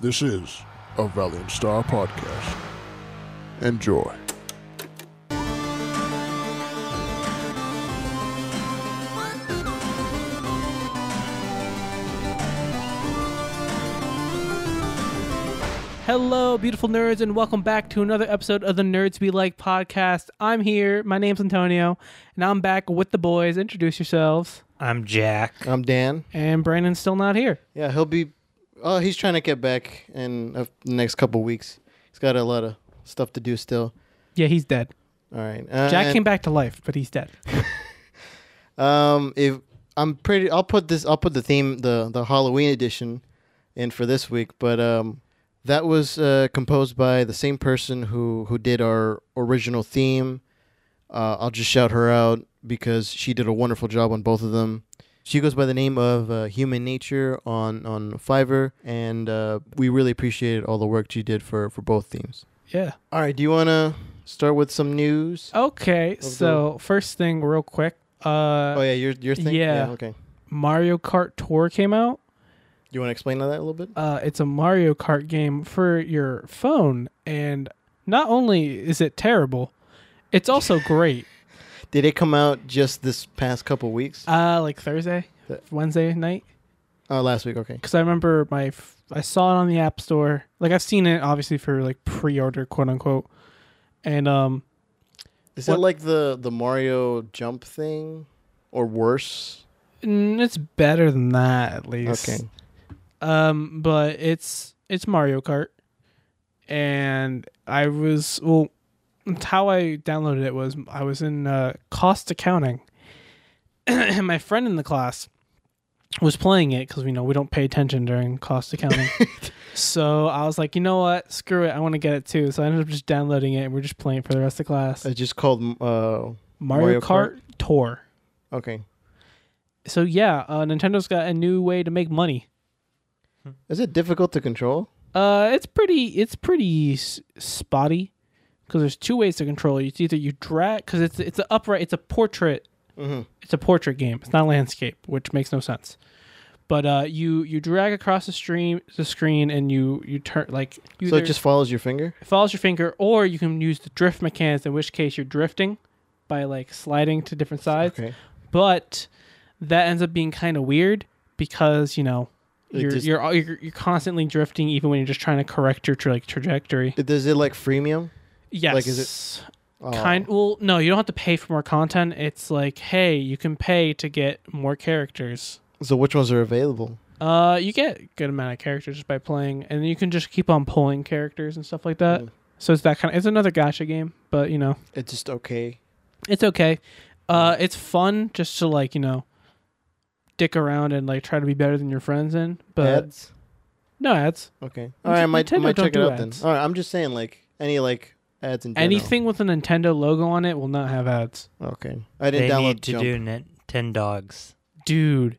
This is a Valiant Star podcast. Enjoy. Hello, beautiful nerds, and welcome back to another episode of the Nerds We Like podcast. I'm here. My name's Antonio, and I'm back with the boys. Introduce yourselves. I'm Jack. I'm Dan. And Brandon's still not here. Yeah, he'll be. Oh, he's trying to get back in uh, the next couple weeks. He's got a lot of stuff to do still. Yeah, he's dead. All right. Uh, Jack and, came back to life, but he's dead. Um, if I'm pretty, I'll put this. I'll put the theme, the the Halloween edition, in for this week. But um, that was uh, composed by the same person who who did our original theme. Uh, I'll just shout her out because she did a wonderful job on both of them. She goes by the name of uh, Human Nature on on Fiverr, and uh, we really appreciated all the work she did for for both themes. Yeah. All right, do you want to start with some news? Uh, Okay, so first thing, real quick. Uh, Oh yeah, your your thing. yeah. okay. Mario Kart Tour came out. You want to explain that a little bit? Uh, it's a Mario Kart game for your phone, and not only is it terrible, it's also great. Did it come out just this past couple weeks? Uh, like Thursday, Th- Wednesday night. Oh, last week. Okay. because I remember my f- I saw it on the App Store. Like I've seen it obviously for like pre-order, quote unquote. And um, Is What- it like the the Mario jump thing, or worse? mm, it's better than that at least. Okay. Um, but it's it's Mario Kart, and I was well, it's how I downloaded it was I was in uh, cost accounting, and my friend in the class was playing it because we know we don't pay attention during cost accounting. so I was like, you know what, screw it, I want to get it too. So I ended up just downloading it, and we're just playing it for the rest of the class. It's just called. Uh, Mario, Mario Kart, Tour. okay. So yeah, uh, Nintendo's got a new way to make money. Is it difficult to control? Uh, it's pretty. It's pretty s- spotty because there's two ways to control it. It's either you drag because it's it's an upright. It's a portrait. Mhm. It's a portrait game. It's not landscape, which makes no sense. But uh, you you drag across the stream the screen and you you turn like you So it either- just follows your finger. it follows your finger, or you can use the drift mechanics, in which case you're drifting by like sliding to different sides. Okay. But that ends up being kind of weird because you know. It You're, just- you're you're you're constantly drifting, even when you're just trying to correct your tra- like trajectory. It- Is it like freemium? Yes. Like, is it Oh. kind? Well, no, you don't have to pay for more content. It's like, hey, you can pay to get more characters. So which ones are available? Uh, you get a good amount of characters just by playing, and you can just keep on pulling characters and stuff like that. Mm. So it's that kind of. It's another gacha game, but you know, It's just okay. it's okay. Uh, it's fun just to like you know, dick around and like try to be better than your friends in. But Ads. no ads. Okay. All right. I might, I Nintendo might don't check it do out then. ads. All right. I'm just saying like any like ads in general. Anything with a Nintendo logo on it will not have ads. Okay. I They didn't download need to Jump. do nin- ten dogs. Dude,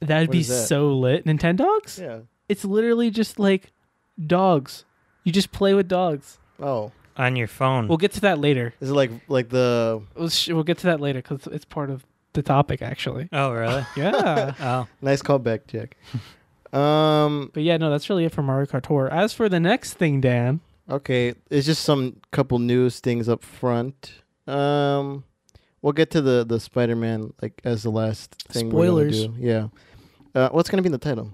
that'd What be is that? so lit. Nintendogs? Yeah. it's literally just like dogs. You just play with dogs. Oh. on your phone. We'll get to that later. Is it like like the We'll, sh- we'll get to that later because it's part of the topic, actually. oh, really? Yeah. oh, nice callback, Jack? um. but yeah, no, that's really it for Mario Kart Tour. As for the next thing, Dan, Okay. It's just some couple news things up front. Um. We'll get to the the Spider Man like as the last thing. we're gonna Spoilers. do. Yeah. Uh, what's gonna be in the title?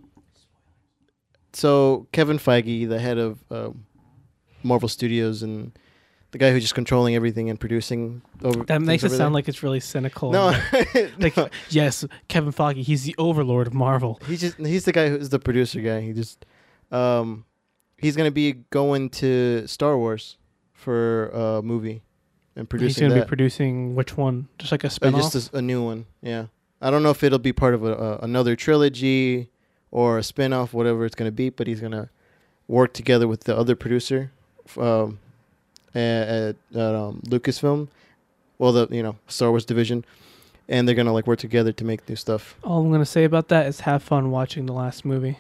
So Kevin Feige, the head of uh, Marvel Studios and the guy who's just controlling everything and producing over that makes it things over there. sound like it's really cynical. no, Like, no. yes, Kevin Foggy, he's the overlord of Marvel. He's just he's the guy who's the producer guy. He just um he's gonna be going to Star Wars for a movie and He's producing going to be that. producing which one? Just like a Uh, spin just a, a new one. Yeah, I don't know if it'll be part of a, a, another trilogy or a spin-off, whatever it's gonna be. But he's gonna work together with the other producer f- um, at, at, at um, Lucasfilm. Well, the you know Star Wars division, and they're gonna like work together to make new stuff. All I'm going to say about that is have fun watching the last movie.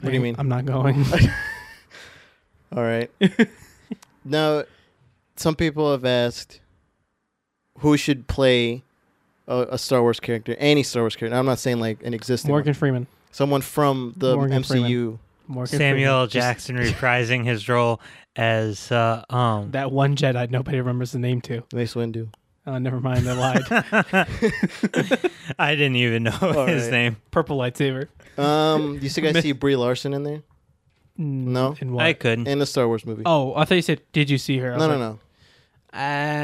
What do you mean? I'm not going. All right. now, some people have asked who should play a, a Star Wars character, any Star Wars character. I'm not saying like an existing one. Morgan Freeman. someone from the Morgan MCU. Freeman. Morgan Samuel L. Freeman. Just Jackson reprising his role as uh, um That one Jedi nobody remembers the name to. Mace Windu. Oh, never mind. I lied. I didn't even know All his right. name. Purple lightsaber. Um, you still guys see Brie Larson in there No. In what? I couldn't. in the Star Wars movie? Mm. oh, I thought you said, "Did you see her?" I was no, no, like, no,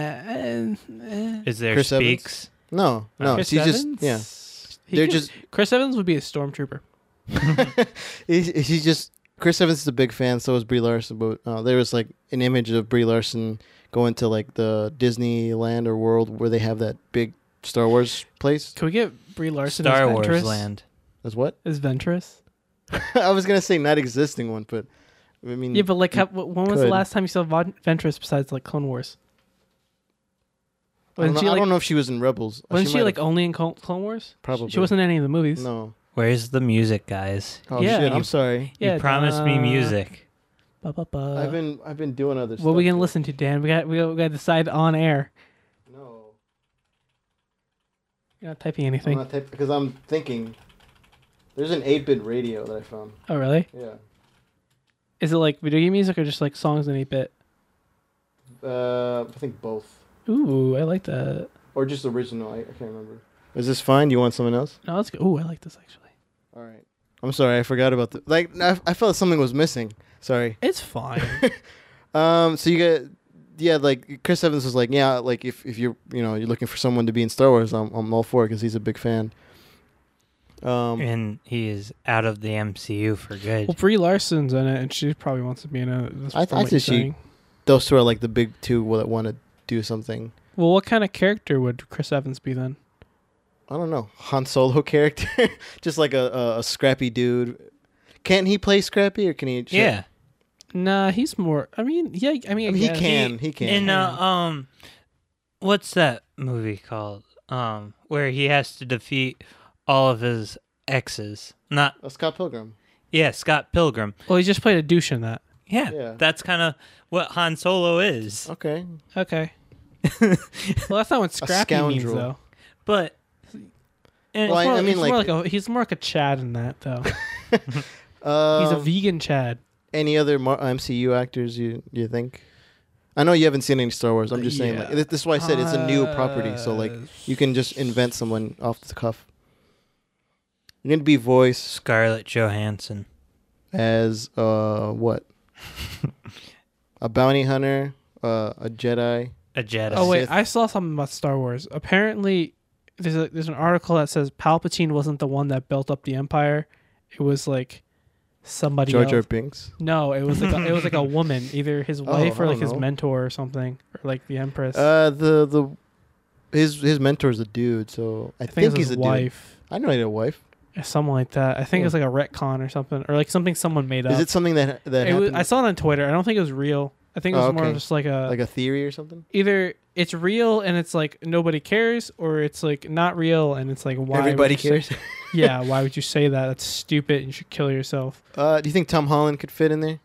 Uh, Is there Chris Evans? speaks? no, no. Chris she's Evans. just yeah. He They're could- just Chris Evans would be a stormtrooper. he's, he's just Chris Evans is a big fan. So is Brie Larson. But uh, there was like an image of Brie Larson going to like the Disneyland or World where they have that big Star Wars place. Can we get Brie Larson Star as Wars Ventress? land. As what? As Ventress? I was gonna say not existing one, but I mean, Yeah, but like, how, wh- when was the Mm, could. last time you saw Von- Ventress besides like Clone Wars? I, don't Wasn't know, she I like? don't know if she was in Rebels. Uh, Wasn't she, might like have- only in Col- Clone Wars? probably? She wasn't in any of the movies. No. Where's the music, guys? Oh Yeah. shit! I'm sorry. Yeah, you promised me uh, music. Ba, ba, ba. I've been I've been doing other stuff. Uh, What are we gonna here. listen to, Dan? We got we got, we got to decide on air. No, You're not typing I'm anything. not type because I'm thinking. There's an 8-bit radio that I found. Oh really? Yeah. Is it like video game music or just like songs in 8 bit? Uh, I think both, Ooh, I like that. or just original. I, I can't remember. Is this fine? Do you want someone else? No, let's go. Ooh, I like this actually. All right. I'm sorry. I forgot about the like. I, I felt something was missing. Sorry. It's fine. Um. So you got. Yeah, like Chris Evans was like, yeah, like if, if you're you know you're looking for someone to be in Star Wars, I'm, I'm all for it because he's a big fan. Um, and he is out of the MCU for good. well, Brie Larson's in it, and she probably wants to be in it. That's I th- from I what you're think she- saying. those two are like the big two that want to do something. Well, what kind of character would Chris Evans be then? I don't know Han Solo character, just like a, a, a scrappy dude. Can he play scrappy or can he? yeah. Nah, he's more. I mean, yeah. I mean, I I mean, he guess. can. He can. And uh, um, what's that movie called? Um, where he has to defeat all of his exes. Not Uh, Scott Pilgrim. yeah, Scott Pilgrim. Well, he just played a douche in that. Yeah, Yeah. that's kind of what Han Solo is. Okay. Okay. well, that's not what Scrappy means scoundrel. though. But and Well, I- It's more- mean, it's like- more a, he's more like a Chad in that though. Um, he's a vegan Chad. any other Mar- MCU actors you you think? I know you haven't seen any Star Wars. I'm just saying. Like, Yeah. th- this is why I said it's a new property. So like you can just invent someone off the cuff. You're gonna be voiced Scarlett Johansson. as uh what? a bounty hunter, uh, a Jedi. A Jedi. Oh wait, Sith. I saw something about Star Wars. Apparently, there's a, there's an article that says Palpatine wasn't the one that built up the Empire. It was like somebody Jar Jar else. Binks. No, it was like a, it was like a woman, either his wife I or don't like his know. mentor or something, or like the Empress. Uh, the the his his mentor's a dude, so I, I think, think, it was he's his a dude. wife I know he had a wife. or something like that. I think it's like a retcon or something, or like something someone made up. Is it something that that It was- happened, I saw it on Twitter. I don't think it was real. I think it was Oh, more okay. just like a like a theory or something? either it's real and it's like nobody cares, or it's like not real and it's like why would Everybody you say- cares. yeah, why would you say that? That's stupid. and You should kill yourself. Uh, do you think Tom Holland could fit in there?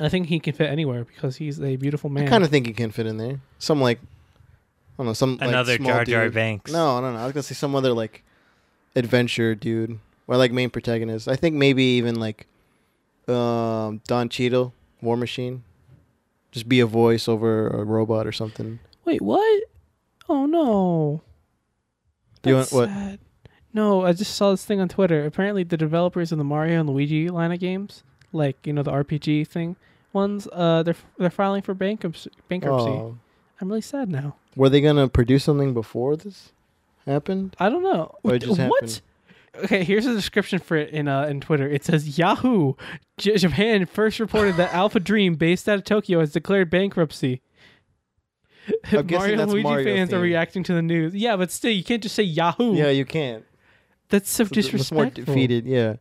I think he can fit anywhere because he's a beautiful man. I kind of think he can fit in there. Some like, I don't know, some like, Another small Jar Jar dude. Banks. No, no, no. I was gonna say some other like adventure dude or like main protagonist. I think maybe even like um, Don Cheadle, War Machine. Just be a voice over a robot or something. Wait, what? Oh no. Do you That's want- what? sad. No, I just saw this thing on Twitter. Apparently, the developers of the Mario and Luigi line of games, like you know the RPG thing ones, uh, they're they're filing for bankruptcy. Bankruptcy. Oh. I'm really sad now. Were they gonna produce something before this happened? I don't know. Or it just happened? Okay, here's a description for it in uh, in Twitter. It says Yahoo J- Japan first reported that Alpha Dream, based out of Tokyo, has declared bankruptcy. I'm guessing Mario and that's Luigi Mario fans are themed. reacting to the news. Yeah, but still, you can't just say Yahoo. Yeah, you can't. that's so It's- it's disrespectful. more defeated. Yeah.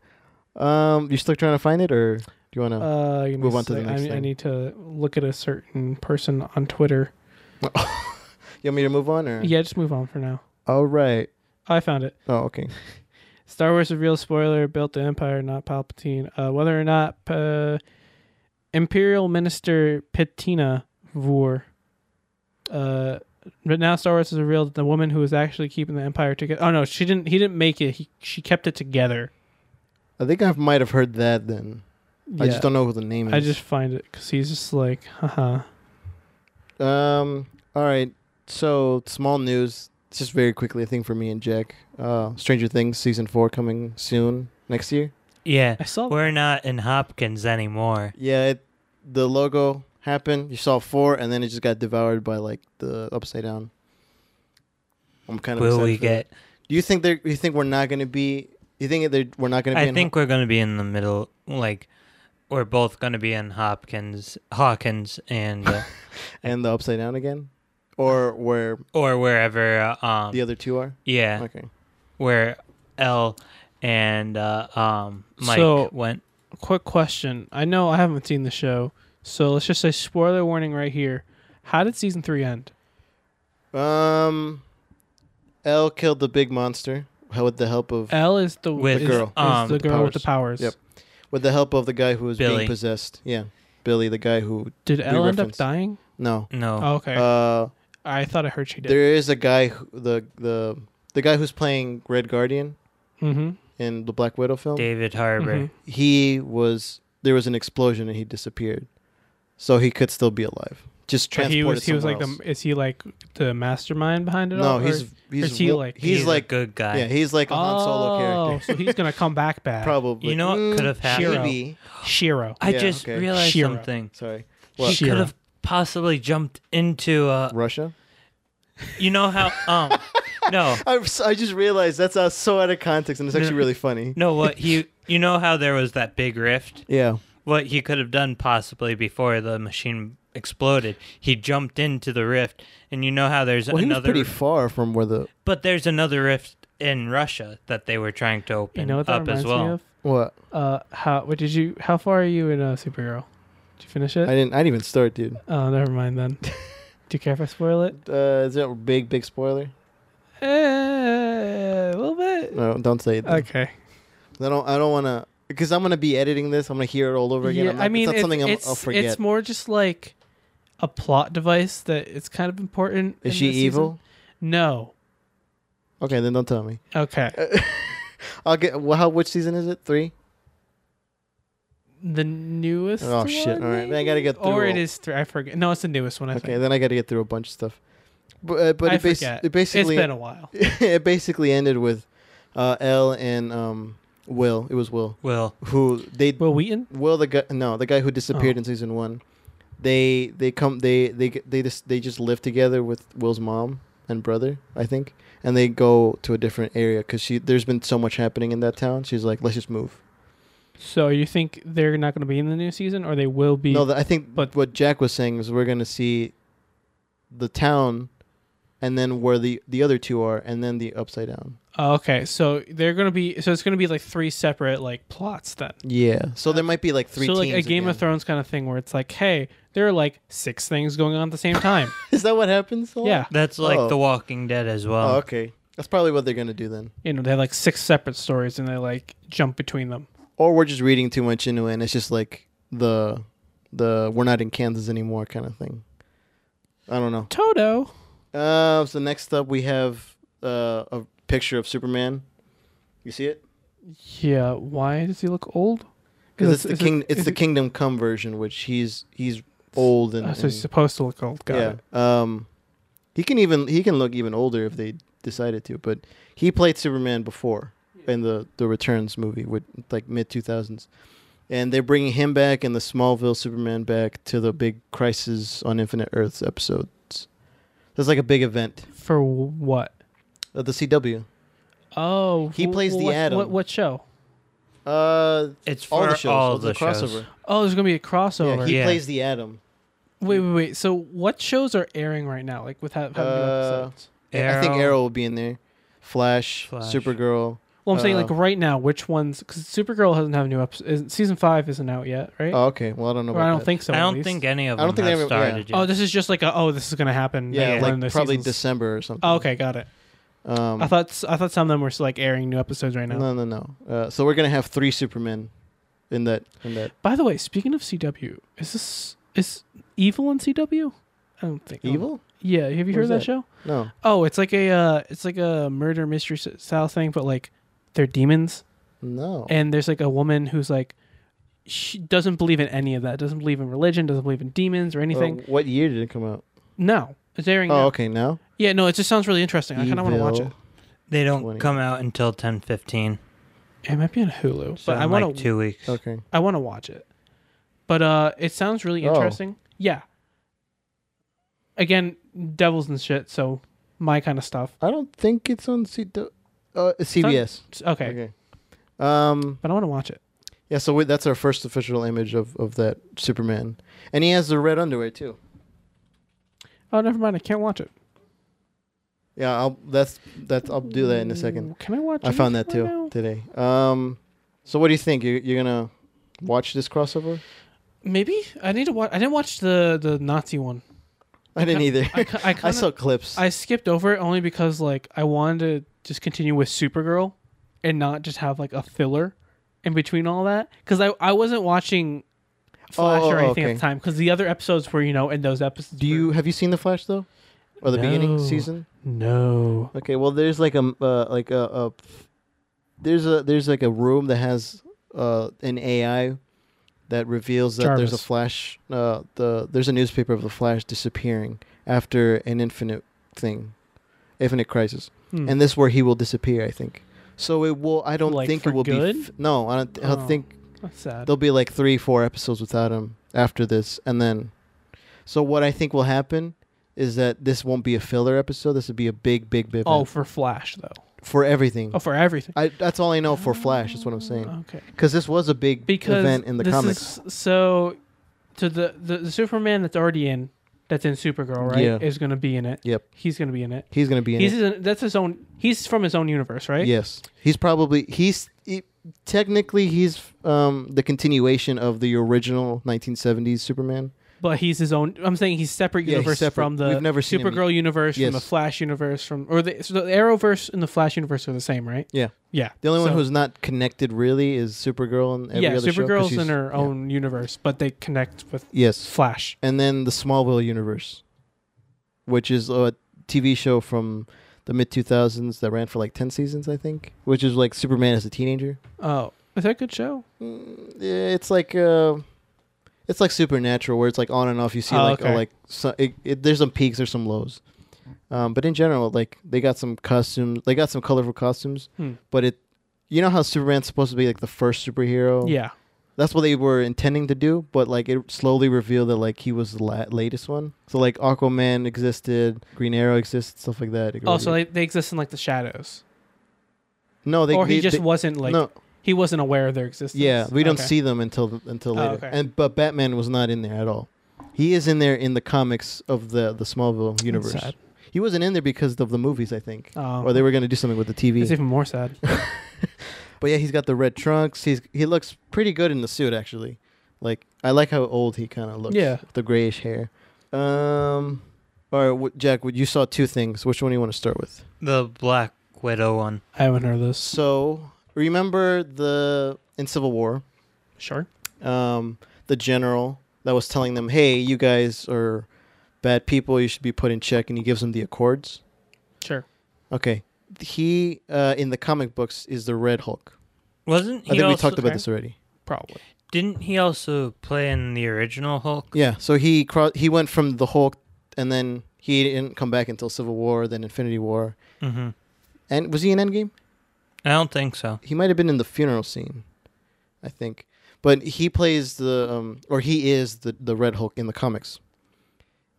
Um, you still trying to find it, or do you wanna? Uh, give me Move a on to the sec. next I, I thing. need to look at a certain person on Twitter. you want me to move on, or? Yeah, just move on for now. All Oh, right. I found it. Oh, okay. Star Wars reveals spoiler built the Empire, not Palpatine. Uh, whether or not uh, Imperial Minister Petina Vore. Uh, but now Star Wars has revealed that the woman who was actually keeping the Empire together. Oh no, she didn't. He didn't make it. He she kept it together. I think I might have heard that then. Yeah. I just don't know who the name is. I just find it because he's just like, haha. Um. All right. So small news. It's just very quickly a thing for me and Jack. Uh, Stranger Things season four coming soon next year. Yeah, I saw. we're not in Hopkins anymore. Yeah. It, the logo happened. You saw four, and then it just got devoured by like the upside down. I'm kind of. Will upset we for that. get? Do you think they? You think we're not gonna be? You think that we're not gonna be? I in think we're gonna be in the middle. Like, we're both gonna be in Hopkins, Hawkins, and uh, and the upside down again, or where or wherever. Uh, um, the other two are. yeah, Okay. where L and uh, um Mike So- went. Quick question. I know I haven't seen the show, so let's just say spoiler warning right here. How did season three end? Um, L killed the big monster how- with the help of L is the With is- the girl. is Um, the with the girl with the powers. Yep. with the help of the guy who was Billy. being possessed. Yeah, Billy, the guy who Did L end up referenced. dying? no. No, Oh, okay. Uh, I thought I heard she did. there is a guy who, the the the guy who's playing Red Guardian Mm-hmm. in the Black Widow film. David Harbor. Mm-hmm. Mhm. He was there was an explosion and he disappeared, so he could still be alive. Just But transported he was he was somewhere like the is he like the mastermind behind it else. all? no, or- he's he's is he real- like- he's, a like good guy. yeah, he's like a Han Solo Oh, character. so he's gonna come back bad. Probably. You know what Mm, could've happened? Maybe. Shiro. I Yeah, just okay. realized Shira. something. Sorry. What? He could have possibly jumped into uh Russia? you know how um no I, I just realized that's uh, so out of context, and it's actually No. really funny. no what he you know how there was that big rift Yeah. what he could have done possibly before the machine exploded he jumped into the rift and you know how there's Well, he was another pretty far from where the but there's another rift in Russia that they were trying to open You know what that up as reminds well me of? what? Uh, how what did you? How far are you in uh, Superhero? Did you finish I it? didn't. I didn't even start, dude. Oh, never mind then. Do you care if I spoil it? Uh, is that a big, big spoiler? Eh, a little bit. No, don't say it. then. Okay. I don't. I don't want to. Because I'm gonna be editing this. I'm gonna hear it all over again. Yeah, I'm not, I mean, it's not it's, something I'm, it's, I'll forget. it's more just like a plot device that it's kind of important. in is she this season. evil? No. Okay, then don't tell me. Okay. I'll get. Well, how? Which season is it? Three. The newest. Oh, shit. one, All right. Then I maybe? gotta get through Or it all- is three. I forget. No, it's the newest one. I Okay, think. then I got to get through a bunch of stuff. But uh, but I it, bas- forget. it basically it's been a while. it basically ended with uh, L and um, Will. It was Will well who they Will Wheaton. Will the guy no the guy who disappeared Oh. in season one. They they come they they g- they just they just live together with Will's mom and brother I think, and they go to a different area because she there's been so much happening in that town. She's like let's just move. So you think they're not going to be in the new season, or they will be? No, th- I think but- what Jack was saying is we're gonna see the town, and then where the the other two are, and then the upside down. Oh, okay, so they're going to be. So it's going to be like three separate like plots then. Yeah. So there might be like three. so like a teams Game of again. Thrones kind of thing where it's like, hey, there are like six things going on at the same time. Is that what happens? a lot? yeah, that's like Oh. The Walking Dead as well Oh, okay. That's probably what they're gonna do then. you know, they have like six separate stories and they like jump between them. Or we're just reading too much into it, and it's just like the the we're not in Kansas anymore kind of thing. I don't know. Toto. Uh, so next up we have uh, a picture of Superman. You see it? Yeah, why does he look old? Because it's, Is- is the it- king. it's is the it- Kingdom Come version, which he's he's old and, Oh, so he's and- supposed to look old. Got yeah. it. Um, he can even he can look even older if they decided to. But he played Superman before in the the Returns movie with like mid two thousands, and they're bringing him back and the Smallville Superman back to the big Crisis on Infinite Earths episodes. That's like a big event For wh- what? at the CW. Oh, He wh- plays the what, Atom. What, what show? Uh, it's for all the shows, all it's a the shows. crossover. Oh, there's gonna be a crossover. Yeah, he Yeah. plays the Atom. Wait, wait, wait. So what shows are airing right now? Like with how, how many Uh, episodes? I think Arrow. Arrow will be in there. Flash, Flash. Supergirl. Well, I'm saying uh, like right now, which ones? Because Supergirl hasn't have a new episode. Season five isn't out yet, right? Oh, okay. Well, I don't know. or About I don't that. think so. I at don't least. think any of I them don't think have they ever- yeah. started Oh, yet. this is just like a, oh, this is gonna happen. Yeah, when the like probably seasons- December or something. Oh, okay, got it. Um, I thought s- I thought some of them were s- like airing new episodes right now. No, no, no. Uh, so we're gonna have three Supermen in that. In that By the way, speaking of CW, is this is Evil on CW? I don't think evil? Yeah, have you What heard is of that, that? show? No. Oh, it's like a uh, it's like a murder mystery s- style thing, but like they're demons, No. Uh, and there's like a woman who's like she doesn't believe in any of that. Doesn't believe in religion. Doesn't believe in demons or anything. Well, what year did it come out? no, it's airing. Oh, now. okay, now. Yeah, no, it just sounds really interesting. I kind of want to watch it. They don't 20. come out until ten fifteen. It might be on Hulu, So but in I want like to. two weeks. Okay. I want to watch it. But uh, it sounds really Oh. interesting. Yeah. Again, devils and shit. So my kind of stuff. I don't think it's on C- uh, CBS. S- Okay, Okay. Um. but I want to watch it. Yeah. So we, that's our first official image of of that Superman, and he has the red underwear too. Oh, never mind. I can't watch it. Yeah. I'll that's that's I'll do that in a second. Can I watch? I found that anything too right now? today. Um. So what do you think? You you're gonna watch this crossover? Maybe I need to watch. I didn't watch the the Nazi one. I didn't either. I, ki- I, kinda, I saw clips. I skipped over it only because like I wanted to just continue with Supergirl and not just have like a filler in between all that because I I wasn't watching Flash Oh, or oh, anything okay. at the time because the other episodes were you know in those episodes. Do were- you have you seen the Flash though, or the beginning No. season? No. Okay, well, there's like a uh, like a, a there's a there's like a room that has uh, an AI that reveals that there's Jarvis. a flash. Uh, the there's a newspaper of the Flash disappearing after an infinite thing, infinite crisis, Hmm. and this where he will disappear. I think. So it will. I don't Like, think for it will good? be. F- no, I don't. I don't Oh. think That's sad. there'll be like three, four episodes without him after this, and then. So what I think will happen is that this won't be a filler episode. This would be a big, big, big. oh, event for Flash though. for everything. Oh, for everything. I, that's all I know for Flash. Is what I'm saying. Okay. Because this was a big Because event in the this comics. is- so, to the, the the Superman that's already in, that's in Supergirl, right? Yeah. Is gonna be in it. Yep. He's gonna be in it. He's gonna be in He's it. in, that's his own. He's from his own universe, right? Yes, he's probably he's he, technically he's um the continuation of the original 1970s Superman. But he's his own. I'm saying he's separate Yeah, he's universe separate. from the We've never seen him. Supergirl universe, from the Yes. Flash universe, from or the, so the Arrowverse and the Flash universe are the same, right? Yeah. Yeah. The only one So- who's not connected really is Supergirl and every yeah, other show, 'cause Supergirl's she's- in her yeah. own universe, but they connect with Yes, Flash. and then the Smallville universe, which is a TV show from the mid 2000s that ran for like 10 seasons, I think. Which is like Superman as a teenager. Oh, is that a good show? Mm, yeah, it's like uh, it's like supernatural where it's like on and off. You see Oh, like okay. a, like so, it, it, there's some peaks, there's some lows. Um, but in general, like they got some costumes, they got some colorful costumes. Hmm. But it, you know how Superman's supposed to be like the first superhero. Yeah. that's what they were intending to do. But like it slowly revealed that like he was the la- latest one. So like Aquaman existed, Green Arrow existed, stuff like that. Oh, so they, they exist in like the shadows, no, they or he they- just they- wasn't like no, he wasn't aware of their existence. Yeah, we don't Okay. see them until until Oh, later. okay. And but Batman was not in there at all. He is in there in the comics of the the Smallville universe. sad. He wasn't in there because of the movies, I think, Oh, or they were going to do something with the TV. it's even more sad. but yeah, he's got the red trunks. He's he looks pretty good in the suit actually. Like I like how old he kind of looks. Yeah. with the grayish hair. Um, all right, w- Jack. what- You saw two things. Which one do you want to start with? The Black Widow one. I haven't heard of this. So remember the in Civil War, Sure. um, the general that was telling them, "Hey, you guys are bad people. You should be put in check." And he gives them the accords. Sure. Okay, he uh, in the comic books is the Red Hulk. Wasn't he I think we also, talked about okay. this already. Probably. didn't he also play in the original Hulk? Yeah, so he cro- he went from the Hulk, and then he didn't come back until Civil War, then Infinity War, Mm-hmm. and was he in Endgame? I don't think so. He might have been in the funeral scene, I think. But he plays the um, or he is the the Red Hulk in the comics,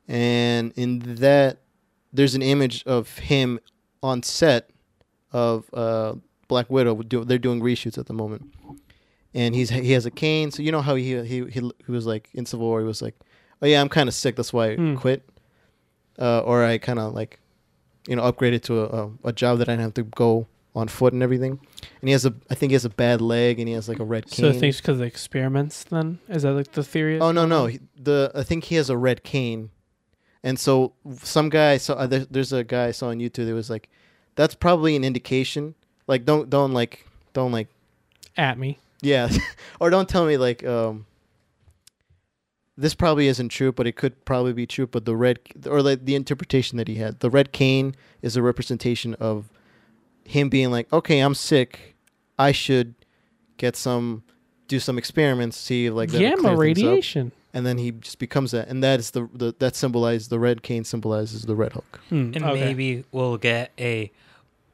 and in that there's an image of him on set of uh, Black Widow. Do, they're doing reshoots at the moment, and he's he has a cane. So you know how he he he, he was like in Civil War. He was like, oh yeah, I'm kind of sick. That's why I Hmm. quit, uh, or I kind of like, you know, upgraded to a, a, a job that I didn't have to go on foot and everything. And he has a I think he has a bad leg, and he has like a red cane. So things because of the experiments. Then is that like the theory? Oh no, no. He- The I think he has a red cane, and so some guy saw. Uh, there, there's a guy I saw on YouTube that was like, "That's probably an indication. Like, don't don't like don't like At me. yeah, or don't tell me like um. This probably isn't true, but it could probably be true. But the red or like the interpretation that he had, the red cane is a representation of him being like, okay, I'm sick, I should get some do some experiments, see if, like that would Gamma clear things up. radiation. and then he just becomes that, and that is the, the that symbolizes the red cane symbolizes the Red Hulk. Hmm, and okay. maybe we'll get a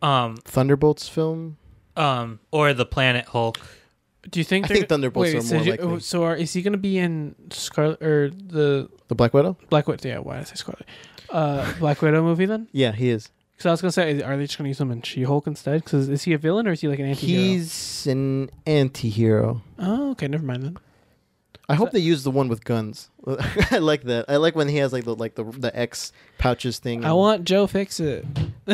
um Thunderbolts film. um or the Planet Hulk. Do you think? I they're- think Thunderbolts wait, are so more you- likely. So are, is he going to be in Scarlet or the The Black Widow. Black Widow? Yeah, why did I say Scarlet? Uh, Black Widow movie then? Yeah, he is. Because I was gonna say, are they just gonna use him in She-Hulk instead? Because is he a villain or is he like an anti-hero? He's an anti-hero. Oh, okay, never mind then. I hope So- they use the one with guns. I like that. I like when he has like the like the the X pouches thing. I want Joe fix it.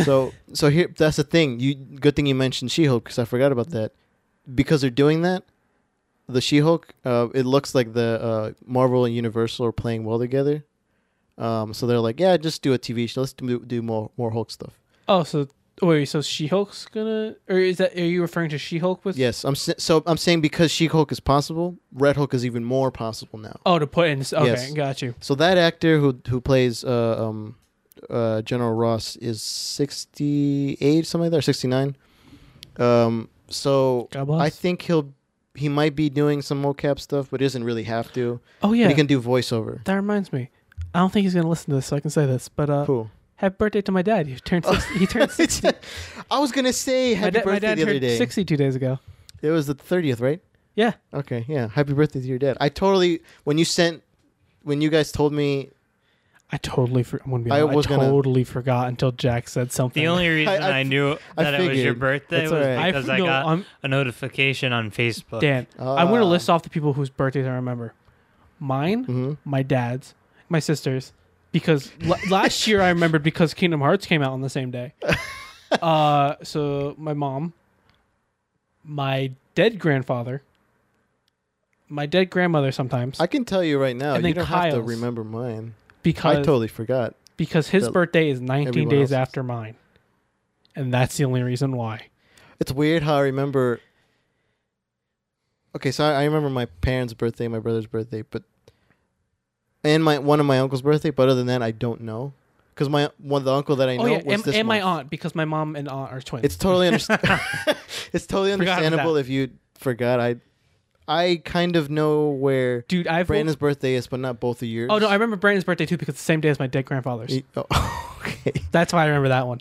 so so here that's the thing. You good thing you mentioned She-Hulk because I forgot about that. Because they're doing that, the She-Hulk. Uh, it looks like the uh, Marvel and Universal are playing well together. Um, so they're like, yeah, just do a TV show. Let's do, do more more Hulk stuff. Oh, so wait, so She-Hulk's gonna, or is that? Are you referring to She-Hulk with? Yes, I'm s- so I'm saying because She-Hulk is possible, Red Hulk is even more possible now. Oh, to put in. Okay, Yes. got you. So that actor who who plays uh, um, uh, General Ross is sixty eight, something like that, sixty nine. Um, so God bless. I think he'll he might be doing some mocap stuff, but he doesn't really have to. oh But yeah, he can do voiceover. that reminds me. I don't think he's gonna listen to this, so I can say this. But uh, Cool. happy birthday to my dad. He turned. 60, he turned sixty. I was gonna say my, happy dad, my birthday dad the other turned day. sixty-two days ago. It was the thirtieth, right? Yeah. Okay, yeah. Happy birthday to your dad. I totally when you sent when you guys told me I totally. For, I'm gonna be. I honest, I, was gonna- totally forgot until Jack said something. The only reason I I, knew I that it was your figured. birthday That's was all right. because I, no, got I'm- a notification on Facebook. Dan, I'm going to Ah. list off the people whose birthdays I remember. Mine, Mhm. my dad's, my sister's, because l- last year I remembered because Kingdom Hearts came out on the same day. uh, so my mom, my dead grandfather, my dead grandmother sometimes I can tell you right now, And then you don't have to Kyle's. remember mine. I because totally forgot. because his the- birthday is 19 everyone days else's. after mine, and that's the only reason why. It's weird how I remember. Okay, so I, I remember my parents' birthday, my brother's birthday, but and my one of my uncle's birthday. But other than that, I don't know because my one the uncle that I know Oh yeah, was and, this and my month. aunt because my mom and aunt are twins. It's totally underst- It's totally Forgot about understandable that. if you forgot. I I kind of know where dude. I've Brandon's birthday is, but not both of yours. oh no, I remember Brandon's birthday too because it's the same day as my dead grandfather's. He- oh, okay. That's why I remember that one.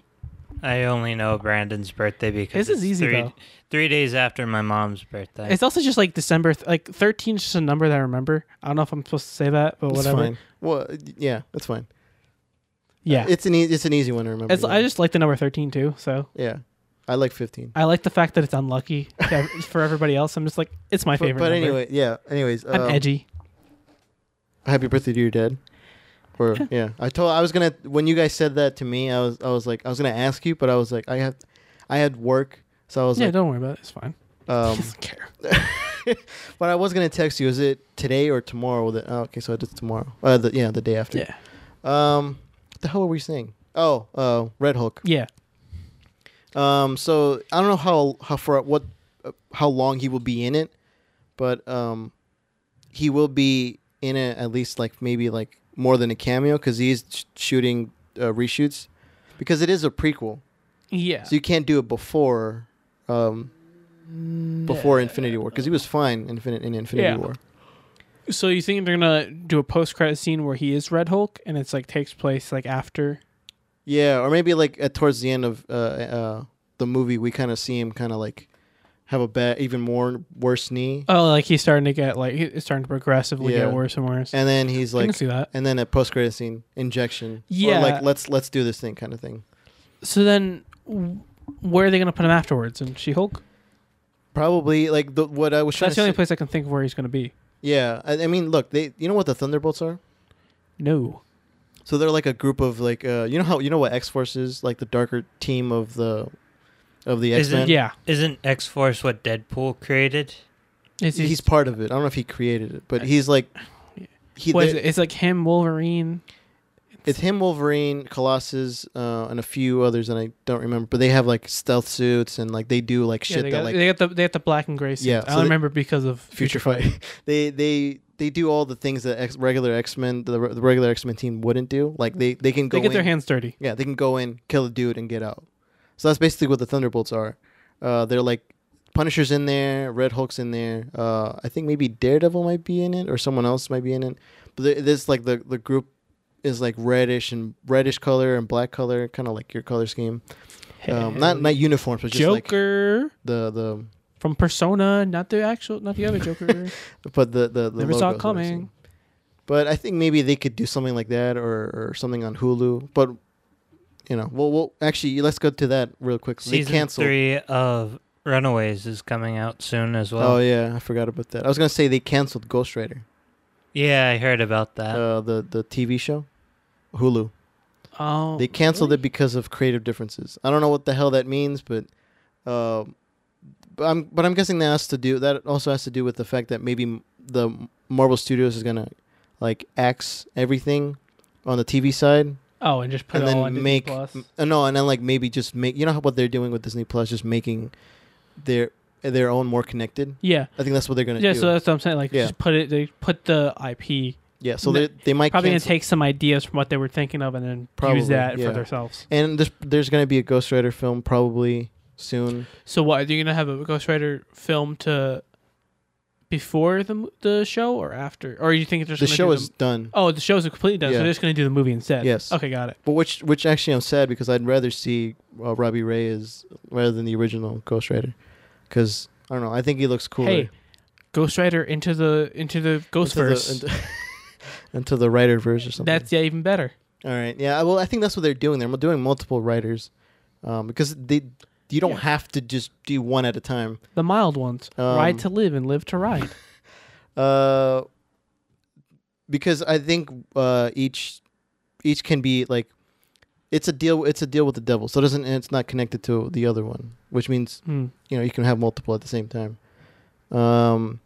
I only know Brandon's birthday because This is it's easy, three, though. three days after my mom's birthday. It's also just like December, th- like 13 is just a number that I remember. I don't know if I'm supposed to say that, but That's whatever. fine. Well, yeah, that's fine. Yeah. It's an e- it's an easy one to remember. It's- yeah. I just like the number 13 too. So yeah, I like fifteen. I like the fact that it's unlucky to ev- for everybody else. I'm just like, it's my But- favorite. But, number. anyway, yeah. Anyways, I'm um, edgy. Happy birthday to your dad. Or yeah. I told I was gonna when you guys said that to me, I was I was like I was gonna ask you, but I was like I had I had work, so I was Yeah, like, don't worry about it. It's fine. um, I don't care. but I was gonna text you. Is it today or tomorrow? That oh, okay, so it's tomorrow. Uh, the, yeah, the day after. Yeah. Um, what the hell were we saying? Oh, uh, Red Hulk. Yeah. Um, so I don't know how how far what uh, how long he will be in it, but um, he will be in it at least like maybe like more than a cameo because he's sh- shooting uh, reshoots because it is a prequel, Yeah. so you can't do it before um before Infinity War because he was fine Infinite in Infinity Yeah. War. So you think they're going to do a post credit scene where he is Red Hulk and it's like takes place like after? Yeah, or maybe like at towards the end of uh, uh the movie, we kind of see him kind of like have a bad, even more worse knee, Oh, like he's starting to get like, it's starting to progressively Yeah. get worse and worse. and then he's I can like see that. and then a post credit scene injection. Yeah. or like let's let's do this thing kind of thing. So then, w- where are they going to put him afterwards? In She Hulk? Probably like the, what I was trying That's to the only say- place I can think of where he's going to be. Yeah, I, I mean, look, they you know what the Thunderbolts are? No. So they're like a group of like uh you know how you know what X Force is like the darker team of the of the X Is it- Men. Yeah. Isn't X Force what Deadpool created? It's, he's part of it. I don't know if he created it, but he's like he. what is they- it? It's like him, Wolverine. It's him, Wolverine, Colossus, uh, and a few others, and I don't remember. But they have like stealth suits, and like they do like yeah, shit they, that got, like they got the they got the black and gray. Suits. Yeah, I so only they- remember because of Future Fight. they they they do all the things that ex- regular X Men the, re- the regular X Men team wouldn't do. Like they they can go They get in, their hands dirty. yeah they can go in kill a dude and get out. So that's basically what the Thunderbolts are. Uh, they're like Punisher's in there, Red Hulk's in there. Uh, I think maybe Daredevil might be in it, or someone else might be in it. But th- this like the the group is like reddish and reddish color and black color, kind of like your color scheme. Um, not not uniforms, but just like Joker the the from Persona, not the actual, not the other Joker. but the the, the Never saw logo it is what I'm saying. coming. But I think maybe they could do something like that or, or something on Hulu. But you know, well, well, actually, let's go to that real quick. Season they canceled. three of Runaways is coming out soon as well. Oh yeah, I forgot about that. I was gonna say they canceled Ghost Rider, yeah, I heard about that. uh, the the TV show, Hulu. Oh, They canceled it because of creative differences. I don't know what the hell that means, but, uh, but I'm but I'm guessing that has to do that also has to do with the fact that maybe m- the Marvel Studios is gonna like axe everything on the TV side oh, and just put and it all then on make Disney Plus. m- uh, no and then like maybe just make you know how- what they're doing with Disney Plus just making their their own more connected. Yeah, I think that's what they're gonna yeah. do. So that's what I'm saying. Like, Yeah. just put it. They put the IP. yeah, so No, they they might Probably gonna cancel- take some ideas from what they were thinking of, and then Probably, use that yeah. for themselves. and there's there's gonna be a Ghost Rider film probably soon. So, what are you gonna have a Ghost Rider film to before the mo- the show or after? Or you think it's just The gonna show do is done. oh the show's completely done. Yeah. So they're just gonna do the movie instead. Yes. Okay, got it. But which which actually I'm sad because I'd rather see uh, Robbie Ray as rather than the original Ghost Rider, because I don't know. I think he looks cooler. Hey, Ghost Rider into the into the Ghost Into the- verse. into, into the writer verse or something. That's yeah, even better. all right. Yeah. Well, I think that's what they're doing. They're doing multiple writers, um, because they you don't Yeah. have to just do one at a time. The mild ones. Um, ride to live and live to ride. Uh, because I think uh, each each can be like it's a deal. It's a deal with the devil, so it doesn't. And it's not connected to the other one, which means hmm. you know you can have multiple at the same time. Um,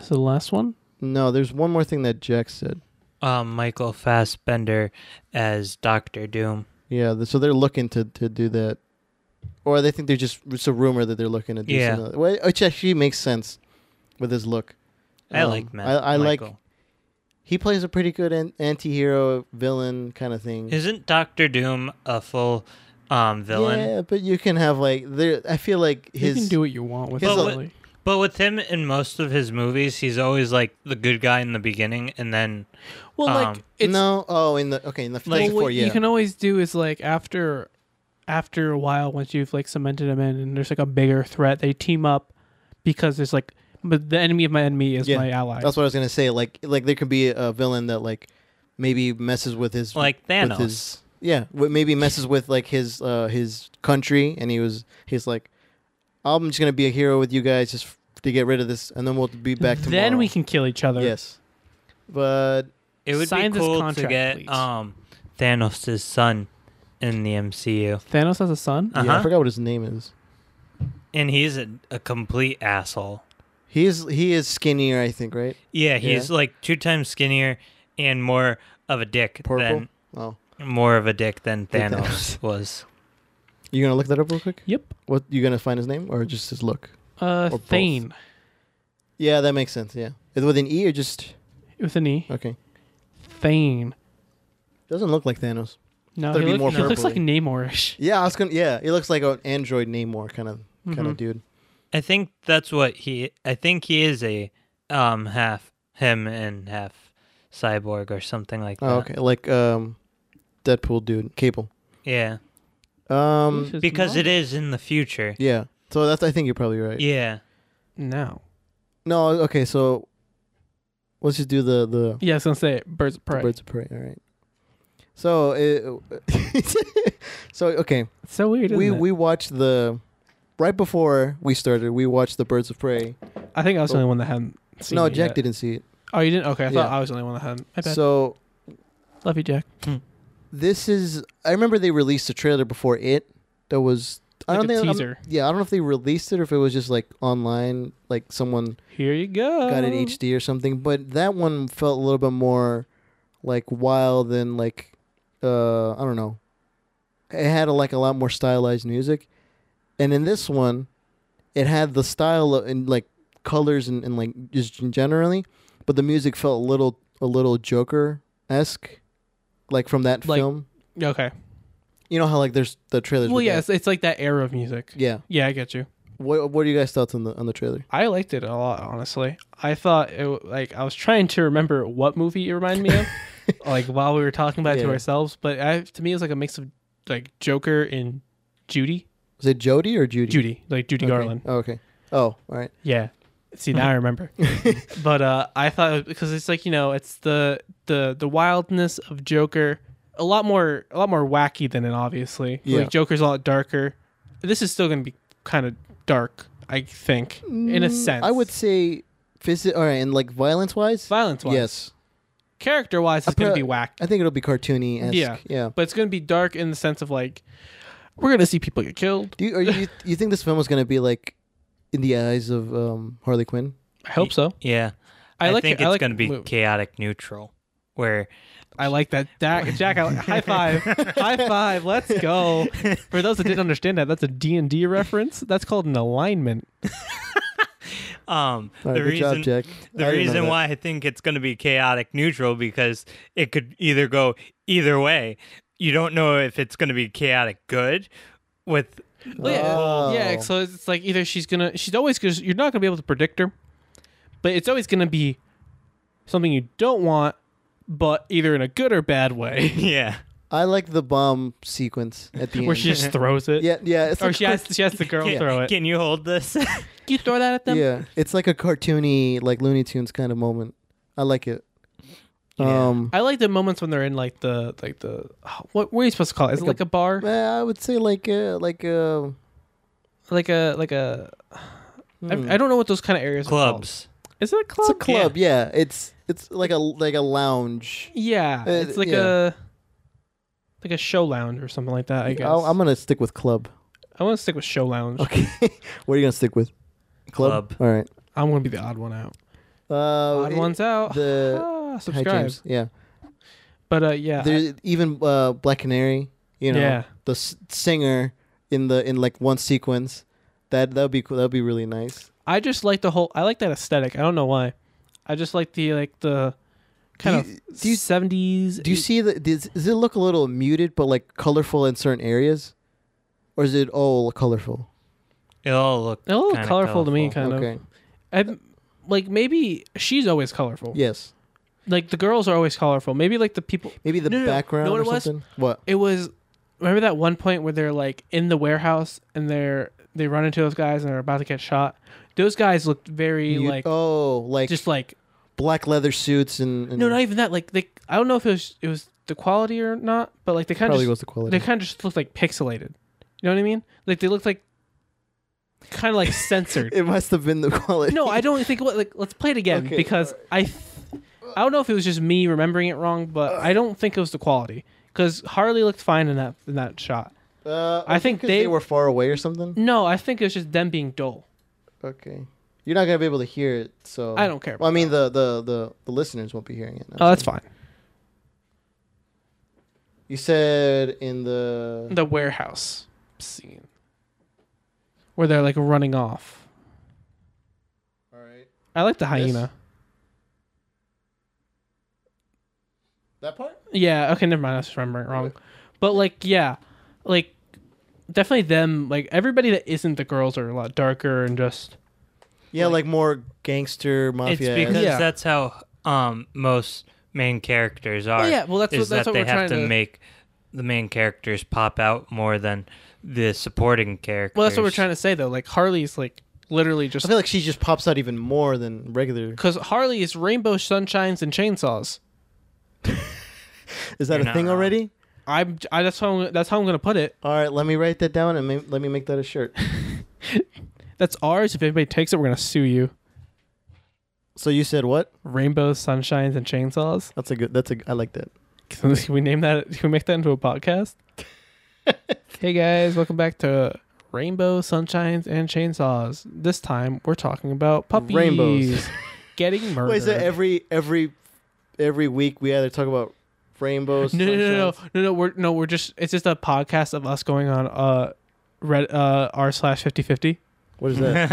So the last one? no, there's one more thing that Jack said. um, Michael Fassbender as Doctor Doom. Yeah, th- so they're looking to, to do that, or they think they're just it's a rumor that they're looking to do. Yeah. something. Well, which actually makes sense with his look. I Um, like Matt. I, I like Michael. he plays a pretty good an- anti-hero villain kind of thing. Isn't Doctor Doom a full um, villain? Yeah, but you can have like there. I feel like you his can do what you want with his- it. But really. But with him in most of his movies, he's always like the good guy in the beginning, and then Well, um, like it's no. Oh, in the okay in the well, like, what four. Yeah, you can always do is like after after a while, once you've like cemented them in, and there's like a bigger threat, they team up because there's like, but the enemy of my enemy is Yeah, my ally. that's what I was gonna say. Like like there could be a villain that like maybe messes with his like Thanos. with his yeah what maybe messes with like his uh his country and he was he's like i'm just gonna be a hero with you guys just f- to get rid of this and then we'll be back tomorrow Then we can kill each other. yes but it would Sign be this cool to contract, get please. um, Thanos' son in the MCU, Thanos has a son. yeah, i Uh-huh. forgot what his name is and he's a, a complete asshole. he is he is skinnier i think right Yeah, he's like two times skinnier and more of a dick purple oh than more of a dick than Than Thanos was. you gonna look that up real quick Yep. what you gonna find his name or just his look Uh, both. Thane yeah that makes sense yeah is it with an e or just with an E. okay Thane. doesn't look like thanos No, That'd he, be look- more he looks like purpley. Namorish. yeah i was gonna yeah he looks like an android namor kind of kind of Mhm. dude I think that's what he. I think he is a um half him and half cyborg or something like that. oh okay like um deadpool dude cable Yeah, Um. because it is in the future. Yeah. So that's. I think you're probably right. Yeah. no. No. Okay. So let's just do the the, Yeah, I was gonna say it. Birds of the Prey. birds of prey. All right. So it, so okay. It's so weird. Isn't we it? we watched the right before we started. We watched the birds of prey. I think I was the only one that hadn't seen Oh. no, it Jack yet. didn't see it. Oh, you didn't? Okay, I thought Yeah. I was the only one that hadn't. My bad. So Love you, Jack. this is. I remember they released a trailer before it. That was. I Like don't a think. I'm- teaser. yeah, I don't know if they released it or if it was just like online, like someone Here you go. got an HD or something. But that one felt a little bit more like wild than like uh I don't know. It had a, like a lot more stylized music, and in this one, it had the style of- and like colors and, and like just generally, but the music felt a little a little Joker esque, like from that Like- film. Okay. You know how like there's the trailers. Well, with yeah, that- it's, it's like that era of music. yeah. Yeah, I get you. What What are you guys thoughts on the on the trailer? I liked it a lot, honestly. I thought it w- like I was trying to remember what movie it reminded me of, like while we were talking about it to Yeah. ourselves. But I, to me, it was like a mix of like Joker and Judy, Was it Jody or Judy? Judy, like Judy Okay. Garland. Oh, okay. Oh, all right. Yeah. See now I remember, but uh, I thought it was- because it's like you know it's the the the wildness of Joker, a lot more a lot more wacky than it obviously. Yeah. Like Joker's a lot darker. This is still gonna be kind of dark, I think, in a Mm, sense. I would say, physi- all right, and like violence wise, violence wise, yes, character wise, I it's gonna put- be whack, I think it'll be cartoony. Yeah. Yeah, yeah. but it's gonna be dark in the sense of like we're gonna see people get killed. Do you, are you you think this film is gonna be like in the eyes of um, Harley Quinn? I hope so. Yeah. I, like think it. it's I like going to be movie. chaotic neutral, where I like that. Dak, Jack, I like, high five. high five. Let's go. For those that didn't understand that, that's a D&D reference. That's called an alignment. um All right, the good reason job, Jack. the I didn't know reason that. why I think it's going to be chaotic neutral because it could either go either way. You don't know if it's going to be chaotic good with Oh. Yeah, so it's it's like either she's going to she's always cuz you're not going to be able to predict her, but it's always going to be something you don't want but either in a good or bad way yeah. I like the bomb sequence at the where end. she just throws it. yeah, yeah, it's Or like she has, she has the girl Can, throw it. Can can you hold this? you throw that at them? yeah, it's like a cartoony, like Looney Tunes kind of moment. I like it. Yeah. Um, I like the moments when they're in like the like the what, what are you supposed to call it? Is it Like like a bar? eh, I would say like uh, like uh, Like a like a I hmm. I don't know what those kind of areas are called. Clubs. Is it a club? It's a club, yeah. It's it's like a like a lounge. Yeah, Uh, it's like yeah. a like a show lounge or something like that. I guess. I'll- i I'm gonna stick with club. want to stick with show lounge. Okay, what are you gonna stick with? Club. All right. I'm gonna be the odd one out. Uh, odd it- ones out. The Ah, hi subscribe. James. Yeah. But uh, yeah, There's even uh, Black Canary. You know, Yeah. the s- singer in the in like one sequence. That that would be cool. That would be really nice. I just like the whole. I like that aesthetic. I don't know why. I just like the like the kind Do you- of do you- seventies. Do you see the? Does, does it look a little muted, but like colorful in certain areas, or is it all colorful? It all looked a little kinda colorful, to me? colorful. Kind okay. of. I'm, like maybe she's always colorful. Yes. Like the girls are always colorful. Maybe like the people. Maybe the No, no, no. Know background what or it was? something. What? it was remember that one point where they're like in the warehouse and they're they run into those guys and they're about to get shot those guys looked very Mute- like oh, like just like black leather suits and, and no not even that like they i don't know if it was it was the quality or not but like they kind of probably just, was the quality. they kind of just looked like pixelated you know what i mean like they looked like kind of like censored It must have been the quality. no i don't think what like let's play it again Okay, because i th- i don't know if it was just me remembering it wrong but i don't think it was the quality because harley looked fine in that in that shot Uh, I was it think 'cause they- were far away or something. No, I think it's just them being dull. Okay, you're not gonna be able to hear it, so I don't care. Well, I mean, the, the the the listeners won't be hearing it. Oh, that's fine. You said in the The warehouse scene where they're like running off. all right I like the hyena. that part. Yeah. Okay. Never mind. I was just remembering it wrong. But like, yeah, like definitely them. Like everybody that isn't the girls are a lot darker and just. Yeah, like, more gangster It's mafia. because Yeah. that's how um most main characters are. Oh, yeah. Well, that's what, is that's that what they we're trying have to, to. make the main characters pop out more than the supporting characters. well, that's what we're trying to say though. Like Harley's like literally I just feel like she just pops out even more than regular. because Harley is rainbow sunshines and chainsaws. Is that You're a not thing wrong. already? I'm. I, that's how. I'm, that's how I'm gonna put it. All right, let me write that down and ma- let me make that a shirt. That's ours. If anybody takes it, we're gonna sue you. So you said what? rainbows, sunshines, and chainsaws. That's a good. That's a. I like that. Can we name that? Can we make that into a podcast? hey guys, welcome back to Rainbow Sunshines and Chainsaws. This time we're talking about puppies Rainbows. getting murdered. Wait, so every every every week we either talk about rainbows. no, no, no, no, sunshines- no, no. We're no, we're just. It's just a podcast of us going on uh, red uh r slash fifty fifty. What is that?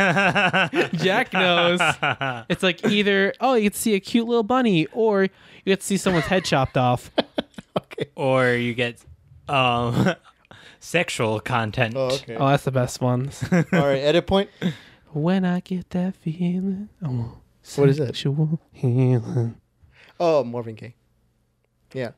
Jack knows. It's like either oh you get to see a cute little bunny or you get to see someone's head chopped off. okay. or you get um sexual content. Oh, okay. Oh, that's the best ones. All right, edit point. when I get that feeling, oh, What is that? sexual healing. Oh, Marvin Gaye. Yeah.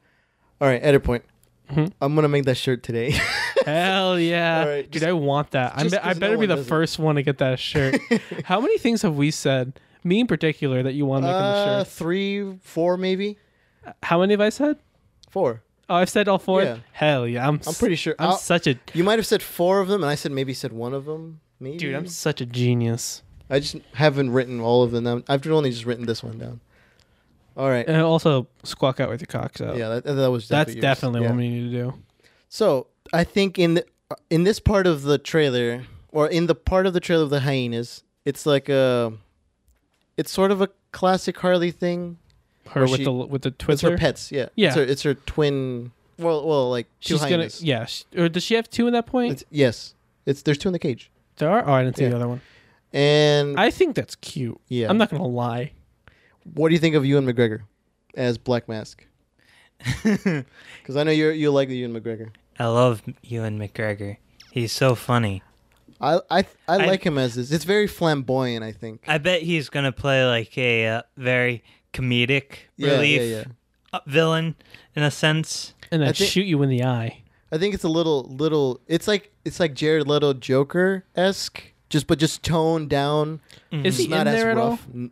All right, edit point. Mhm. I'm gonna make that shirt today. Hell yeah, All right, dude! just- I want that. I'm just be- I 'cause no better be one the does it. first one to get that shirt. How many things have we said, me in particular, that you want to make in uh, the shirt? three, four, maybe How many have I said? four. Oh, I've said all four. Yeah. Hell yeah, I'm. I'm pretty sure. I'm I'll- such a you might have said four of them, and I said maybe said one of them. Maybe. dude. I'm such a genius. I just haven't written all of them down. I've only just written this one down. All right. And also squawk out with your cocks out. yeah, that, that was That's yours. definitely Yeah. what we need to do. So I think in the, uh, in this part of the trailer, or in the part of the trailer of the hyenas, it's like a, it's sort of a classic Harley thing. Her Or with she- the with the It's her Twizzler. pets. Yeah. Yeah. It's her, it's her twin. Well, well, like two She's gonna hyenas. yeah. She, or does she have two at that point? It's, yes. It's there's two in the cage, there are. Oh, I didn't see the Yeah. other one. and I think that's cute. yeah. I'm not gonna lie. What do you think of Ewan McGregor as Black Mask? Because I know you you like the Ewan McGregor. I love Ewan McGregor. He's so funny. I I I I- like him as this. It's very flamboyant. I think. I bet he's gonna play like a uh, very comedic relief uh, villain in a sense. And I I think- shoot you in the eye. I think it's a little little. It's like it's like Jared Leto Joker esque, just but just toned down. Mm-hmm. Is he It's not in as there at all, rough. N-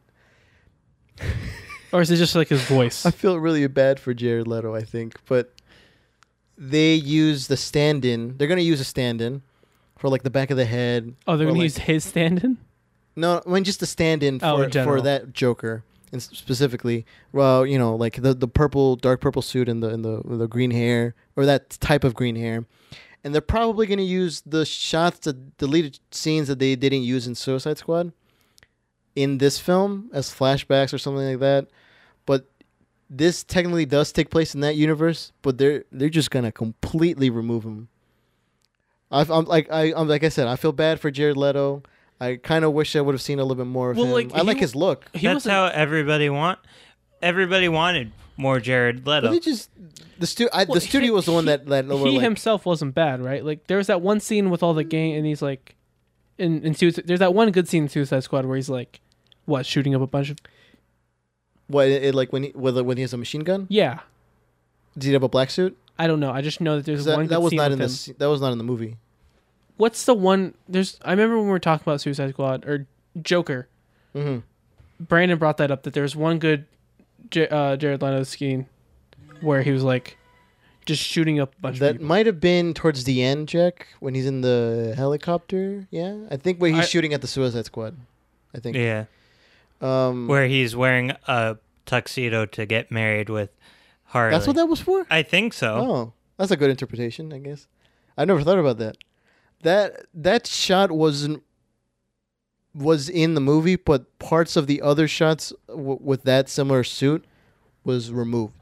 or is it just like his voice? I feel really bad for Jared Leto. I think, but they use the stand-in. They're gonna use a stand-in for like the back of the head. oh, they're or, gonna like- use his stand-in. No, I mean just the stand-in Oh, for in for general. that Joker, and s- specifically, well, you know, like the the purple, dark purple suit and the and the the green hair or that type of green hair, and they're probably gonna use the shots, the deleted scenes that they didn't use in Suicide Squad, in this film as flashbacks or something like that, but. This technically does take place in that universe, but they're they're just gonna completely remove him. I, I'm like I, I'm like I said, I feel bad for Jared Leto. I kind of wish I would have seen a little bit more of Well, him. like, I he like w- his look. He That's wasn't- how everybody want. Everybody wanted more Jared But Leto. they just the stu- I, Well, the studio he- was the one he- that that he were like, himself wasn't bad, right? Like there was that one scene with all the gang, and he's like, in in Suicide, there's that one good scene in Suicide Squad where he's like, what shooting up a bunch of what it, it- like when he whether when he has a machine gun. yeah. Did he have a black suit? I don't know. I just know that there's 'Cause That, one. that good was scene not with in him. this. That was not in the movie. What's the one? There's. I remember when we were talking about Suicide Squad or Joker. Mhm. Brandon brought that up that there was one good J- uh, Jared Leto scene where he was like just shooting up a bunch That of people. might have been towards the end, Jack, when he's in the helicopter. Yeah, I think where he's I- shooting at the Suicide Squad. I think. yeah, Um, where he's wearing a tuxedo to get married with Harley. that's what that was for. I think so. Oh, that's a good interpretation, I guess. I never thought about that. That that shot wasn't was in the movie, but parts of the other shots w- with that similar suit was removed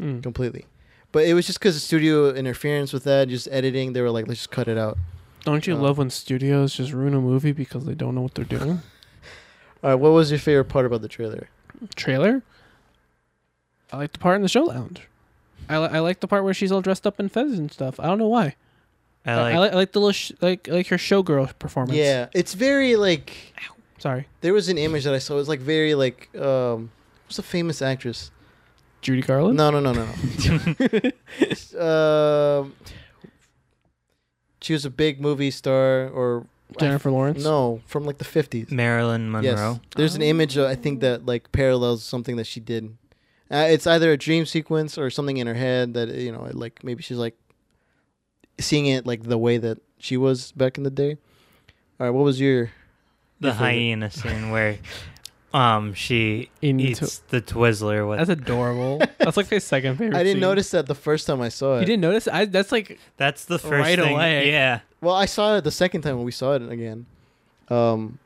Mm. completely. But it was just because of studio interference with that, just editing. They were like, let's just cut it out. Don't you Oh. love when studios just ruin a movie because they don't know what they're doing? All right, what was your favorite part about the trailer? Trailer. I like the part in the show lounge. I, li- I like the part where she's all dressed up in feathers and stuff. I don't know why. I I like. I, like, I like the little sh- like like her showgirl performance. Yeah, it's very like Sorry, there was an image that I saw. It was like very like um, who's a famous actress? Judy Garland. No, no, no, no. no. um, she was a big movie star, or Jennifer Lawrence. no, from like the fifties. Marilyn Monroe. Yes, there's an Oh. image uh, I think that like parallels something that she did. Uh, it's either a dream sequence or something in her head that uh, you know, like maybe she's like seeing it like the way that she was back in the day. All right, what was your The your favorite? hyena scene where um she In eats the Twizzler with. That's adorable. that's like my second favorite. I didn't scene. notice that the first time I saw it. You didn't notice? I that's like That's the first Right thing. away. Yeah. Well, I saw it the second time when we saw it again. Um,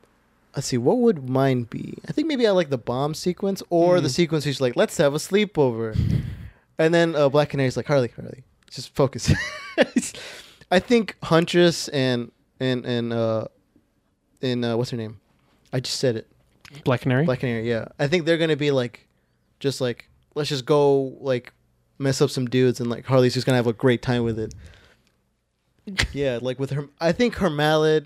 let's see, what would mine be? I think maybe I like the bomb sequence or the Mm. sequence where she's like, "Let's have a sleepover," and then uh, Black Canary's like, "Harley, Harley, just focus." I think Huntress and and and uh, and uh, what's her name? I just said it. Black Canary. Black Canary. Yeah, I think they're gonna be like, just like, let's just go like mess up some dudes and like Harley's just gonna have a great time with it. yeah, like with her. I think her mallet,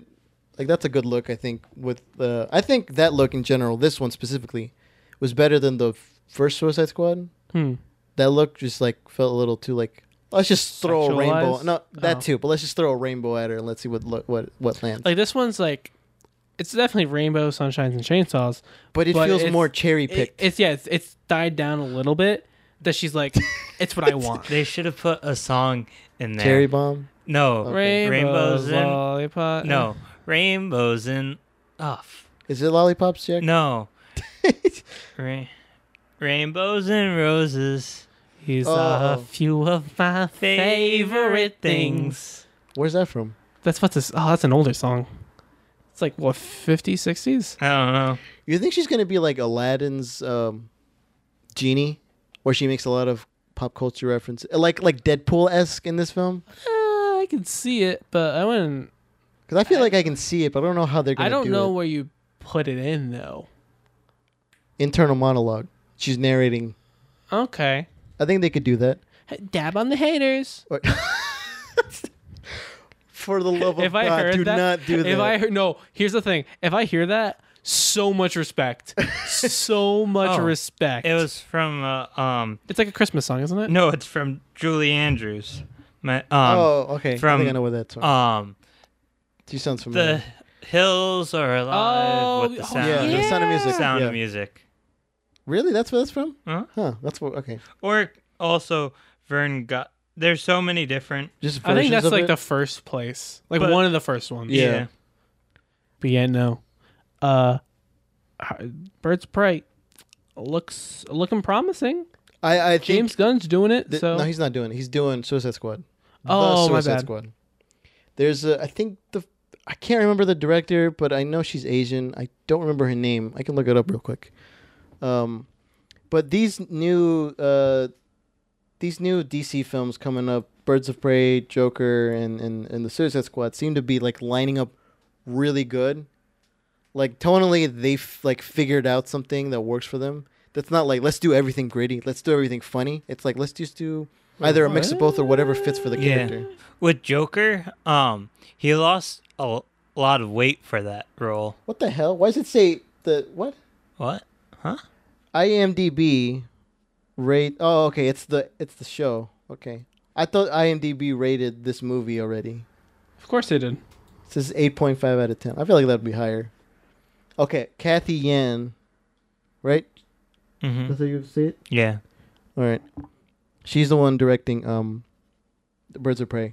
like that's a good look. I think with uh, I think that look in general, this one specifically, was better than the f- first Suicide Squad. Hmm. That look just like felt a little too like. Let's just throw a rainbow. Sexualized? No, that Oh. too. But let's just throw a rainbow at her and let's see what lo- what what lands. Like this one's like, it's definitely rainbow, sunshines, and chainsaws. but it but feels it's- more cherry It, picked. it's yeah, it's, it's died down a little bit. That she's like, it's what I want. They should have put a song in there. Cherry bomb. no, Okay. rainbows in. lollipop. No, rainbows in. Oh, f- Is it lollipops, Jack? no. Ra- rainbows and roses, he's Oh. a few of my favorite things. Where's that from? That's what's this. Oh, that's an older song. It's like what 50s, 60s. I don't know. You think she's gonna be like Aladdin's um, genie, where she makes a lot of pop culture references, like like Deadpool esque in this film? Uh, I can see it, but I wouldn't. Because I feel like I can see it, but I don't know how they're gonna. I don't do know It. where you put it in though. Internal monologue. She's narrating. Okay, I think they could do that. dab on the haters. Or- For the love of if God, I heard do that, not do that. If I heard, no, here's the thing. If I hear that, so much respect, so much Oh, respect. It was from uh, um. It's like a Christmas song, isn't it? No, it's from Julie Andrews. My um oh, okay. I from- think I know where that's from. um she sounds the familiar. hills are alive with Oh, the oh, sound, Mm. yeah, the sound of music. sound yeah. of music. Really, that's where that's from? Huh? Huh? That's what. Okay. Or also Vern got. There's so many different. Just I think versions that's of like it? the first place, like But- one of the first ones. Yeah. But yeah, no. Uh, h- Birds of Prey looks looking promising. I I think James Gunn's doing it, Th- so no, he's not doing. it. He's doing Suicide Squad. Oh, the my Suicide bad. Squad. There's a. I think the. I can't remember the director, but I know she's Asian. I don't remember her name. I can look it up real quick. Um, but these new uh, these new DC films coming up, Birds of Prey, Joker, and and and the Suicide Squad seem to be like lining up really good. Like tonally, they f- like figured out something that works for them. That's not like let's do everything gritty, let's do everything funny. It's like let's just do either a mix of both or whatever fits for the Yeah. character. With Joker, um, he lost a l- lot of weight for that role. What the hell? Why does it say the what? What? Huh? IMDb rate. Oh, okay. It's the it's the show. Okay, I thought IMDb rated this movie already. of course they did. It says eight point five out of ten. I feel like that'd be higher. Okay, Kathy Yan, right? Mm-hmm. That's how you say it. Yeah. All right, she's the one directing um, the Birds of Prey.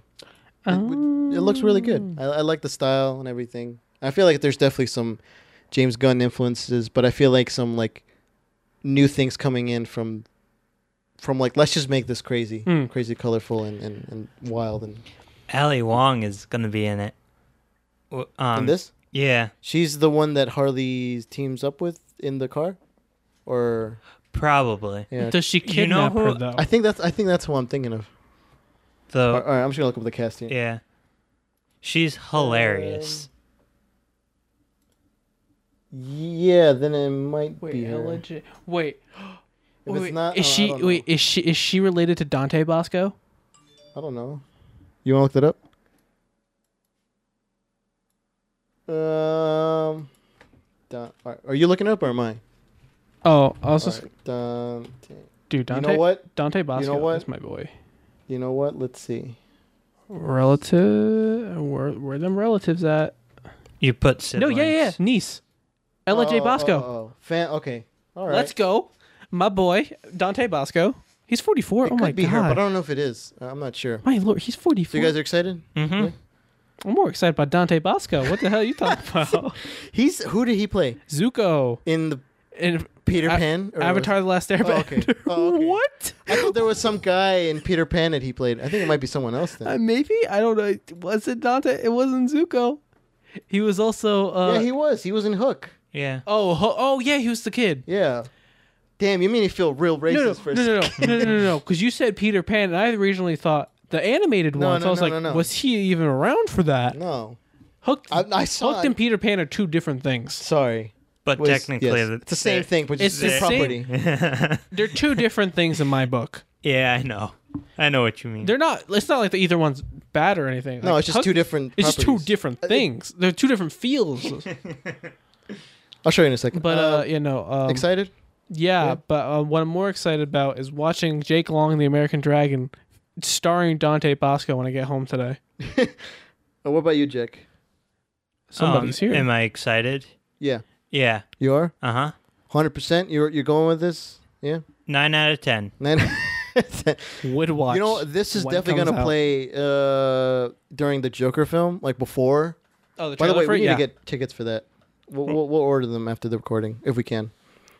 It, would- it looks really good. I, I like the style and everything. I feel like there's definitely some James Gunn influences, but I feel like some like new things coming in from from like let's just make this crazy, Hmm. crazy, colorful, and, and, and wild. And, Ali Wong is gonna be in it. W- Um, and this, Yeah, she's the one that Harley teams up with in the car, or probably. yeah. Does she You know kidnap who- her though? I think that's I think that's who I'm thinking of. The All right, I'm just gonna look up the casting. Yeah. She's hilarious. Yeah, then it might wait, be her. LG wait. If wait, it's not, is oh, I she don't know. wait? Is she is she related to Dante Bosco? I don't know. You want to look that up? Um, Don, are, are you looking up or am I? Oh, I was just Alright, Dante. dude. You Dante. know what? Dante Bosco what? is my boy. You know what? Let's see. Relative? Where where them relatives at? You put siblings. No, yeah, yeah, niece, Ella J Oh, Bosco. Oh, oh, oh. Fan. Okay. All right. Let's go, my boy Dante Bosco. He's forty four. It oh could my be god, her, but I don't know if it is. Uh, I'm not sure. my lord, he's forty So four. you guys are excited? Mm-hmm. I'm more excited about Dante Bosco. What the hell are you talking about? He's who did he play Zuko in the in Peter A- Pan? or was- Avatar: The Last Oh, okay. Airbender. Oh, okay. what? I thought there was some guy in Peter Pan that he played. I think it might be someone else then. Uh, maybe I don't know. Was it Dante? It wasn't Zuko. He was also. Uh, yeah, he was. He was in Hook. Yeah. oh, ho- oh yeah, he was the kid. Yeah. Damn, you mean he feel real racist no, no, for a no, no, no, no, no, no, no, because you said Peter Pan, and I originally thought the animated No, one. so no, I was no, like, no, no. was he even around for that? No. Hooked, I, I saw Hooked and Peter Pan are two different things. Sorry. But Was- technically, yes, the- it's the same thing, but It's the just the same- property. They're two different things in my book. yeah, I know. I know what you mean. They're not. It's not like the either one's bad or anything. No, Like, it's just Huck- two different. It's just two properties. Uh, different things. They're two different feels. I'll show you in a second. But uh, you know, um, excited? yeah, yeah. But uh, what I'm more excited about is watching Jake Long and the American Dragon, starring Dante Bosco. When I get home today, Oh, what about you, Jack? somebody's Um, here. Am I excited? Yeah, Yeah. you are Uh huh. hundred percent. You're you're going with this. Yeah, Nine out of ten. Nine- Would watch. you know this is when it definitely comes gonna out. play uh, during the Joker film, like before. Oh, the By the trailer way, for we it? need Yeah. to get tickets for that. We'll, we'll, we'll order them after the recording if we can.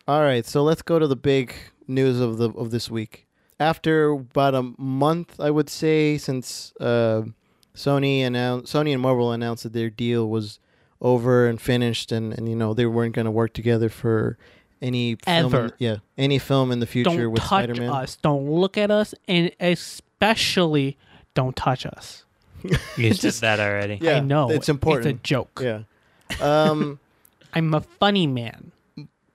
All right, so let's go to the big news of the of this week. After about a month, I would say, since uh, Sony announced Sony and Marvel announced that their deal was over and finished, and, and you know they weren't going to work together for any film in- Ever. yeah, any film in the future don't with touch Spider Man. us. Don't look at us, and especially don't touch us. You said that already. Yeah, I know it's important. It's a joke. yeah. Um. I'm a funny man.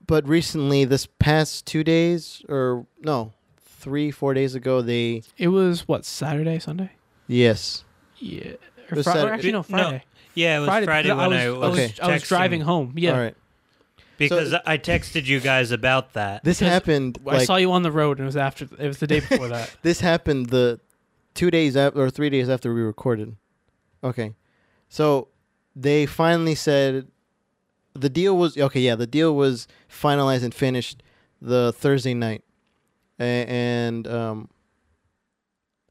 but recently this past two days or no three four days ago they It was what Saturday, Sunday. yes Yeah. It Or was Fri- or Saturday. actually, no, No, Friday. Yeah, it was Friday, because when I was, I was, I was texting driving home. Yeah. all right because I texted you guys about that. this Because happened I like saw you on the road, and it was after. It was the day before that. this happened the two days after or three days after we recorded okay so they finally said the deal was okay yeah the deal was finalized and finished the thursday night A- and um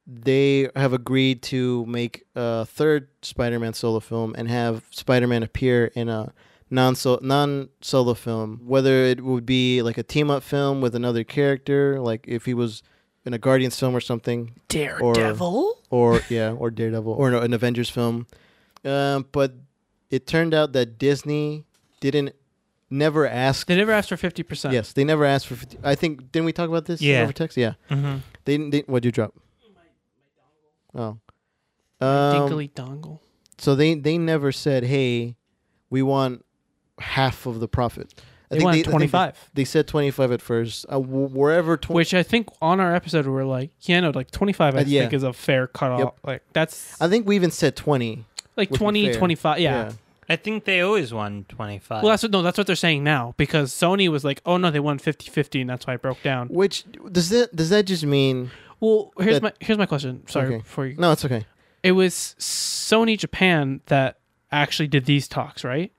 they have agreed to make a third Spider-Man solo film and have Spider-Man appear in a non non solo film, whether it would be like a team up film with another character, like if he was in a Guardians film or something, Daredevil. or yeah, or Daredevil, or an Avengers film. Um, but it turned out that Disney didn't never ask. They never asked for fifty percent. Yes, they never asked for. 50, I think didn't we talk about this? Yeah. Over text? Yeah. Mm-hmm. They didn't. They, what'd you drop? Oh. Um, Dinkly dongle. so they they never said, hey, we want half of the profit. I They wanted I twenty five. They, said twenty five at first. Uh, wh- wherever twenty. Which I think on our episode we are like, yeah, no, like twenty five. I Uh, yeah. think is a fair cutoff. Yep. Like that's I think we even said twenty. like would be 20, fair. 25. Yeah. I think they always won twenty five. Well, that's what no, that's what they're saying now because Sony was like, oh no, they won 50-50, and that's why it broke down. Which does that does that just mean? Well, here's That- my here's my question. Sorry Okay. before you. No, it's okay. It was Sony Japan that actually did these talks, right?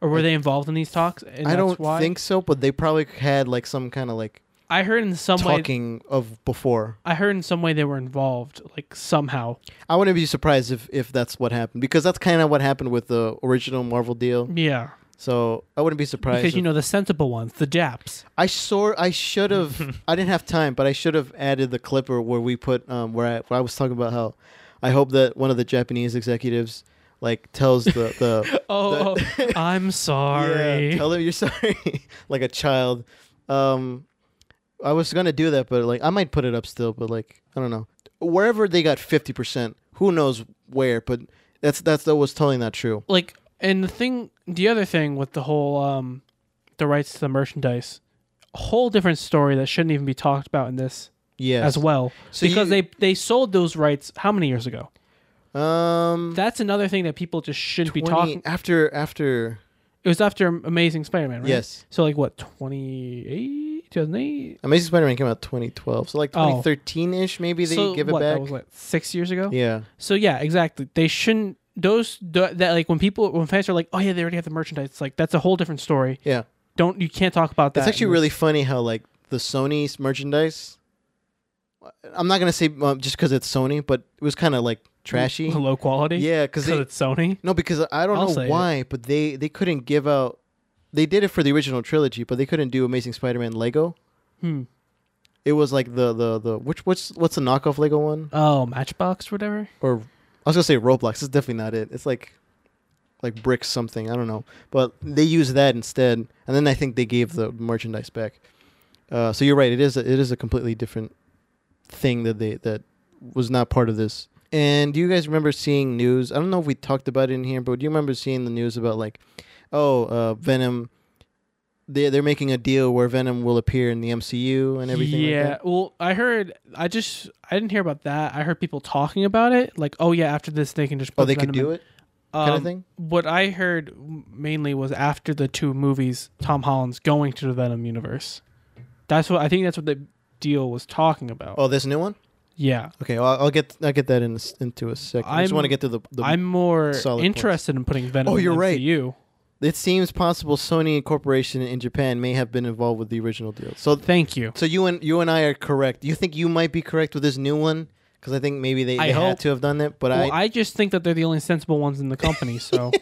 Or were they involved in these talks? And I that's don't why? think so, but they probably had like some kind of like I heard in some way. talking of before. I heard in some way they were involved, like somehow. I wouldn't be surprised if if that's what happened because that's kind of what happened with the original Marvel deal. Yeah, So I wouldn't be surprised. because you if- know the sensible ones, the Japs. I saw. I should have. I didn't have time, but I should have added the clipper where we put um where I, where I was talking about how I hope that one of the Japanese executives like tells the the Oh, oh, I'm sorry. Yeah, tell them you're sorry, like a child. Um, I was gonna do that, but like I might put it up still. But like I don't know. Wherever they got fifty percent, who knows where? But that's that's that was totally not true. like and the thing the other thing with the whole um the rights to the merchandise whole different story that shouldn't even be talked about in this Yeah. as well So because you- they they sold those rights how many years ago Um, that's another thing that people just shouldn't 20 be talking after after it was after amazing spider-man right yes, so like what 28 2008 Amazing Spider-Man came out 2012, so like Oh. 2013 ish maybe they so give it what back. that was like six years ago yeah. so yeah exactly they shouldn't those that like when people when fans are like oh yeah they already have the merchandise it's like that's a whole different story Yeah. don't you can't talk about that It's actually in this- really funny how like the Sony's merchandise. I'm not gonna say um, just because it's Sony, but it was kind of like trashy. low quality Yeah, because because it's Sony. no, because I don't I'll know say it. why, but they they couldn't give out. They did it for the original trilogy, but they couldn't do Amazing Spider-Man Lego. Hmm. It was like the the the which what's what's the knockoff Lego one Oh, Matchbox, or whatever. or I was gonna say Roblox. It's definitely not it. It's like like bricks something. I don't know, but they used that instead, and then I think they gave the merchandise back. Uh, so you're right. It is a, it is a completely different thing that they that was not part of this. And do you guys remember seeing news? I don't know if we talked about it in here, but do you remember seeing the news about like, oh, uh, Venom they they're making a deal where Venom will appear in the MCU and everything. like Yeah. that. well, I heard. I just. I didn't hear about that. I heard people talking about it. Like, oh yeah, after this they can just. Oh, put they Venom could do in. it. kinda Um, thing? What I heard mainly was after the two movies, Tom Holland's going to the Venom universe. That's what I think. That's what the deal was talking about. Oh, this new one. yeah, Okay, well, I'll get I'll get that in a s- into a 2nd I just I'm- want to get to the, the. I'm more solid points. interested in putting Venom. Oh, you're in the right. MCU. it seems possible Sony Corporation in Japan may have been involved with the original deal. So Thank you. so you and you and I are correct. You think you might be correct with this new one because I think maybe they, I they had hope. to have done that. But well, I I just think that they're the only sensible ones in the company. So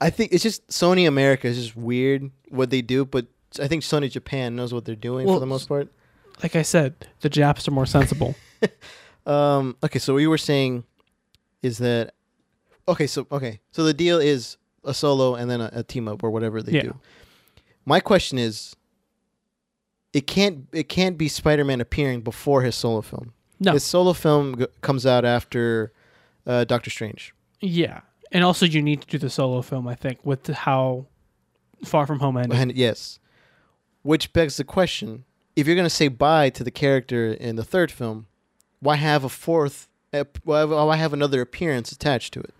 I think it's just Sony America is just weird what they do, but I think Sony Japan knows what they're doing for Well, the most part. like I said, the Japs are more sensible. Um. Okay. So what you were saying is that okay. So okay. So the deal is a solo and then a, a team up or whatever they Yeah. do. My question is, it can't it can't be Spider Man appearing before his solo film. No. His solo film g- comes out after uh, Doctor Strange. yeah, and also you need to do the solo film. I think with how Far From Home ended. And yes, which begs the question: If you're gonna say bye to the character in the third film, why have a fourth? ep- Why why have another appearance attached to it?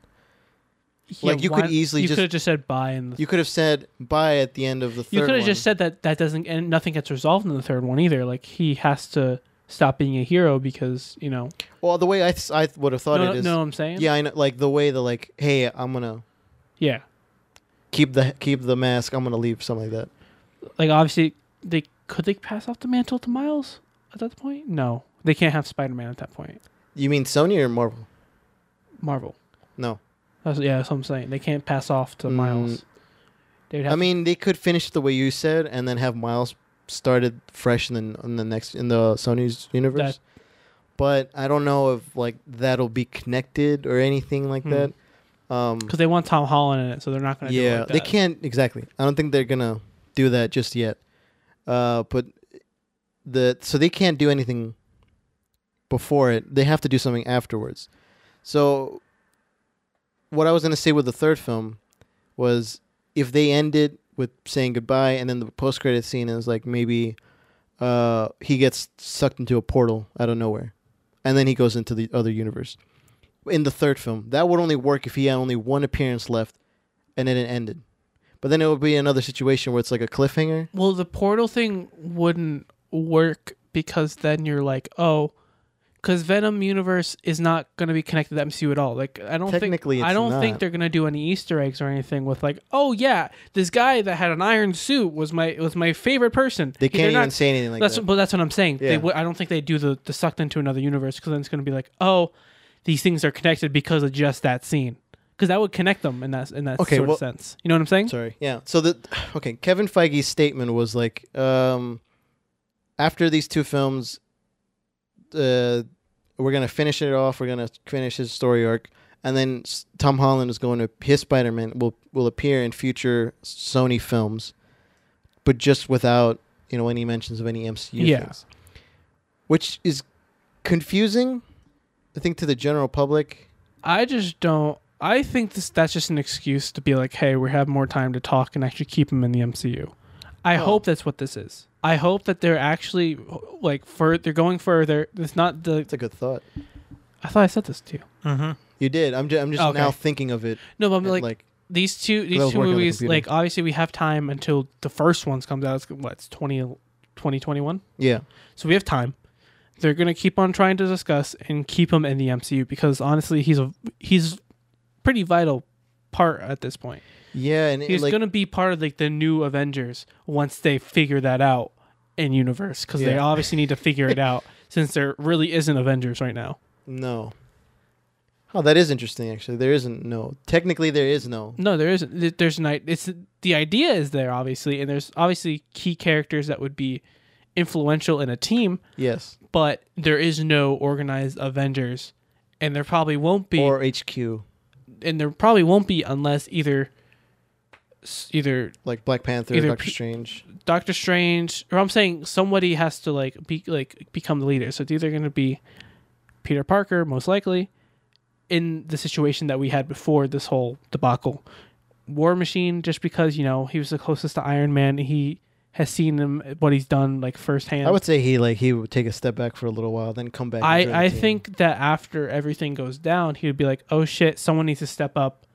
Like, you could easily you just- could have just said bye and the You could have said bye at the end of the third. you could one. have just said that that doesn't and nothing gets resolved in the third one either like he has to stop being a hero because you know Well, the way I, th- I would have thought no, it is. know what i'm saying Yeah, I know. Like the way the like, hey, I'm gonna yeah keep the keep the mask. I'm gonna leave something like that. like obviously they could they pass off the mantle to miles at that point no they can't have spider-man at that point You mean Sony or Marvel? marvel No, that's, yeah that's what i'm saying they can't pass off to Mm. miles they would have I mean they could finish the way you said, and then have Miles started fresh in the, in the next in the Sony's universe. That- But I don't know if like that'll be connected or anything like Hmm. that. Um, because they want tom holland in it so they're not going to do it yeah, like they that. can't exactly. I don't think they're gonna do that just yet. Uh, but the so they can't do anything before it. They have to do something afterwards. So what I was gonna say with the third film was if they ended with saying goodbye and then the post credit scene is like maybe uh, he gets sucked into a portal out of nowhere, and then he goes into the other universe. In the third film, that would only work if he had only one appearance left and then it ended. But then it would be another situation where it's like a cliffhanger. Well, the portal thing wouldn't work because then you're like, oh, because Venom universe is not going to be connected to MCU at all. Like, I don't Technically, think it's I don't not. think they're going to do any Easter eggs or anything with like, oh yeah, this guy that had an iron suit was my was my favorite person. They They're can't not- even say anything like that's that. but that's what I'm saying. Yeah. They would I don't think they do the, the sucked into another universe because then it's going to be like, oh, these things are connected because of just that scene. Because that would connect them in that in that Okay, sort well- of sense. You know what I'm saying? Sorry. Yeah. So the okay, Kevin Feige's statement was like, um, after these two films, uh, we're gonna finish it off. We're gonna finish his story arc, and then s- Tom Holland is going to his Spider Man will will appear in future Sony films, but just without you know any mentions of any MCU Yeah. things, which is confusing, I think, to the general public. I just don't. I think this that's just an excuse to be like, hey, we have more time to talk and actually keep him in the MCU. I hope that's what this is. I hope that they're actually like for they're going further. It's not the. It's a good thought. I thought I said this to you. Mm-hmm. You did. I'm ju- I'm just Okay. now thinking of it. No, but I'm at, like, like these two I these was two working on the movies. computer. Like obviously we have time until the first one's comes out. It's what it's 20, 2021. yeah. So we have time. They're gonna keep on trying to discuss and keep him in the MCU because honestly, he's a he's pretty vital part at this point. Yeah, and it, He's like, gonna be part of like the new Avengers once they figure that out in universe because they Yeah. obviously need to figure it out since there really isn't Avengers right now. No. Oh, that is interesting. Actually, there isn't no. Technically, there is no. No, there isn't. Th- There's not. It's the idea is there obviously, and there's obviously key characters that would be influential in a team, Yes, but there is no organized Avengers, and there probably won't be, or HQ and there probably won't be unless either s- either like Black Panther, Either Doctor P- Strange. Doctor Strange, or I'm saying somebody has to like be like become the leader. So it's either going to be Peter Parker, most likely, in the situation that we had before this whole debacle. War Machine, just because you know he was the closest to Iron Man, he has seen him what he's done like firsthand. I would say he like he would take a step back for a little while, then come back. and join the I, I team. think that after everything goes down, he would be like, "Oh shit, someone needs to step up.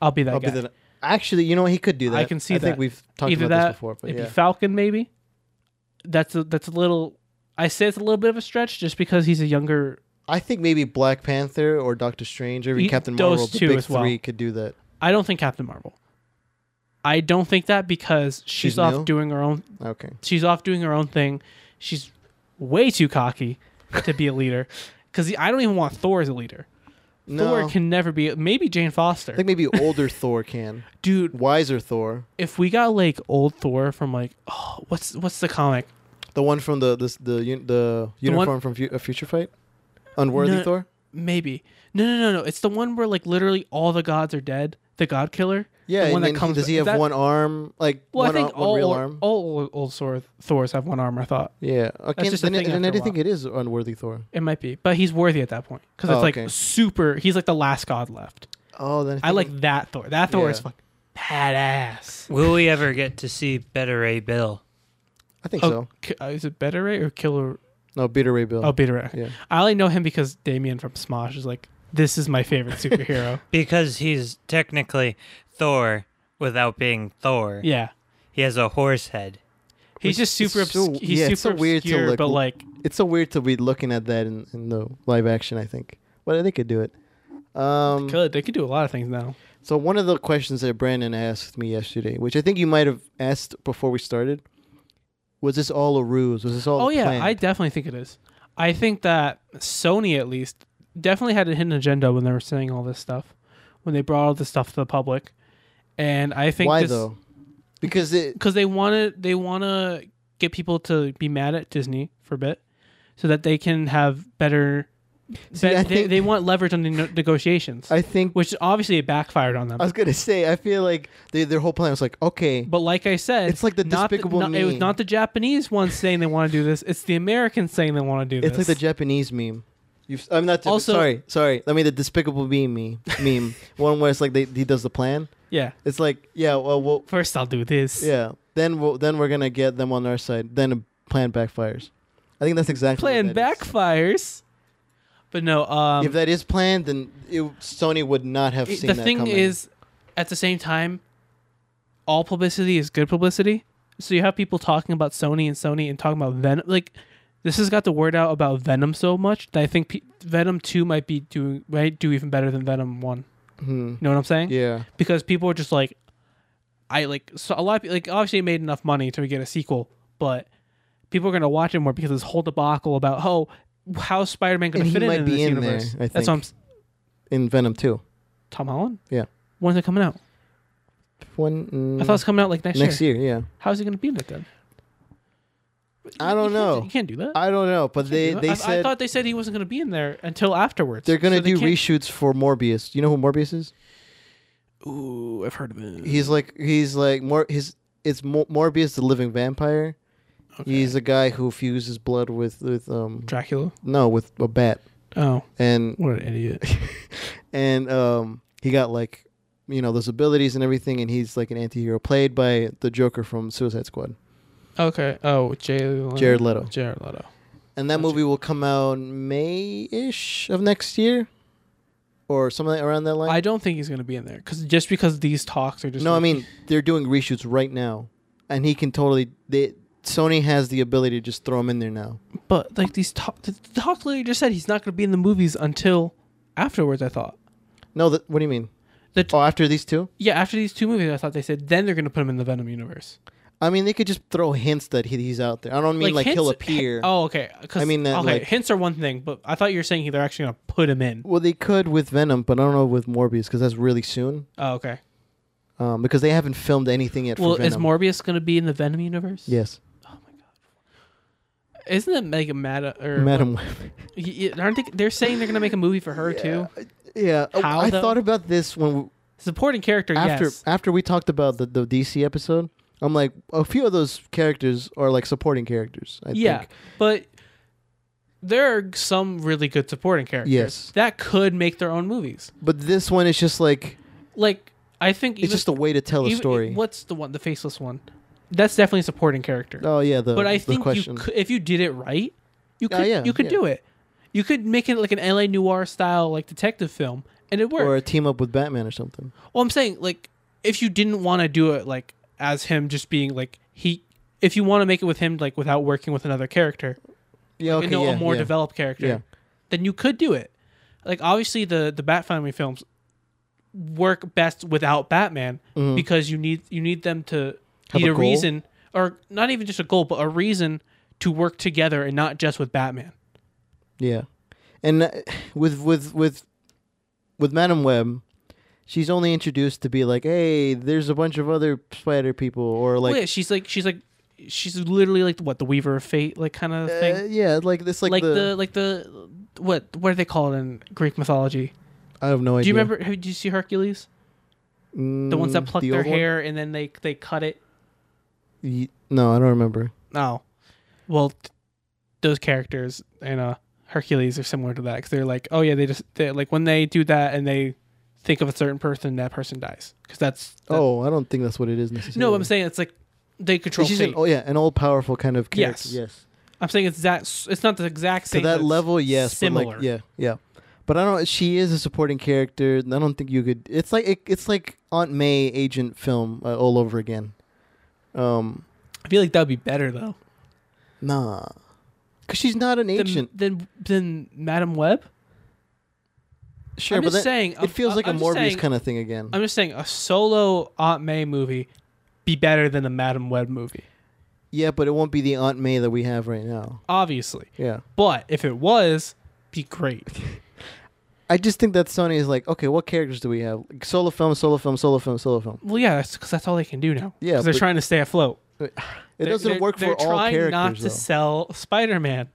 I'll be that I'll be guy." the- Oh, actually, you know, he could do that. I can see I that. think we've talked Either about that, this before, but It'd yeah, be Falcon maybe. That's a, that's a little. I say it's a little bit of a stretch just because he's a younger. I think maybe Black Panther or Doctor Strange, or He- even Captain those Marvel, the two big as well. three could do that. I don't think Captain Marvel. I don't think that because she's, She's off new? doing her own. Okay, She's off doing her own thing. She's way too cocky to be a leader. Because I don't even want Thor as a leader. no, Thor can never be. Maybe Jane Foster. I think maybe older Thor can, Dude, wiser Thor, if we got like old Thor from like oh what's what's the comic? the one from the this, the un- the The one- uniform from Fu- a Future Fight, unworthy No. Thor. Maybe no no no no. It's the one where like literally all the gods are dead. The God Killer. Yeah, the one and that then he- comes. does he is have that- one arm? Like Well, one, I think arm, one all real old- arm? all old- old Thor, Thors have one arm. I thought yeah, okay. just a Then, thing it- then after a I didn't think while. it is unworthy Thor. it might be, but he's worthy at that point because it's Oh, like okay. super. He's like the last god left. Oh, then I think- like that Thor. That Thor is Yeah. fucking badass. Will we ever get to see Better Ray Bill? I think Oh, so. ki- uh, is it Better Ray or Killer? No, Peter Ray Bill. Oh, Beta Ray. yeah. I only know him because Damien from Smosh is like, this is my favorite superhero. Because he's technically Thor without being Thor. yeah. He has a horse head. He's Which just super is so- obscure. He's yeah, super it's so weird to obscure, look- but like It's so weird to be looking at that in, in the live action. I think, but they could do it. Um, good. They could do a lot of things now. so one of the questions that Brandon asked me yesterday, which I think you might have asked before we started, was this all a ruse? Was this all? Oh yeah, planned? I definitely think it is. I think that Sony at least definitely had a hidden agenda when they were saying all this stuff, when they brought all this stuff to the public, and I think Why this, though? Because it. because they want to they want to get people to be mad at Disney for a bit, so that they can have better. See, be- I they, think- they want leverage on the no- negotiations, I think. which obviously it backfired on them. I was gonna say. I feel like they, their whole plan was like, okay, But like I said, It's like the not Despicable not- It was Me. not the Japanese ones saying they want to do this; it's the Americans saying they want to do it's this. like the Japanese meme. You've, I'm not. Also- sorry, sorry. I mean the Despicable Me meme. meme. One where it's like they, he does the plan. yeah. It's like, yeah, well, we'll First, I'll do this. Yeah. Then we'll then we're gonna get them on our side. Then a plan backfires. I think that's exactly what Plan that is. backfires, but no. Um, if that is planned, then it, Sony would not have it- seen the that thing coming. is, at the same time, all publicity is good publicity. So you have people talking about Sony and Sony and talking about Venom. Like this has got the word out about Venom so much that I think pe- Venom Two might be doing might do even better than Venom One. Hmm. You know what I'm saying? yeah, because people are just like, I like so a lot of people like obviously it made enough money to get a sequel, but people are gonna watch it more because of this whole debacle about oh how Spider Man gonna And he fit in, might in be this in universe. there, I That's what I'm think. s- in Venom two. Tom Holland. Yeah. when's it coming out? One. mm, I thought it's coming out like next, next year. year. Yeah, How's he gonna be in it then? I You don't can't know. do- You can't do that. I don't know, but they You know, they I, said I thought they said he wasn't gonna be in there until afterwards. they're gonna So they do can't- reshoots for Morbius. You know who Morbius is? Ooh, I've heard of it. He's like he's like more he's it's Mo- Morbius the living vampire. He's a guy who fuses blood with with um Dracula. no with a bat Oh, and what an idiot! and um, he got like you know those abilities and everything, and he's like an anti-hero played by the Joker from Suicide Squad, okay. Oh, Jared. Jared Leto. Jared Leto. And that Gotcha. movie will come out May-ish of next year, or something around that line. I don't think he's gonna be in there because just because these talks are just. no, I like- mean they're doing reshoots right now, and he can totally. They Sony has the ability to just throw him in there now. but like these talk, the the talk lady just said he's not gonna be in the movies until afterwards. I thought. No, that, what do you mean? The t- oh, after these two. Yeah, after these two movies, I thought they said then they're gonna put him in the Venom universe. I mean, they could just throw hints that he, he's out there. I don't mean like, hints- he'll appear. hi- oh, okay. 'cause- I mean that, okay, like- hints are one thing, but I thought you were saying he- they're actually gonna put him in. Well, they could with Venom, but I don't know with Morbius because that's really soon. Oh, okay. um, because they haven't filmed anything yet. Well, for is Venom. Morbius gonna be in the Venom universe? yes, Isn't it Mega Mata or Madam. Y- y- Aren't they? They're saying they're gonna make a movie for her too. Yeah, Oh, How, I though? thought about this when Supporting character. we, after yes. after we talked about the, the DC episode. I'm like, a few of those characters are like supporting characters. I yeah, think. but there are some really good supporting characters Yes. that could make their own movies. but this one is just like Like I think even, it's just a way to tell a even- story. What's the one? The faceless one. That's definitely a supporting character. Oh yeah, the but I the think question. you could, if you did it right, you Oh, could yeah, you could yeah. do it. You could make it like an LA noir style like detective film, and it worked. or a team up with Batman or something. Well, I'm saying like if you didn't want to do it like as him just being like he if you want to make it with him like without working with another character, Yeah, you know, a more developed character, Yeah. then you could do it. Like obviously the the Bat Family films work best without Batman because you need you need them to Mm-hmm. Have need a a, goal? reason or not even just a goal, but a reason to work together and not just with Batman. Yeah, and uh, with with with with Madam Web, she's only introduced to be like, hey, there's a bunch of other spider people, or like, well, yeah, she's like she's like she's literally like what the Weaver of Fate like kind of thing. uh, yeah, like this, like, like, the, the, like the what what do they call it in Greek mythology? I have no idea. Do you remember? Have, did you see Hercules? The ones that Mm, pluck the their old one? hair and then they they cut it. Ye- No, I don't remember. No, well, th- those characters in uh, Hercules are similar to that because they're like, oh yeah, they just they like when they do that and they think of a certain person, that person dies because that's, that's oh, I don't think that's what it is necessarily. no. I'm saying it's like they control she's fate. an, oh yeah, an all powerful kind of character. Yes. yes. I'm saying it's that s- it's not the exact to same but that it's level, yes. similar. But like, yeah, yeah. But I don't. She is a supporting character. and I don't think you could. It's like it, it's like Aunt May agent film uh, all over again. Um, I feel like that would be better though nah, because she's not an than agent. than, than Madam Web. sure, I'm but just then saying, I'm- it feels like I'm a just Morbius saying- kind of thing again. I'm just saying a solo Aunt May movie be better than the Madam Web movie. yeah, but it won't be the Aunt May that we have right now. Obviously. Yeah, But if it was, be great. I just think that Sony is like, okay, what characters do we have? Like, solo film, solo film, solo film, solo film. Well, yeah, that's because that's all they can do now. Yeah, 'Cause they're but- trying to stay afloat. It They're- doesn't they're- work for they're all trying characters. not to though. sell Spider-Man,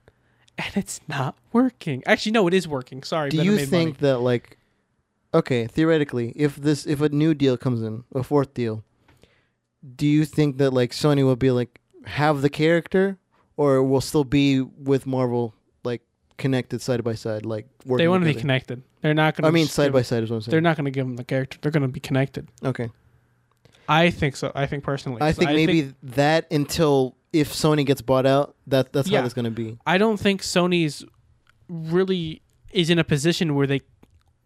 and it's not working. Actually, no, it is working. Sorry. do but it you made think money. that like okay theoretically if this if a new deal comes in a fourth deal do you think that like sony will be like have the character or will still be with marvel like connected side by side like working they want to be together? connected? They're not going. to i mean side by side is what i'm saying They're not going to give them the character. They're going to be connected. okay I think so. I think personally. i think maybe that until if sony gets bought out that that's Yeah. how it's going to be I don't think Sony's really is in a position where they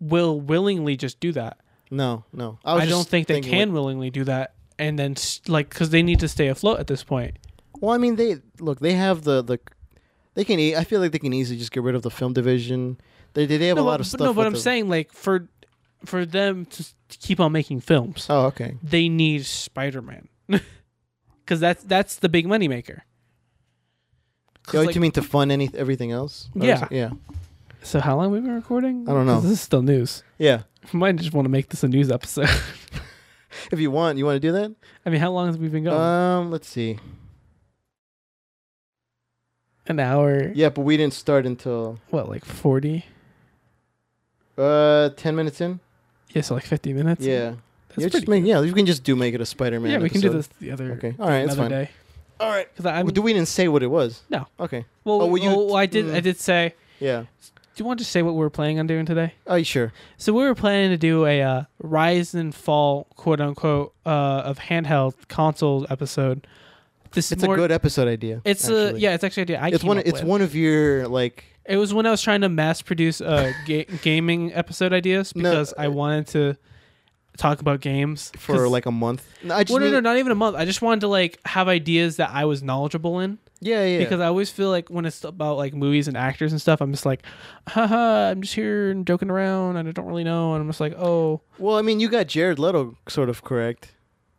will willingly just do that. no no i, I, was just don't think they thinking, can like- willingly do that. And then, s- like, because they need to stay afloat at this point. well i mean they look they have the the they can e- i feel like they can easily just get rid of the film division they they they have no, a lot but, of stuff no, but with I'm the- saying like for for them to s- to keep on making films, Oh, okay. they need Spider-Man because that's that's the big moneymaker. 'Cause, Oh, like- you mean to fund any everything else? Or is Yeah. it- yeah, So how long have we been recording? I don't know. 'Cause This is still news. yeah. We might just want to make this a news episode. If you want, you want to do that. I mean, how long have we been going? Um, let's see. An hour? Yeah, but we didn't start until What, like forty? uh ten minutes in. Yeah, so like fifty minutes. yeah, that's yeah. pretty. Just make, yeah, you can just do make it a Spider-Man. yeah, we can do episode. this the other Okay. All right, that's another fine. day. All right. Because I'm Well, do we didn't say what it was? No. Okay. well, oh, well, you- well, I did. I mm. did say. Yeah. Do you want to say what we were planning on doing today? Oh, you sure? So we were planning to do a uh, rise and fall, quote unquote, uh, of handheld console episode. This is It's more- a good episode idea. It's a actually. yeah. It's actually an idea. I It's came one. up It's with. one of your like. It was when I was trying to mass produce uh, ga- gaming episode ideas No, because I uh, wanted to talk about games For 'Cause- like a month. No, I just Well, no, mean- no, not even a month. I just wanted to like have ideas that I was knowledgeable in Yeah, yeah. because I always feel like when it's about like movies and actors and stuff, I'm just like, haha, I'm just here and joking around and I don't really know, and I'm just like, oh. well, I mean, you got Jared Leto sort of correct.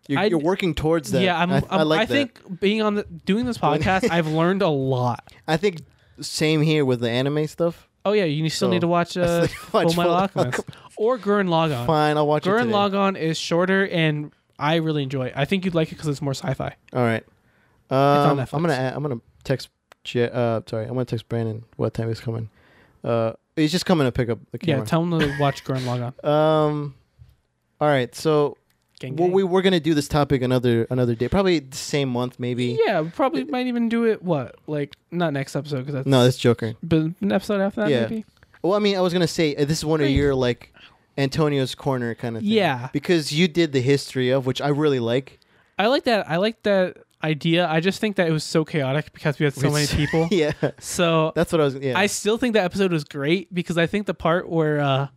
You're, I'd- you're working towards that. Yeah, I'm, I, I'm, I, like that. think being on the doing this podcast, I've learned a lot. I think same here with the anime stuff. Oh yeah, you still need Oh, to watch uh, I Full watch Metal Full Alchemist or Gurren Lagann. Fine, I'll watch it Gurren today. Lagann is shorter, and I really enjoy it. I think you'd like it because it's more sci-fi. All right. on Um, I'm gonna Netflix. a- I'm gonna text. Ja- uh, sorry, I'm gonna text Brandon what time he's coming. Uh, he's just coming to pick up the Yeah, camera. tell them to watch Gurren Lagann. um. All right, so Gang, well, gang. we we're gonna do this topic another another day, probably the same month, maybe. yeah, we probably might even do it. What like not next episode because that's No, that's Joker. but an episode after that Yeah. maybe. Well, I mean, I was gonna say uh, this is one of Right. your like Antonio's corner kind of thing. Yeah. Because you did the history of which I really like. I like that. I like that idea. I just think that it was so chaotic because we had so many people. yeah, So that's what I was. Yeah, I still think that episode was great because I think the part where uh,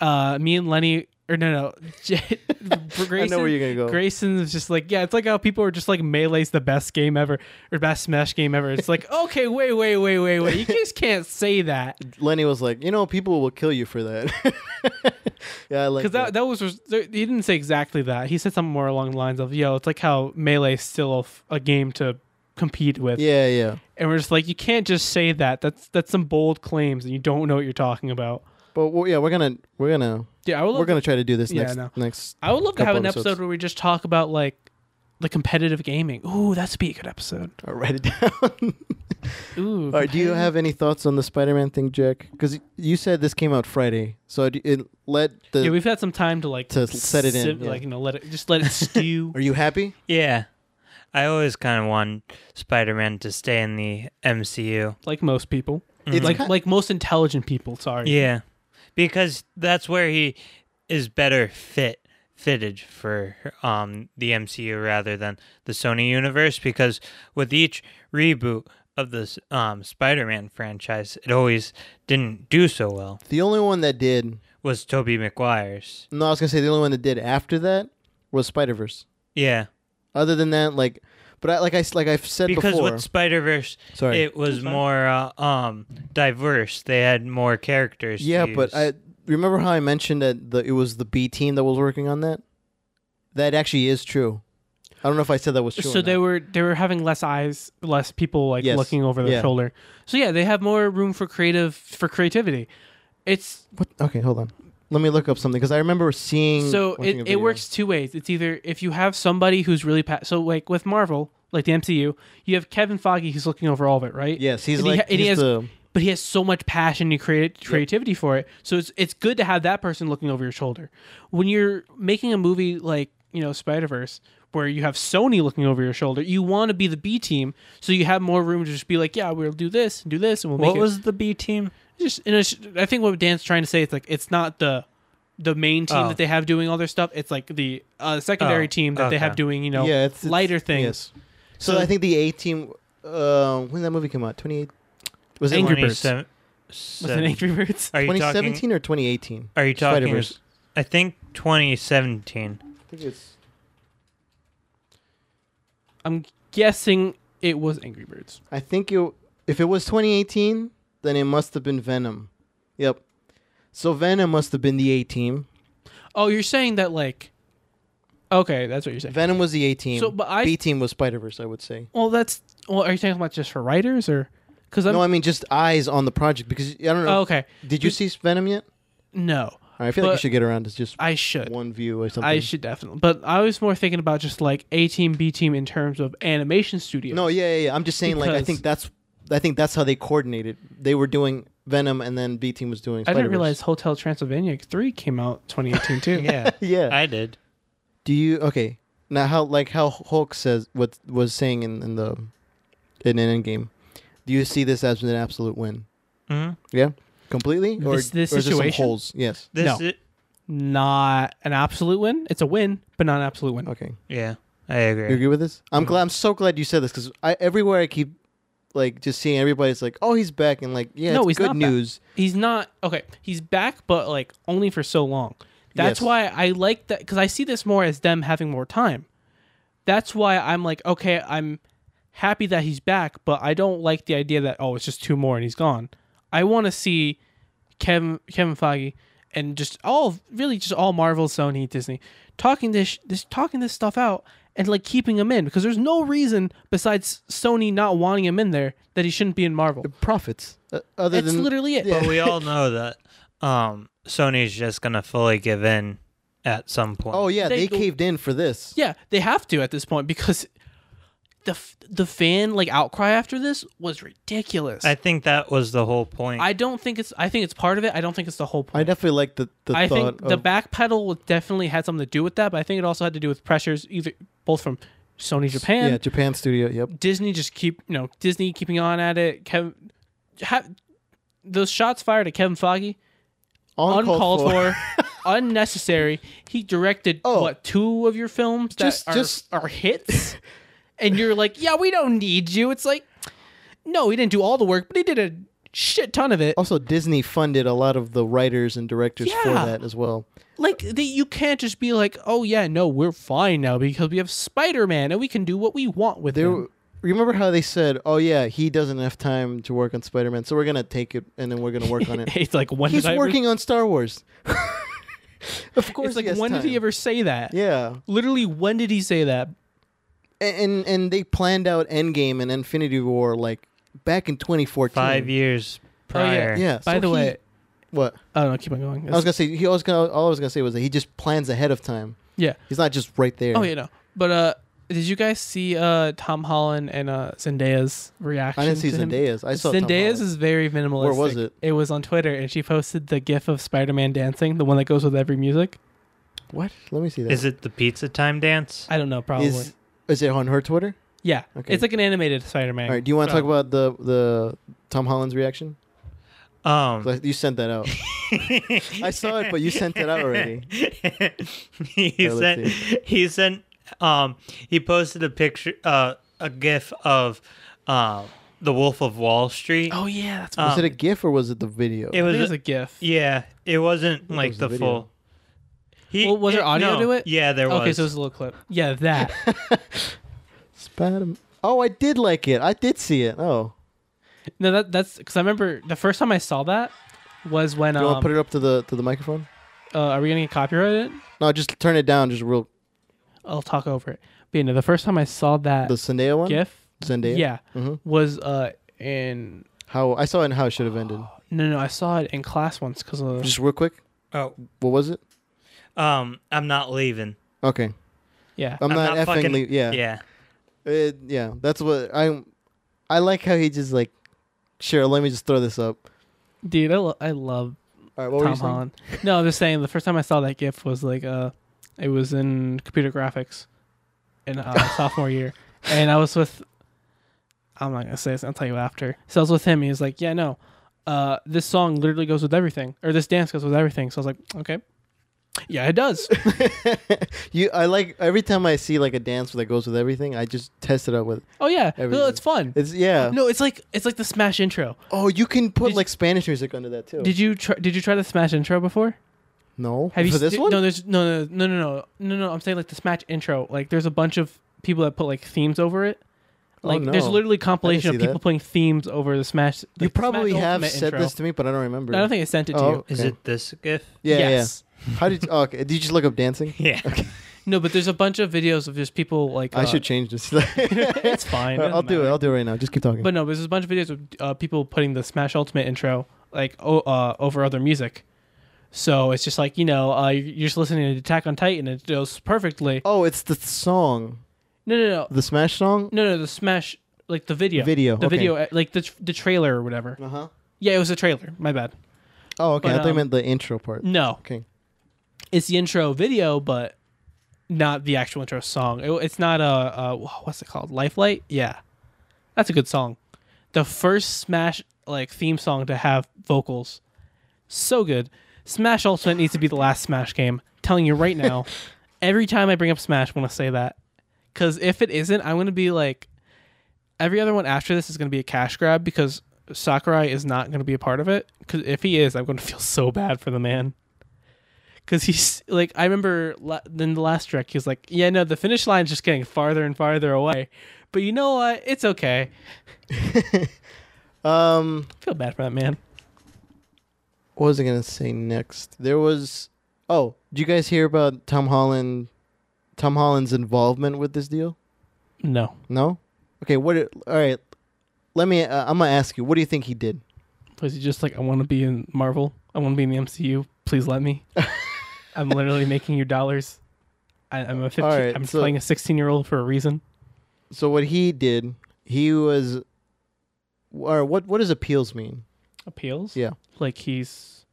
uh, me and Lenny or no no J- Grayson, I know where you're gonna go. Grayson is just like yeah, it's like how people are just like melee's the best game ever or best Smash game ever. It's like okay, wait, wait, wait, wait, wait, you just can't say that Lenny was like, you know, people will kill you for that. yeah, I like because that that was res- there- he didn't say exactly that. He said something more along the lines of yo, it's like how melee's still a, f- a game to compete with yeah, yeah. and we're just like you can't just say that that's that's some bold claims and you don't know what you're talking about But well, yeah, we're gonna we're gonna yeah i would love we're gonna try to do this yeah, next no. next. I would love to have couple an episode episodes. where we just talk about like the competitive gaming. Ooh, that's be a good episode. I'll uh, write it down. Ooh. All right, do you have any thoughts on the Spider-Man thing, Jack? Because you said this came out Friday, so do- it, let the. Yeah, we've had some time to like To set it in, sieve- yeah. Like you know, let it just let it stew. are you happy? Yeah. I always kind of want Spider Man to stay in the MCU. like most people, It's Mm-hmm. like ki- like most intelligent people. Sorry. Yeah. Because that's where he is better fit fitted for um the MCU rather than the Sony universe because with each reboot of this um Spider-Man franchise it always didn't do so well the only one that did. was Tobey Maguire's. No, I was gonna say the only one that did after that was Spider Verse. Yeah. Other than that, like, but I, like I s- like I've said Because before. with Spider-Verse sorry. it was more uh, um diverse. They had more characters. to yeah, but use. I remember how I mentioned that the, it was the B team that was working on that. That actually is true. I don't know if I said that was true. So or they not. were they were having less eyes, less people like Yes. looking over their Yeah. shoulder. So yeah, they have more room for creative for creativity. It's What? Okay, hold on. Let me look up something because I remember seeing. so watching a it, it video. works two ways it's either if you have somebody who's really pa- so like with marvel like the mcu you have kevin Feige who's looking over all of it right Yes, he's And he like ha- and he he's has- the but he has so much passion and creat- creativity for it so it's, it's good to have that person looking over your shoulder when you're making a movie like you know spider-verse where you have sony looking over your shoulder you want to be the b team so you have more room to just be like yeah we'll do this and do this and we'll what make it was the B team? just and it's, I think what Dan's trying to say is like it's not the the main team Oh. that they have doing all their stuff. It's like the uh, secondary Oh, team that they have okay. doing you know yeah, it's, it's- lighter things. Yes. So, So- I think the A team. Uh, when did that movie come out? Twenty eight. Was it Angry like- Birds. 27 Was it Angry Birds? Are you talking 2017 or 2018? Are you talking? Spider-Verse. I think 2017. I think it's I'm guessing it was Angry Birds. I think it. If it was 2018, then it must have been Venom. Yep. So Venom must have been the A team. Oh, you're saying that like okay, that's what you're saying. Venom was the A team. So, but I- B team was Spider Verse. I would say. Well, that's well. Are you talking about just for writers or because I'm no, I mean just eyes on the project because I don't know. oh, okay? Did you but- see Venom yet? No, All right, I feel like you But- should get around to just I should. one view or something. I should definitely, but I was more thinking about just like A team, B team in terms of animation studios. No, yeah, yeah, yeah. I'm just saying, like, I Because- think that's, I think that's how they coordinated. They were doing Venom, and then B Team was doing. I Spider-Verse. didn't realize Hotel Transylvania 3 came out 2018 too. Yeah, Yeah. I did. Do you okay? Now, how like how Hulk says what was saying in, in the in an Endgame? Do you see this as an absolute win? hmm Yeah, completely. Or, Mm-hmm. This- this or is there some situation? holes? Yes. This No. i- Not an absolute win. It's a win, but not an absolute win. Okay. yeah, I agree. You agree with this? Mm-hmm. I'm Mhm. glad. I'm so glad you said this because I everywhere I keep like just seeing everybody's like, oh, he's back, and like, yeah, No, it's he's good not back. news. He's not okay. He's back, but like only for so long. That's Yes. why I like that because I see this more as them having more time. That's why I'm like, okay, I'm happy that he's back, but I don't like the idea that oh, it's just two more and he's gone. I want to see Kevin Kevin Feige and just all really just all Marvel, Sony, Disney talking this sh- this talking this stuff out and like keeping him in because there's no reason besides Sony not wanting him in there that he shouldn't be in Marvel. It profits. Uh, other That's than literally it. Yeah. But we all know that um, Sony's just gonna fully give in at some point. oh yeah, They they go- caved in for this. Yeah, they have to at this point because the f- the fan like outcry after this was ridiculous. I I, think that was the whole point. don't think it's I think it's part of it. I don't think it's the whole I point. definitely like the, the I, thought think the of, backpedal was- definitely had something to do with that, but I think it also had to do with pressures either both from Sony Japan, yeah Japan studio. Yep. Disney just keep you know Disney keeping on at it. Kevin have those shots fired at Kevin Foggy uncalled for, unnecessary. He directed Oh. what two of your films that Just- are just- are hits, and you're like, yeah, we don't need you. It's like, no, he didn't do all the work, but he did a shit ton of it. Also, Disney funded a lot of the writers and directors for Yeah. that as well. Like, the, you can't just be like, oh yeah, no, we're fine now because we have Spider Man and we can do what we want with There, him. remember how they said, "Oh yeah, he doesn't have time to work on Spider-Man, so we're gonna take it and then we're gonna work on it." It's like when He's did I ever- working on Star Wars. of course, It's like he has when did time. he ever say that? Yeah, Literally, when did he say that? A- and and they planned out Endgame and Infinity War like back in 2014. Five years prior. Oh, yeah. Yeah, By so the he- way, What oh no, keep on going. I was gonna say, he always gonna all I was gonna say was that he just plans ahead of time. yeah. He's not just right there. Oh yeah, no. But uh, did you guys see uh Tom Holland and uh Zendaya's reaction? I didn't see to him? Zendaya's. I saw Tom Zendaya's Holland. is very minimalistic. was it? It was on Twitter, and she posted the GIF of Spider-Man dancing, the one that goes with every music. What? Let me see that. Is it the pizza time dance? I don't know, probably. Is, is it on her Twitter? yeah, okay. it's like an animated Spider-Man. All right. Do you want to talk about the the Tom Holland's reaction? Um, 'Cause I- You sent that out. I saw it, but you sent it out already. he let's sent he sent um he posted a picture uh a gif of um the wolf of wall street Oh yeah, that's Uh, Was it a Um, GIF or was it the video? it it was, was a GIF. yeah it wasn't thought it like was the the video. full he, Well, was there audio to it? yeah there was Okay, so it was a little clip. Yeah, that. Spider. Oh, I did like it. I did see it. Oh, no, that that's because I remember the first time I saw that was when do you want um, to put it up to the to the microphone? uh, are we gonna get copyrighted? No, just turn it down. Just real I'll talk over it. But you know, the first time I saw that the Zendaya one. GIF, Zendaya. yeah, Mhm. was uh in How I saw it and how it should have ended. no no I saw it in class once because of Just real quick. oh What was it? um i'm not leaving Okay. yeah I'm, I'm not, not effing. fucking- le- yeah. yeah It, yeah, that's what I I like how he just like sure, let me just throw this up. dude I, lo- I love All right, what were Tom you saying? Holland. No, I'm just saying the first time I saw that GIF was like uh it was in computer graphics in uh, sophomore year, and I was with I'm not gonna say this. I'll tell you after. So I was with him. He was like, yeah no. Uh, this song literally goes with everything, or this dance goes with everything. So I was like, okay, yeah, it does. You I like every time I see like a dance that goes with everything, I just test it out with Oh yeah, no, Everything. it's fun. it's yeah. No, it's like it's like the Smash intro. Oh, you can put Did- like Spanish music under that too. Did you try? Did you try the Smash intro before? no. Have you for this st- one? No, there's no, no, no, no, no, no, no. I'm saying like the Smash intro. Like there's a bunch of people that put like themes over it. Oh, Like there's no. literally a compilation see of people that. putting themes over the Smash. you like, Smash probably have Ultimate said intro. this to me, but I don't remember. I don't think I sent it to Oh, you. is Okay. it this gif yeah, yes. yeah. How did you, oh, okay? Did you just look up dancing? yeah No, but there's a bunch of videos of just people like. I uh, should change this. it's fine. I'll doesn't do it. matter. I'll do it right now. Just keep talking. But no, there's a bunch of videos of uh, people putting the Smash Ultimate intro like o- uh, over other music. So it's just like you know uh, you're just listening to Attack on Titan and it goes perfectly. oh, it's the song, No, no, no, the Smash song. no, no. The Smash like the video, Video, the okay. video, uh, like the tr- the trailer or whatever. Uh huh. Yeah, it was a trailer. My bad. Oh, okay. But, I thought you um, meant the intro part. No, Okay. it's the intro video, but not the actual intro song. It- it's not a uh, wh- what's it called? Lifelight. Yeah, that's a good song. The first Smash like theme song to have vocals, so good. Smash Ultimate needs to be the last Smash game. Telling you right now, every time I bring up Smash, I'm gonna say that. Cause if it isn't, I'm gonna be like, every other one after this is gonna be a cash grab because Sakurai is not gonna be a part of it. Cause if he is, I'm gonna feel so bad for the man because he's like i remember la- in the last trek he was like yeah no the finish line's just getting farther and farther away but you know what it's okay Um, I feel bad for that man what was I gonna say next? There was. Oh, do you guys hear about Tom Holland? Tom Holland's involvement with this deal? no No. Okay. What? it- All right. Let me. Uh, I'm gonna ask you. What do you think he did? was he just like i want to be in marvel i want to be in the mcu please let me i'm literally making you dollars I, i'm a 15 All right, i'm so- playing a 16 year old for a reason So what he did? He was. Or what? What does appeals mean? appeals Yeah. like he's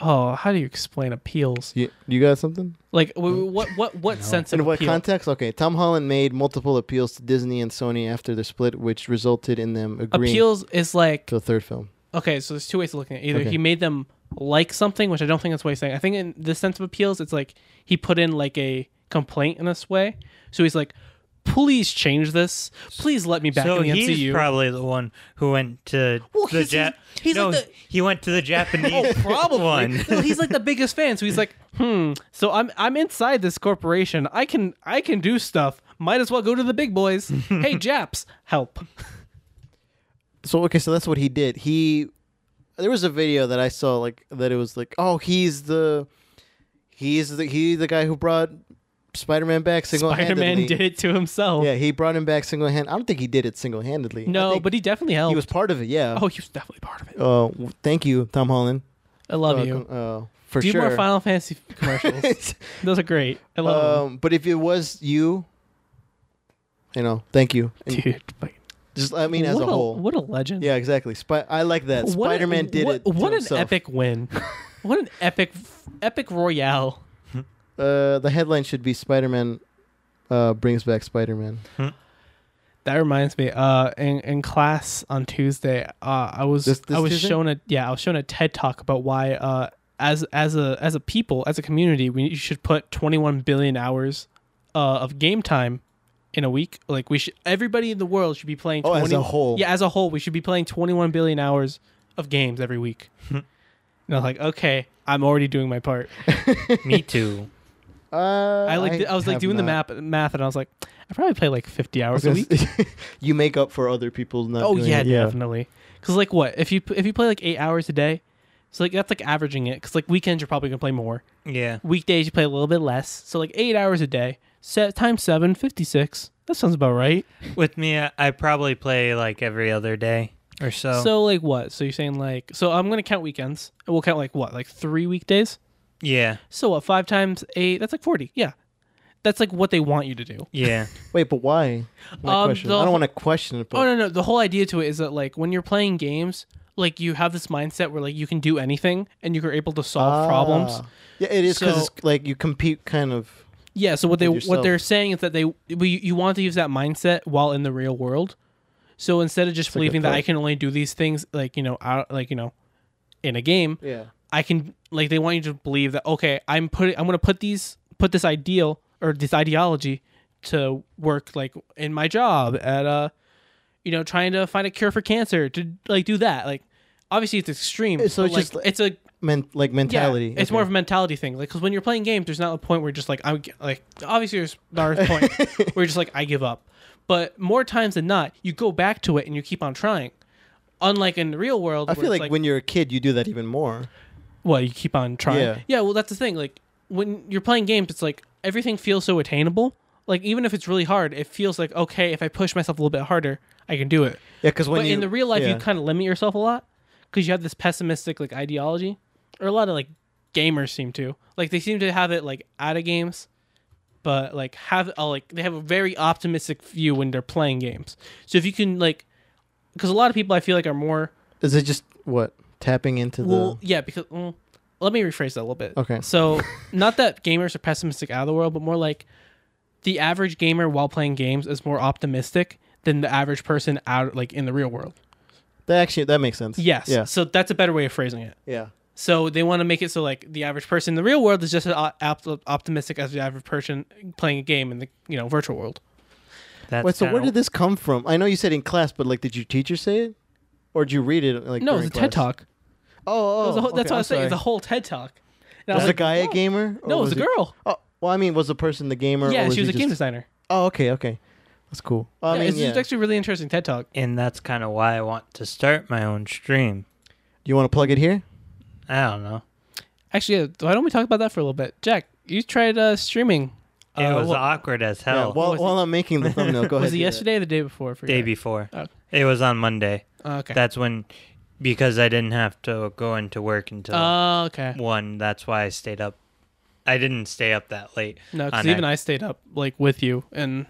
oh how do you explain appeals You, you got something? like w- w- what what what sense of In Mm. what appeal? context? Okay. Tom Holland made multiple appeals to Disney and Sony after their split, which resulted in them agreeing appeals is like to a third film. Okay, so there's two ways of looking at it. Either Okay. he made them like something, which I don't think that's what he's saying. I think in the sense of appeals, it's like he put in like a complaint in this way. So he's like, please change this. Please let me back so in the he's MCU. probably the one who went to Well, the he's- Jap. he's no, like the- Oh, he went to the Japanese probably. one. No, he's like the biggest fan, so he's like, hmm. So I'm I'm inside this corporation. I can I can do stuff. Might as well go to the big boys. hey Japs, help. So okay, so that's what he did. He there was a video that I saw like that it was like, "Oh, he's the he's the he the guy who brought Spider-Man back single-handedly." Spider-Man did it to himself. Yeah, he brought him back single-handed. I don't think he did it single-handedly. I no, think but he definitely helped. he was part of it, yeah. oh, he was definitely part of it. Oh, w thank you, Tom Holland. I love Uh, you. uh, for Do sure. more Final Fantasy commercials. Those are great. I love um, but if it was you, you know, thank you. them. And dude. like, just I mean, as what a whole, what a legend. yeah, exactly. Spy- I like that. What a- Spider-Man did what, it. to What an himself. epic win! what an epic, epic royale. Uh, the headline should be Spider-Man uh, brings back Spider-Man. That reminds me. Uh, in, in class on Tuesday, uh, I was This- this I was Tuesday? shown a yeah I was shown a TED talk about why uh as as a as a people as a community we you should put 21 billion hours uh, of game time in a week. Like we should everybody in the world should be playing. Oh, 20, as a whole. Yeah, as a whole, we should be playing 21 billion hours of games every week. and I was like, okay, I'm already doing my part. Me too. Uh, I like I, was like have doing the not. map math, and I was like, I probably play like 50 I was hours a gonna week. say- you make up for other people not. Oh doing yeah, it. definitely. Because like what if you if you play like eight hours a day, so like that's like averaging it. Because like weekends you're probably gonna play more. Yeah. Weekdays you play a little bit less. So like eight hours a day, set times seven, 56. That sounds about right. With me, I- I probably play like every other day or so. So like what? So you're saying like so I'm gonna count weekends. And we'll count like what like three weekdays. yeah. So what five times eight? That's like forty. Yeah, that's like what they want you to do. Yeah. Wait, but why? My Um, question. the I whole- don't want to question it. But Oh no, no. The whole idea to it is that like when you're playing games, like you have this mindset where like you can do anything and you're able to solve problems. Ah. Yeah, it is because So- it's like you compete kind of. Yeah. So what they With what yourself. they're saying is that they we, you want to use that mindset while in the real world. So instead of just a good believing that I point. can only do these things like you know out like you know in a game, Yeah. I can like they want you to believe that okay, I'm putting I'm gonna put these put this ideal or this ideology to work like in my job at uh you know trying to find a cure for cancer to like do that like obviously it's extreme It's- so so it's like, just like- it's a Men- like mentality. yeah, it's Okay. more of a mentality thing like because when you're playing games there's not a point where you're just like I'm like obviously there's there's a point where you're just like I give up but more times than not you go back to it and you keep on trying unlike in the real world I where feel it's like, when you're a kid, you do that even more. well you keep on trying Yeah. yeah. well that's the thing like when you're playing games it's like everything feels so attainable like even if it's really hard it feels like okay if i push myself a little bit harder i can do it Yeah, because when but you, in the real life yeah. you kind of limit yourself a lot because you have this pessimistic like ideology or a lot of like gamers seem to like they seem to have it like out of games but like have a, like they have a very optimistic view when they're playing games so if you can like because a lot of people i feel like are more is it just what tapping into well, the? yeah, because mm, let me rephrase that a little bit. Okay. So, not that gamers are pessimistic out of the world, but more like the average gamer while playing games is more optimistic than the average person out like in the real world. That actually that makes sense. Yes. Yeah. So that's a better way of phrasing it. Yeah. So they want to make it so like the average person in the real world is just as op- op- optimistic as the average person playing a game in the you know virtual world. That's Wait, so kinda- where did this come from? I know you said in class, but like, did your teacher say it, or did you read it? Like, no, it's during a TED class? talk. Oh, It oh was a whole- that's okay, what I I'm was saying. It's a sorry. whole TED talk. And I Was the like, guy a "Whoa." gamer? or No, it was, a he- girl. Oh, well, I mean, was the person the gamer? yeah, or she was he a game just- designer. Oh, okay, okay, that's cool. Well, I Yeah, mean, it's yeah. just actually a really interesting TED talk. And that's kind of why I want to start my own stream. you want to plug it here? I don't know. Actually, yeah, why don't we talk about that for a little bit? Jack, you tried uh, streaming. It Uh, was what- awkward as Yeah, hell. while, was it? while I'm making the thumbnail, go ahead. was it do that. yesterday or the day before? I forgot. day before. Oh. It was on Monday. Oh, okay. That's when, because I didn't have to go into work until Oh, okay. one. That's why I stayed up. I didn't stay up that late. No, because on even ac- I stayed up like with you, and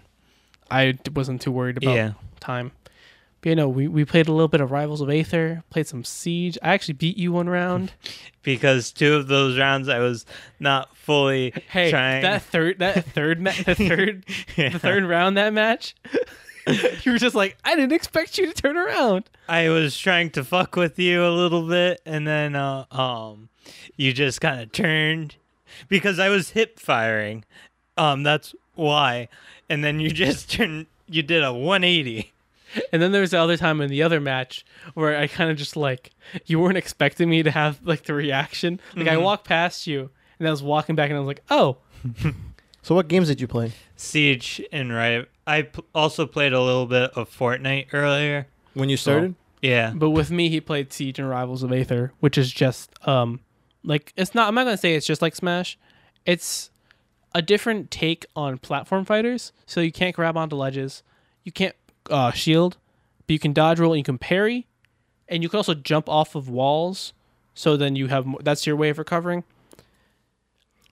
I d- wasn't too worried about Yeah. time. But you know, we, we played a little bit of Rivals of Aether, played some Siege. I actually beat you one round. because two of those rounds I was not fully Hey, trying. that third that third ma- the third Yeah. the third round that match, you were just like, I didn't expect you to turn around. I was trying to fuck with you a little bit, and then uh, um, you just kind of turned because I was hip firing. Um, that's why, and then you just turn you did a 180. And then there was the other time in the other match where I kind of just like you weren't expecting me to have like the reaction. Like I walked past you and I was walking back and I was like, "Oh, So what games did you play? Siege and Riot. I p- also played a little bit of Fortnite earlier. When you started? Yeah. But with me, he played Siege and Rivals of Aether, which is just um, like it's not. I'm not gonna say it's just like Smash. It's a different take on platform fighters. So you can't grab onto ledges, you can't uh, shield, but you can dodge roll and you can parry, and you can also jump off of walls. So then you have mo- that's your way of recovering.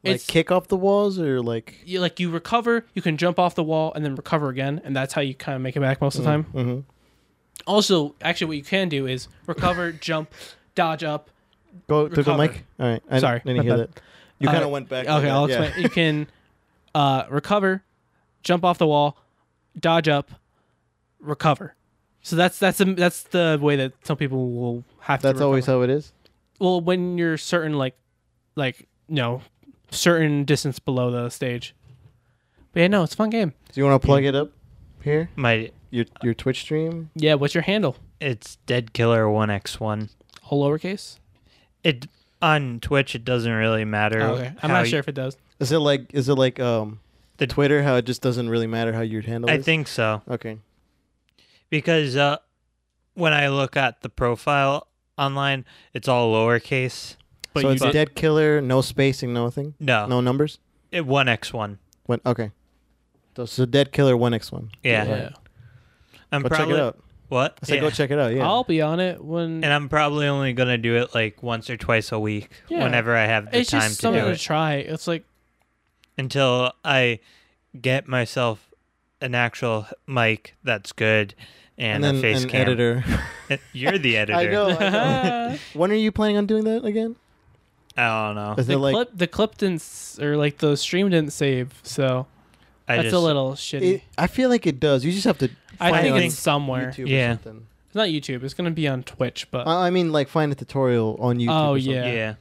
Like it's- kick off the walls or like You, like you recover, you can jump off the wall and then recover again, and that's how you kind of make it back most of the time. mhm. Also, actually, what you can do is recover, jump, dodge up, go to the Recover. mic? All right. I Sorry, I didn't my hear bad. that. You Uh, kind of went back. like Okay, that, I'll yeah. explain. You can uh, recover, jump off the wall, dodge up, recover. So that's that's the that's the way that some people will have to. That's always recover. how it is. well when you're certain like like you know certain distance below the stage. But yeah, no, it's a fun game. Do you want to plug it up here? My Your your Twitch stream? Yeah, what's your handle? it's Dead Killer 1x1. All lowercase. It on Twitch it doesn't really matter. Oh, okay, I'm how not you- sure if it does. Is it like is it like um The- the Twitter how it just doesn't really matter how you handle I this? think so. Okay. because uh, when I look at the profile online, it's all lowercase. But so you it's did. dead killer, no spacing, nothing. No, No numbers? it one x one. When okay. So, so dead killer one X one. Yeah, Yeah. I'm Go probably check it out. what? I said yeah. go check it out, yeah. I'll be on it when And I'm probably only gonna do it like once or twice a week, Yeah. whenever I have the it's time just to something do to it, try. It's like until I get myself an actual mic that's good and, then a face an cam. editor. You're the editor. I know. Oh, I know. the when are you planning on doing that again? I don't know. Is it like clip the clip didn't s- or like the stream didn't save. So I That's just a little shitty. it, I feel like it does. You just have to I find think it on it's somewhere. YouTube Uh, Yeah. or something. It's not YouTube. It's gonna be on Twitch, but I I mean like find a tutorial on YouTube. Oh, or something. yeah.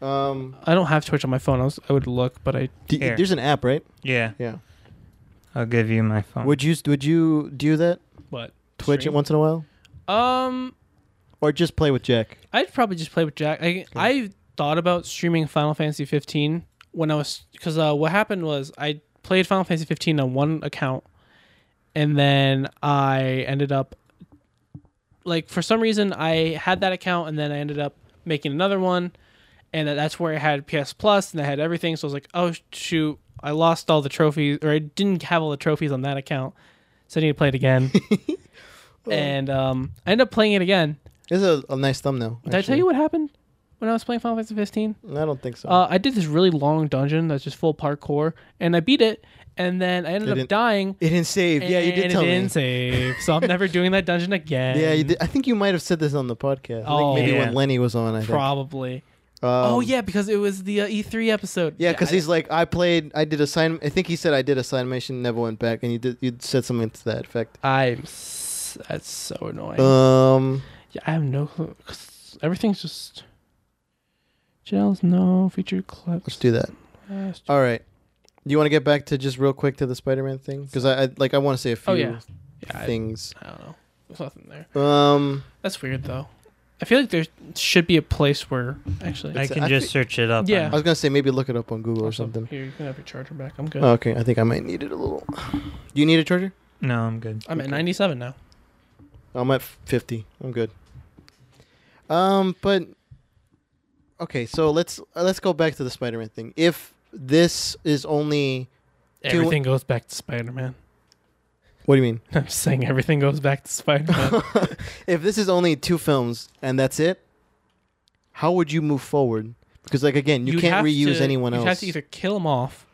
yeah. Um I don't have Twitch on my phone. I, was, I would look, but I d- Here. there's an app, right? Yeah. Yeah. I'll give you my phone. Would you would you do that? what Twitch it Stream? once in a while? Um, Or just play with Jack? I'd probably just play with Jack. I I thought about streaming Final Fantasy 15 when I was because uh, what happened was I played Final Fantasy 15 on one account, and then I ended up like for some reason I had that account, and then I ended up making another one, and that- that's where I had PS Plus and I had everything. So I was like, oh shoot, I lost all the trophies, or I didn't have all the trophies on that account, so I need to play it again. and um, I ended up playing it again. This is a, a nice thumbnail. Did I tell you what happened when I was playing Final Fantasy 15? what? I don't think so. Uh, I did this really long dungeon that's just full parkour, and I beat it, and then I It ended up didn't- dying. it didn't save. yeah, you and did tell it me. didn't save, so I'm never doing that dungeon again. Yeah, you did. I think you might have said this on the podcast. I Oh. think maybe Yeah. when Lenny was on, I think. Probably. Um, oh yeah, because it was the uh, E3 episode. Yeah, because I- he's like, I played, I did a sign. I think he said I did a sign mission, never went back, and you did, you said something to that effect. I'm. s- That's so annoying. Um, yeah, I have no clue. 'cause everything's just. Gels, no featured clips. let's do that. Uh, All right. Do you want to get back to just real quick to the Spider-Man thing? Because I, I like I want to say a few Oh, yeah. yeah, I, things. I don't know. There's nothing there. Um, That's weird though. I feel like there should be a place where actually. I It's- can I just thi- search it up. Yeah. I was gonna say maybe look it up on Google or Also, something. Here, you can have your charger back. I'm good. Oh, okay, I think I might need it a little. Do you need a charger? No, I'm good. I'm at okay. 97 now. I'm at 50. I'm good. Um, but okay, so let's uh, let's go back to the Spider-Man thing. If this is only Everything goes back to Spider Man. what do you mean? I'm saying everything goes back to Spider Man. if this is only two films and that's it, how would you move forward? Because like again, you can't reuse anyone you else. You have to either kill them off.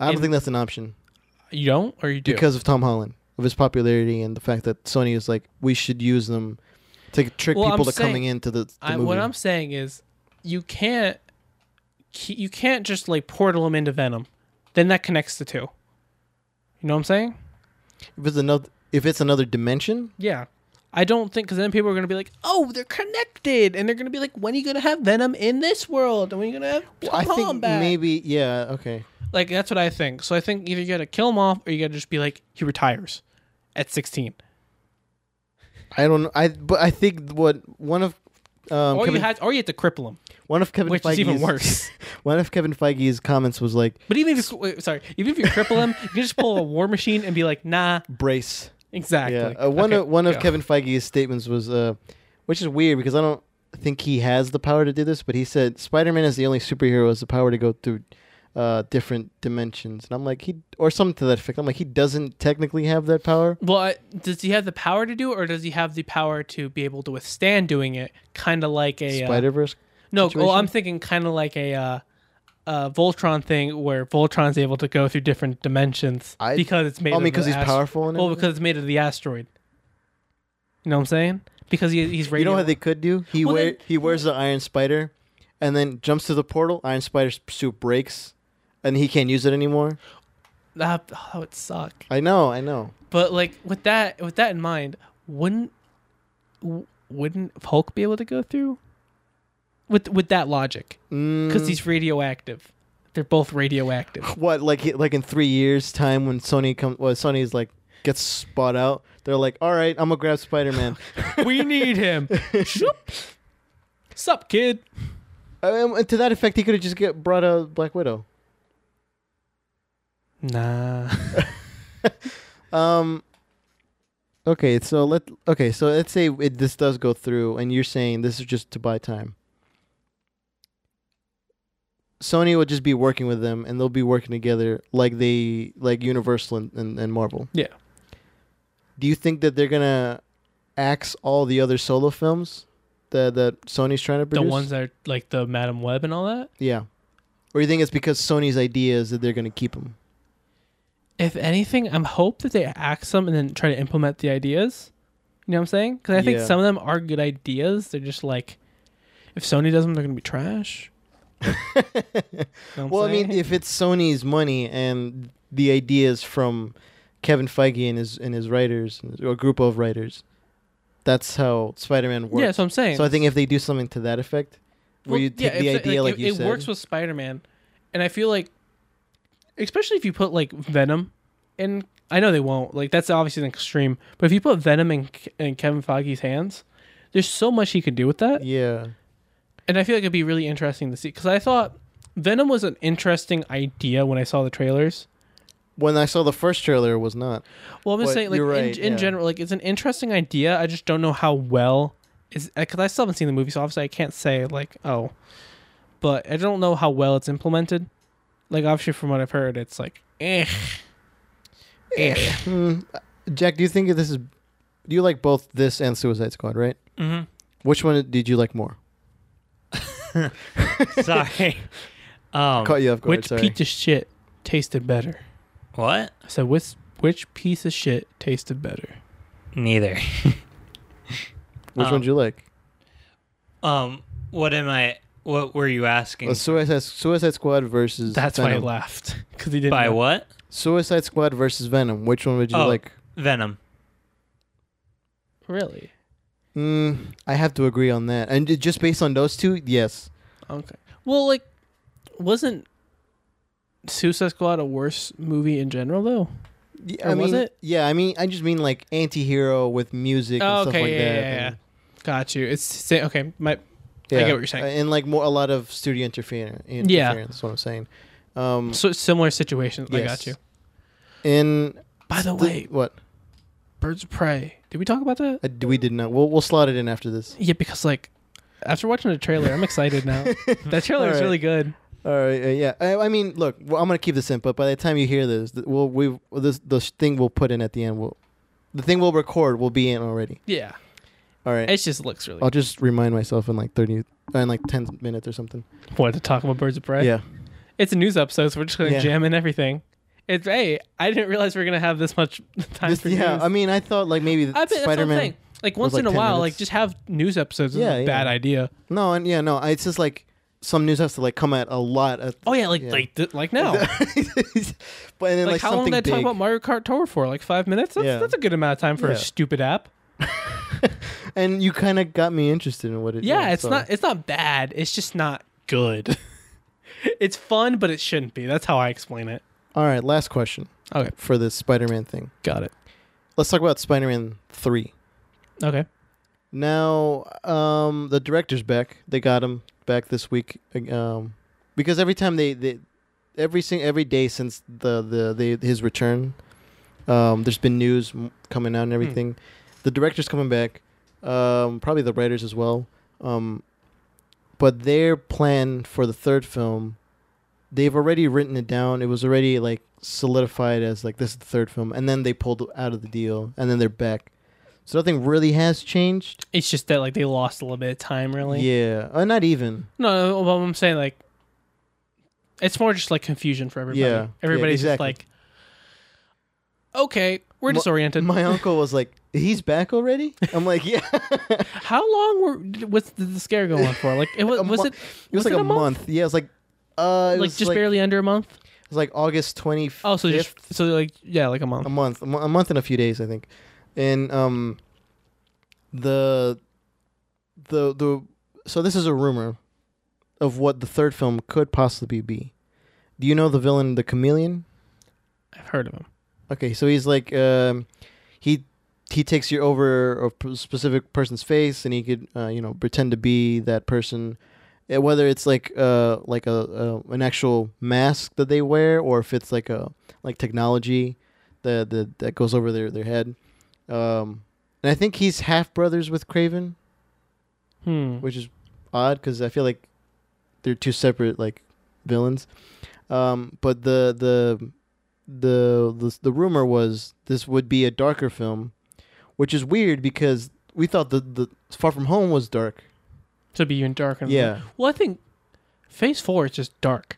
I don't in- think that's an option You don't, or you do. because of Tom Holland, of his popularity and the fact that Sony is like we should use them to trick Well, people I'm to coming into the, the I, movie. what I'm saying is, you can't. ke- You can't just like portal them into Venom. Then that connects the two. You know what I'm saying? if it's another if it's another dimension, Yeah. I don't think because then people are gonna be like, "Oh, they're connected," and they're gonna be like, "When are you gonna have Venom in this world? And when are you gonna have Tom I think Holland back?" maybe yeah okay. Like that's what I think. So I think either you gotta kill him off or you gotta just be like he retires at sixteen. I don't. know. I but I think what one of um, or Kevin, you had or you had to cripple him, one of Kevin which Feige's is even worse. one of Kevin Feige's comments was like But even if you, wait, sorry, even if you cripple him, you can just pull a war machine and be like, nah, brace. exactly. Yeah, uh, one Okay, of one of yeah. Kevin Feige's statements was, uh, which is weird because I don't think he has the power to do this, but he said Spider-Man is the only superhero who has the power to go through uh, different dimensions, and I'm like he or something to that effect. I'm like he doesn't technically have that power. Well, I- does he have the power to do it, or does he have the power to be able to withstand doing it? Kind of like a uh, Spider Verse. No, well, situation? I'm thinking kind of like a uh, uh, Voltron thing where Voltron's able to go through different dimensions I- because it's made. I of mean, because the he's ast- powerful. And Well, everything. because it's made of the asteroid. You know what I'm saying? Because he, he's you radio. know how they could do. He Well, wear then- he wears the Iron Spider, and then jumps to the portal. Iron Spider's suit breaks, and he can't use it anymore. that, oh, that would suck. I know, I know. But like with that, with that in mind, wouldn't w- wouldn't Hulk be able to go through? With with that logic, because Mm, he's radioactive. They're both radioactive. what like he- like in three years time when Sony comes well Sony's like gets spot out they're like all right I'm gonna grab Spider Man we need him. Shoop. Sup, kid. um, and to that effect he could have just get brought out Black Widow Nah. um okay so let okay so let's say it, this does go through and you're saying this is just to buy time Sony will just be working with them and they'll be working together like they like Universal and, and, and Marvel Yeah. do you think that they're gonna axe all the other solo films that that Sony's trying to The produce? ones that are like the Madam Web and all that. yeah. Or you think it's because Sony's idea is that they're gonna keep them? If anything, I'm hope that they axe them and then try to implement the ideas. You know what I'm saying? Because I think Yeah. some of them are good ideas. They're just like, if Sony does them, they're gonna be trash. Know what I'm Well, I mean, saying? if it's Sony's money and the ideas from Kevin Feige and his and his writers or group of writers, that's how Spider-Man works. yeah, so I'm saying. so I think if they do something to that effect, where Well, you take yeah, the if they- idea like, it, you it said, works with Spider-Man, and I feel like, especially if you put like Venom, in I know they won't like that's obviously an extreme, but if you put Venom in, K- in Kevin Feige's hands, there's so much he could do with that, yeah, and I feel like it'd be really interesting to see because I thought Venom was an interesting idea when I saw the trailers. when I saw the first trailer, it was not. Well, I'm just But saying, like you're in- right, in, yeah. general, like it's an interesting idea. I just don't know how well is because I still haven't seen the movie, so obviously I can't say like oh, but I don't know how well it's implemented. Like obviously from what I've heard, it's like eh, eh. Hmm. Jack, do you think this is? Do you like both this and Suicide Squad? Right. Mm-hmm. Which one did you like more? Sorry. Um, Caught you off guard. Which sorry. piece of shit tasted better? what? I said which which piece of shit tasted better? Neither. Which um, one did you like? Um, what am I? What were you asking? Uh, Suicide Suicide Squad versus That's why I Venom. laughed because he didn't. By know. what? Suicide Squad versus Venom. Which one would you Oh. like? Venom. Really? Mm, I have to agree on that. And ju- just based on those two, yes. Okay. Well, like wasn't Suicide Squad a worse movie in general though? Y- Or I mean, was it? Yeah, I mean, I just mean like anti-hero with music and Oh, stuff okay, like yeah, that. yeah, and- Got you. It's sa- okay. My yeah. I get what you're saying. Uh, And like more a lot of studio interference. interference Yeah. that's what I'm saying. Um, so, similar situations. I got yes. you. In By the th- way, what Birds of Prey. Did we talk about that? Uh, d- we did not. We'll we'll slot it in after this. Yeah, because like after watching the trailer, I'm excited now. that trailer is Alright. really good. All right, uh, yeah. I, I mean, look, well, I'm gonna keep this in, but by the time you hear this, th- we'll we well, this the sh- thing we'll put in at the end will, the thing we'll record will be in already. Yeah, All right, it just looks really. I'll just remind myself in like thirty, uh, in like ten minutes or something. good. Wanted to talk about Birds of Prey. Yeah, it's a news episode, so we're just gonna Yeah. jam in everything. It's hey, I didn't realize we are gonna have this much time This- for yeah. news. I mean, I thought like maybe I bet that's what I'm Spider-Man. saying. Like once like in a 10 while, minutes. like just have news episodes. Is Yeah, a yeah. bad idea. No, and yeah, no. I, it's just like some news has to like come at a lot. At, Oh yeah, like Yeah. like th- like now. but and then like, Oh. like, how long something did I big. talk about Mario Kart Tour for? Like five minutes? That's, Yeah. that's a good amount of time for a Yeah. stupid app. and you kind of got me interested in what it. Yeah, it's so- not it's not bad. It's just not good. it's fun, but it shouldn't be. That's how I explain it. All right, last question. Okay. For this Spider-Man thing, Got it. let's talk about Spider-Man Three. Okay. Now, um, the director's back. They got him back this week. Um, because every time they, they every sing, every day since the the, the his return, um, there's been news m- coming out and everything. The director's coming back. Um, probably the writers as well. Um, but their plan for the third film, they've already written it down. It was already like solidified as like this is the third film, and then they pulled out of the deal, and then they're back. So nothing really has changed. It's just that like they lost a little bit of time, really. Yeah, uh, not even. No, no, well, I'm saying like it's more just like confusion for everybody. Yeah, yeah, Everybody's exactly. just like, okay, we're My- disoriented. My uncle was like, "He's back already." I'm like, "Yeah." it How long were did- what's did the scare go on for? Like it was, A was mo- it was, like it a month? Yeah, it was like, uh, Like it was just like, barely under a month. It was like August 25th. Oh, so just so like yeah, like a month. a month, a mo- a month and a few days, I think. And um, the the the so this is a rumor of what the third film could possibly be. Do you know the villain, the chameleon? I've heard of him. Okay, so he's like um, he he takes you over a p- specific person's face, and he could uh, you know pretend to be that person, Uh, whether it's like uh like a uh, an actual mask that they wear, or if it's like a like technology that that that goes over their their head. Um, and I think he's half brothers with Craven, Hmm. which is odd because I feel like they're two separate like villains. Um, but the the the the the rumor was this would be a darker film, which is weird because we thought the the Far From Home was dark. To be even darker. than Yeah. that. Well, I think Phase Four is just dark,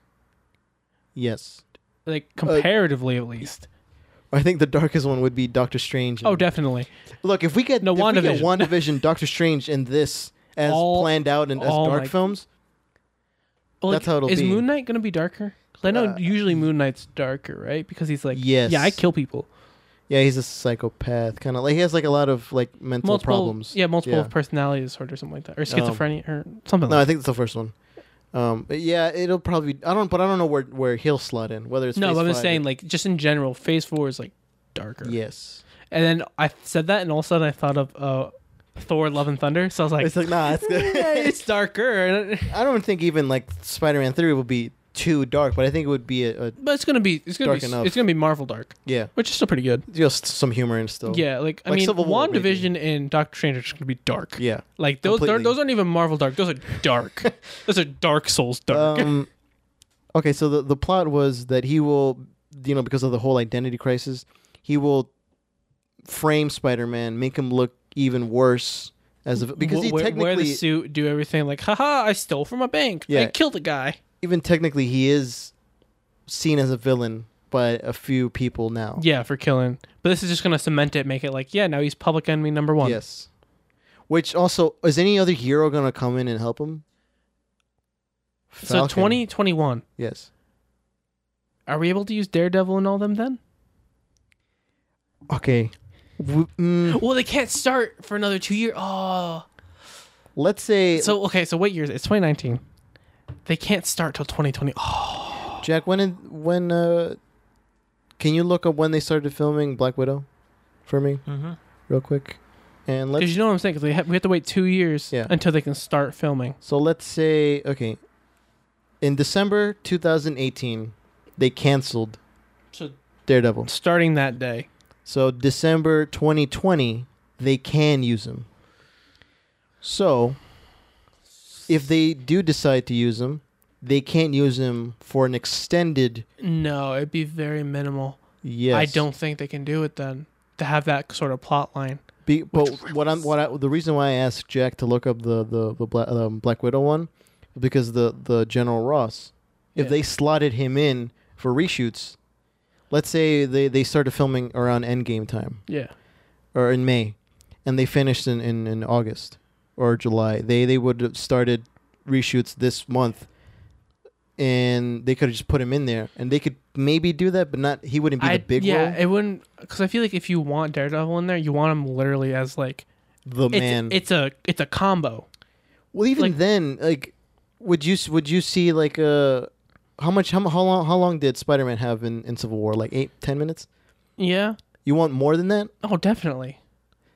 Yes. Uh, like comparatively at least. I think the darkest one would be Doctor Strange. Oh, and- definitely. Look, if we get No, if we get WandaVision. WandaVision, Doctor Strange, and this as All- planned out and as all dark my- films, Well, like, That's how it'll is be. Moon Knight gonna be darker? 'Cause I know Uh, usually Moon Knight's darker, right? Because he's like, Yes. yeah, I kill people. yeah, he's a psychopath, kind of like he has like a lot of like mental multiple problems. Yeah, multiple Yeah. personality disorder, or something like that, or schizophrenia, or something. No, I like think it's the first one. Um, but yeah, it'll probably. I don't, but I don't know where where he'll slot in. Whether it's that. no, Phase but I'm just five saying, like, just in general, Phase Four is like darker. or- yes, And then I said that, and all of a sudden I thought of uh, Thor: Love and Thunder. So I was like, it's like nah, it's yeah, good. it's darker, I don't think even like Spider-Man Three will be too dark, but I think it would be a, a but it's gonna be it's gonna Dark be enough. it's gonna be Marvel dark, yeah, which is still pretty good. just some humor and still Yeah, like I Like mean, Civil War, maybe. WandaVision and Doctor Strange are just gonna be dark. yeah. Like those, they're- Completely. those aren't even Marvel dark. Those are dark. those are Dark Souls dark. Um, okay, so the the plot was that he will, you know, because of the whole identity crisis, he will frame Spider-Man, make him look even worse as of because Wh- he wear, technically wear the suit, do everything. Like, haha, I stole from a bank. I Yeah. killed a guy. even technically he is seen as a villain by a few people now. Yeah, for killing. But this is just gonna cement it, make it like, yeah, now he's public enemy number one. Yes. Which also is any other hero gonna come in and help him? So Falcon. twenty twenty one. Yes. Are we able to use Daredevil and all them then? Okay. W- mm, Well, they can't start for another two years. Oh, let's say so okay, so what year is it? It's twenty nineteen. They can't start till twenty twenty. Oh, Jack. When did, when uh, can you look up when they started filming Black Widow for me, Mm-hmm. real quick? And let's because you know what I'm saying? Because have, we have to wait two years Yeah. until they can start filming. so let's say okay. In December 2018, they canceled So Daredevil. starting that day. So December 2020, they can use them. So if they do decide to use them, they can't use them for an extended No, it'd be very minimal. yes. I don't think they can do it then to have that sort of plot line. Be, but what I'm what I, the reason why I asked Jack to look up the the, the Black, um, Black Widow one because the the General Ross, if Yeah. they slotted him in for reshoots, let's say they they started filming around Endgame time. Yeah. or in May, and they finished in, in, in August or July. They they would have started reshoots this month, and they could have just put him in there, and they could maybe do that, but not he wouldn't be I- the big yeah, role, it wouldn't because I feel like if you want Daredevil in there, you want him literally as like the it's, man. it's a it's a combo. well, even like- then, like, would you s- would you see like a how much how, mu- how long how long did Spider-Man have in, in Civil War? Like eight, ten minutes? Yeah. You want more than that? Oh, definitely.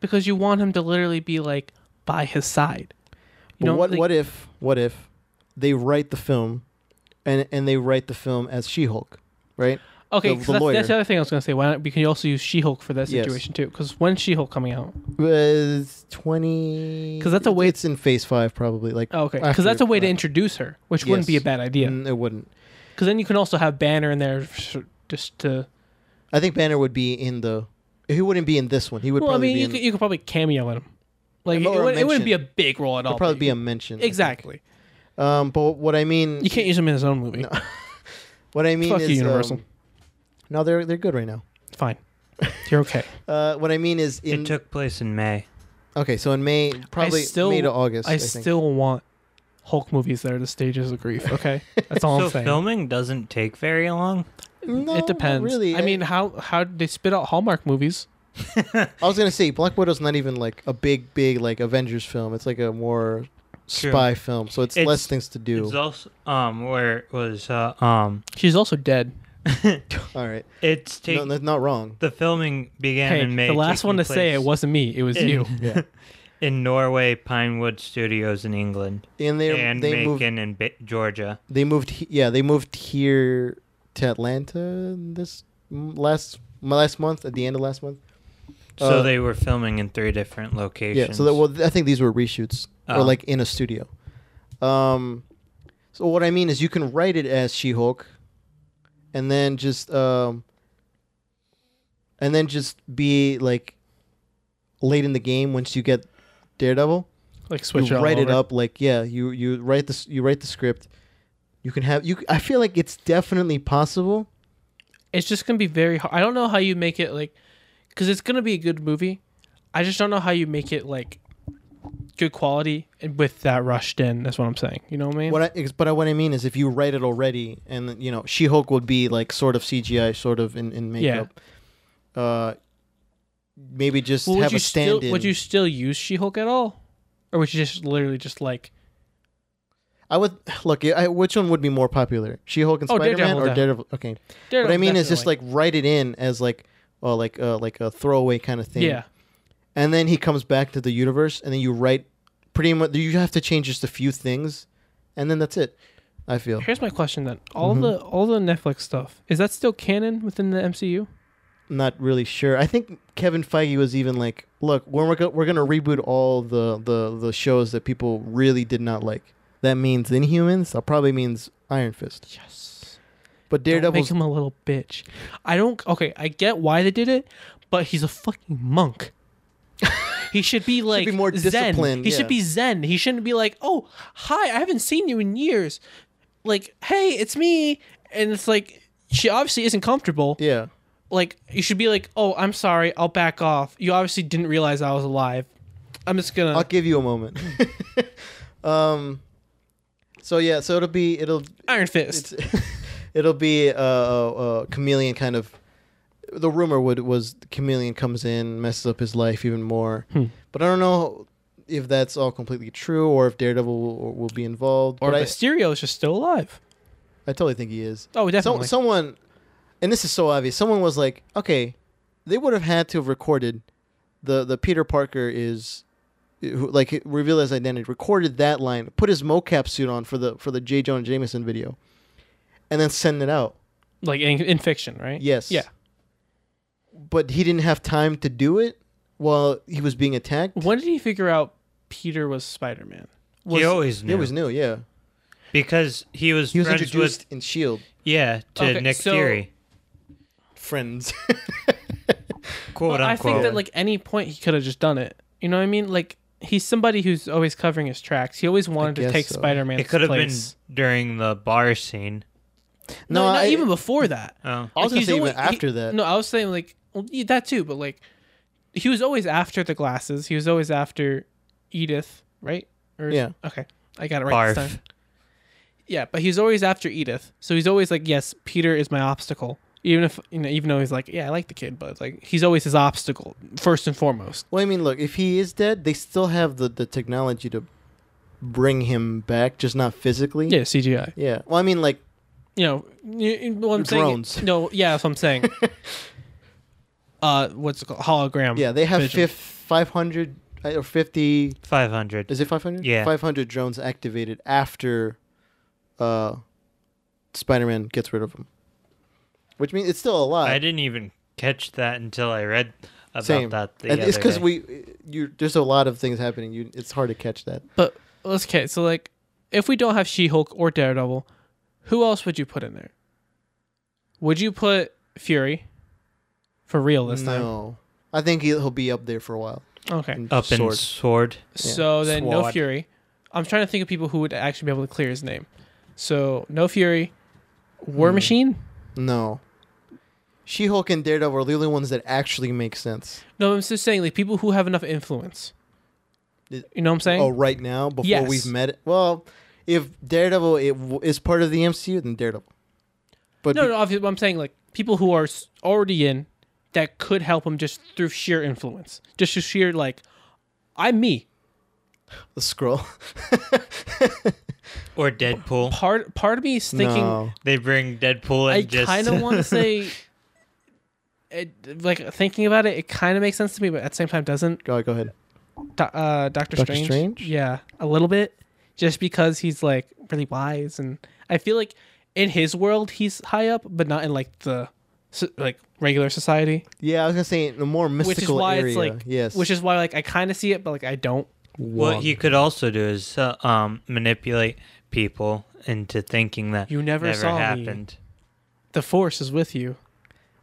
Because you want him to literally be like by his side. You but know what like- what if what if they write the film and and they write the film as She-Hulk, right? Okay, the- 'cause the that's, lawyer. that's the other thing I was gonna say. Why not? Because you also use She-Hulk for that Yes. situation too. Because when's She-Hulk coming out? Was 20 'Cause that's a way- it's in phase 5 probably like Oh, okay, After- because that's a way to uh, introduce her, which wouldn't be a yes. bad idea. mm, it wouldn't. Because then you can also have Banner in there sh- just to. I think Banner would be in the he wouldn't be in this one. He would Well, I probably mean, be you in, could, you could probably cameo in him. Like it, Or a would, it wouldn't be a mention. big role at all. it'd probably but be you- a mention. I think. exactly. Um but what I mean You can't use him in his own movie. No. what I mean Fuck you, is Universal. um, no, they're they're good right now. Fine, you're okay. Uh, what I mean is in it took place in May. okay, so in May, probably still- May to August. I, I, think. still want Hulk movies that are the stages of grief. Okay, that's all So I'm saying. filming doesn't take very long. No, it not depends. Really, I mean, how how they spit out Hallmark movies? I was gonna say Black Widow's not even like a big, big like Avengers film. It's like a more True. spy film, so it's, It's- less things to do. It's also um where it was uh, um She's also dead. All right, it's take no, that's not wrong. the filming began hey, in May. the last one to taking say it place wasn't me. It was in- you. Yeah, in Norway Pinewood Studios in England and they and they Macon moved and Ba- Georgia. they moved he- yeah they moved here to Atlanta this m- last my last month at the end of last month. So Uh, they were filming in three different locations. Yeah, so that, well, I think these were reshoots Oh. or like in a studio. Um, so what I mean is you can write it as She-Hulk, and then just um, and then just be like late in the game once you get Daredevil. Like switch you all write it over. up like yeah, you you write this you write the script. You can have you. c- I feel like it's definitely possible. It's just gonna be very hard. I don't know how you make it like, because it's gonna be a good movie. I just don't know how you make it like good quality and with that rushed in. That's what I'm saying. You know what I mean? What I ex- but I- what I mean is if you write it already, and you know She-Hulk would be like sort of CGI, sort of in in makeup. Uh, maybe just Well, would have you a still stand in. would you still use She-Hulk at all, or would you just literally just like I would look. I, which one would be more popular? She-Hulk and Oh, Spider-Man Daredevil, or yeah. Daredevil? Okay. Daredevil, what I mean is just definitely. like write it in as like oh like uh, like a throwaway kind of thing. yeah. And then he comes back to the universe, and then you write pretty much. You have to change just a few things, and then that's it. I feel. Here's my question then. All Mhm. the all the Netflix stuff is that still canon within the MCU? not really sure. I think Kevin Feige was even like, "Look, we're we're go- we're gonna reboot all the the the shows that people really did not like. That means Inhumans. That probably means Iron Fist. Yes. But Daredevil make Daredevil's him a little bitch. I don't. Okay, I get why they did it, but he's a fucking monk. he should be like be more Zen. disciplined, He yeah. should be zen. He shouldn't be like, oh, hi, I haven't seen you in years. Like, hey, it's me, and it's like she obviously isn't comfortable. yeah, like you should be like, "Oh, I'm sorry. I'll back off. You obviously didn't realize I was alive. I'm just going I'll to give you a moment. um, so yeah, so it'll be it'll Iron Fist." it'll be a, a, a chameleon kind of. The rumor would was chameleon comes in messes up his life even more, Hmm. but I don't know if that's all completely true or if Daredevil will, will be involved. or but I- Mysterio is just still alive. I totally think he is. Oh, So, definitely. someone, and this is so obvious. Someone was like, "Okay, they would have had to have recorded the the Peter Parker is, who, like reveal his identity, recorded that line, put his mocap suit on for the for the J. Jonah Jameson video, and then send it out." like in, in fiction, right? Yes. Yeah. But he didn't have time to do it while he was being attacked. When did he figure out Peter was Spider-Man? Was, he always It knew was new. Yeah, because he was, he was friends introduced with in E Shield. yeah to Okay, Nick so- Fury, Friends. quote I unquote. think that like any point he could have just done it. You know what I mean? Like he's somebody who's always covering his tracks. He always wanted to guess take so. Spider-Man. it could have been place. during the bar scene. No, No, not I- even before that. Oh, I was Like, gonna he's say even always- he- after that. No, I was saying like well, yeah, that too, but like he was always after the glasses. He was always after Edith, right? Or Yeah. Okay, I got it right this barf. time. Yeah, but he's always after Edith, so he's always like, yes, Peter is my obstacle. Even if you know, even though he's like, yeah, I like the kid, but it's like he's always his obstacle first and foremost. Well, I mean, look, if he is dead, they still have the, the technology to bring him back, just not physically. Yeah, CGI. Yeah. Well, I mean, like, you know, you, you- what I'm Drones. saying. No, yeah, that's what I'm saying. uh, what's it called? Hologram. Yeah, they have vision. fif- 500 uh, or 50. 500. Is it 500? Yeah. 500 drones activated after uh, Spider Man gets rid of them. Which means it's still alive. I didn't even catch that until I read about Same. that the and it's other because day. we, you, there's a lot of things happening. You, it's hard to catch that. But let's okay. So like, if we don't have She-Hulk or Daredevil, who else would you put in there? Would you put Fury? For real this no, I think he'll he'll be up there for a while. time. Okay. in up in sword. sword. So then no Swad. Fury. I'm trying to think of people who would actually be able to clear his name. So no Fury, War Hmm. Machine. No. She Hulk and Daredevil are the only ones that actually make sense. No, I'm just saying like people who have enough influence. It- You know what I'm saying? Oh, right now before Yes. we've met. Well, if Daredevil i- w- is part of the MCU, then Daredevil. But no, be- no. Obviously, I'm saying like people who are s- already in that could help him just through sheer influence, just through sheer like, I'm me. the scroll. Or Deadpool. Part part of me is thinking No. They bring Deadpool and I just kind of want to say. It, like thinking about it, it kind of makes sense to me, but at the same time doesn't. Go, go ahead. Do- uh, Doctor, Doctor Strange, Strange? yeah, a little bit, just because he's like really wise, and I feel like in his world he's high up, but not in like the so- like regular society, Yeah, I was gonna say in a more mystical which is why area. it's like yes. which is why like I kind of see it, but like I don't. What he could also do is uh, um, manipulate people into thinking that You never saw me. happened. The Force is with you.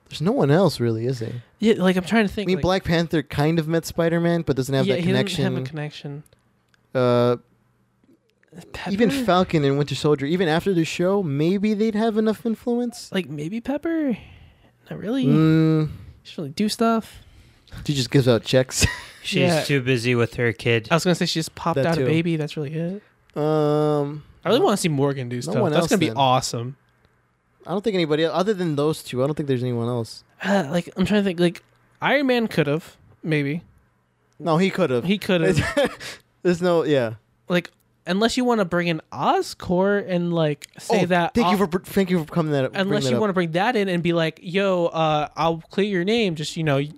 there's no one else really, is there? Yeah, like I'm trying to I think. mean, like, Black Panther kind of met Spider Man, but doesn't have yeah, that he doesn't connection. have a connection. uh, Pepper? even Falcon and Winter Soldier, even after the show, maybe they'd have enough influence. like maybe Pepper, not really. Mm, She really do stuff. she just gives out checks. She's Yeah. too busy with her kid. I was gonna say she just popped That out a too. baby. That's really it. um, I really want to see Morgan do stuff. one That's else gonna be then. awesome. I don't think anybody else, other than those two. I don't think there's anyone else. Uh, like I'm trying to think. Like Iron Man could have maybe No, he could have. he could have there's no. Yeah. like unless you want to bring in Oscorp and like say Oh, that. Thank Os- you for br- thank you for coming that up. bringing unless that you up. want to bring that in and be like, yo, uh, I'll clear your name. Just you know, y-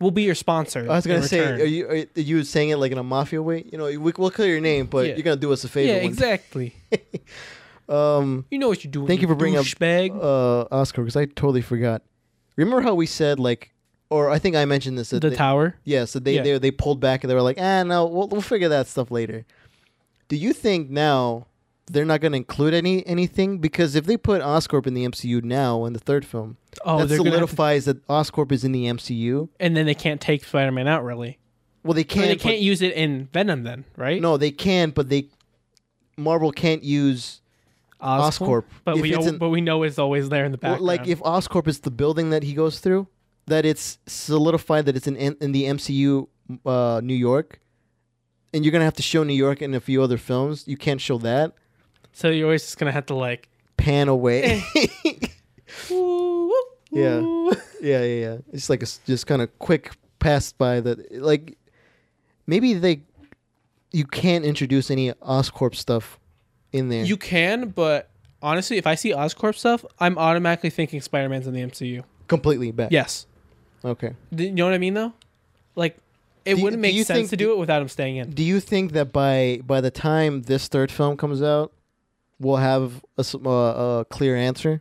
we'll be your sponsor. I was gonna in say, return." are you are you saying it like in a mafia way? You know, we, we'll clear your name, but Yeah. you're gonna do us a favor. yeah, when- exactly. Um, You know what you're doing. Thank you for bringing up- douchebag. uh, Oscar, because I totally forgot. Remember how we said like, or I think I mentioned this. That the they, tower. yeah, so they, Yeah. they they pulled back and they were like, ah, no, we'll, we'll figure that stuff later. Do you think now they're not gonna include any anything because if they put Oscorp in the MCU now in the third film, Oh, that they're gonna have to- solidifies that Oscorp is in the MCU. and then they can't take Spider-Man out really. Well, they Or can't. Oh, they but- can't use it in Venom then, right? No, they can, but they Marvel can't use Oscorp. But If we it's al- an- but we know it's always there in the well, background. like if Oscorp is the building that he goes through, that it's solidified that it's in in the MCU uh, New York, and you're gonna have to show New York in a few other films. You can't show that. so you're always just gonna have to like Pan away. woo, woo, Yeah. woo. yeah, yeah, yeah. It's like a s just kind of quick pass by that. Like maybe they you can't introduce any Oscorp stuff in there. You can, but honestly, if I see Oscorp stuff, I'm automatically thinking Spider Man's in the MCU. completely back. Yes. Okay. D- You know what I mean though? Like it Do you- wouldn't do make you sense think- to do it without him staying in. Do you think that by by the time this third film comes out, we'll have a, s- uh, a clear answer?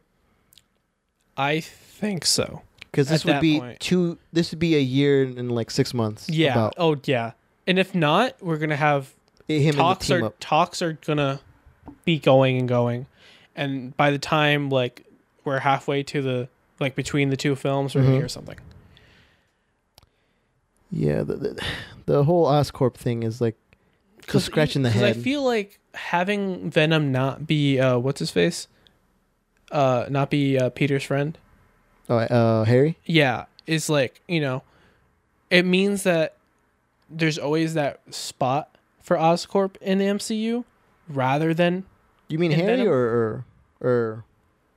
I think so. Because this At would that be point. two. This would be a year and, and like six months. Yeah. about Oh yeah. And if not, we're gonna have him and the talks team are up. talks are gonna be going and going, and by the time like we're halfway to the like between the two films, we're Mhm. gonna hear something. Yeah, the, the the whole Oscorp thing is like the scratch in the I head. feel like having Venom not be uh, what's his face, uh, not be uh, Peter's friend. oh, uh, Harry. Yeah, is like you know, it means that there's always that spot for Oscorp in the MCU, rather than You mean And Harry Venom? or, or or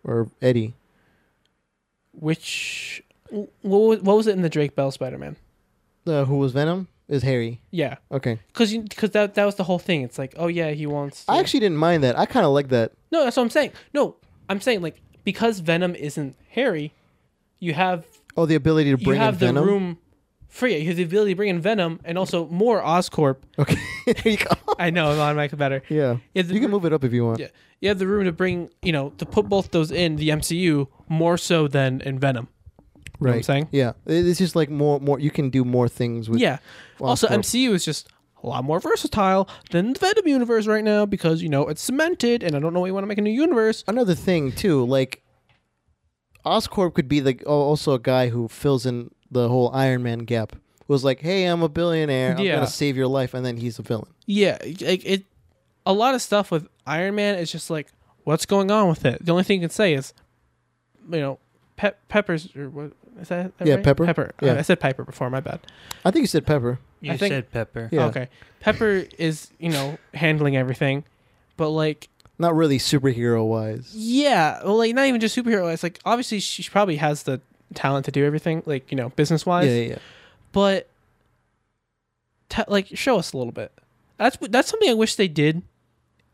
or Eddie? which wh- what was, what was it in the Drake Bell Spider Man? Uh, who was Venom? Is Harry? Yeah. Okay. Cause, you, cause that that was the whole thing. It's like, oh yeah, he wants. to- I actually didn't mind that. I kind of like that. no, that's what I'm saying. No, I'm saying like because Venom isn't Harry, you have Oh, the ability to you bring in have the Venom. room free. You have the ability to bring in Venom and also more Oscorp. Okay, there you go. I know I'm on my better. Yeah, You have the you can move it up if you want. Yeah, you have the room to bring you know to put both those in the MCU more so than in Venom. right. I'm saying? Yeah, It- it's just like more, more. You can do more things with. Yeah. Also, Oscorp. MCU is just a lot more versatile than the Venom universe right now because you know it's cemented, and I don't know why you want to make a new universe. Another thing too, like Oscorp could be the al- also a guy who fills in the whole Iron Man gap. Was like, hey, I'm a billionaire. I'm Yeah. gonna save your life, and then he's a villain. Yeah, like it. A lot of stuff with Iron Man is just like, what's going on with it? The only thing you can say is, you know, pe- Pepper's or what is that? that Yeah, right? Pepper. Pepper. Yeah. I, I said Piper before. My bad. I think you said Pepper. You I think- said Pepper. Yeah, Okay. Pepper is you know handling everything, but like not really superhero wise. Yeah, well, like not even just superhero. It's like obviously she she probably has the talent to do everything, like you know, business Yeah, wise. yeah, yeah. But te- like, show us a little bit. That's what- that's something I wish they did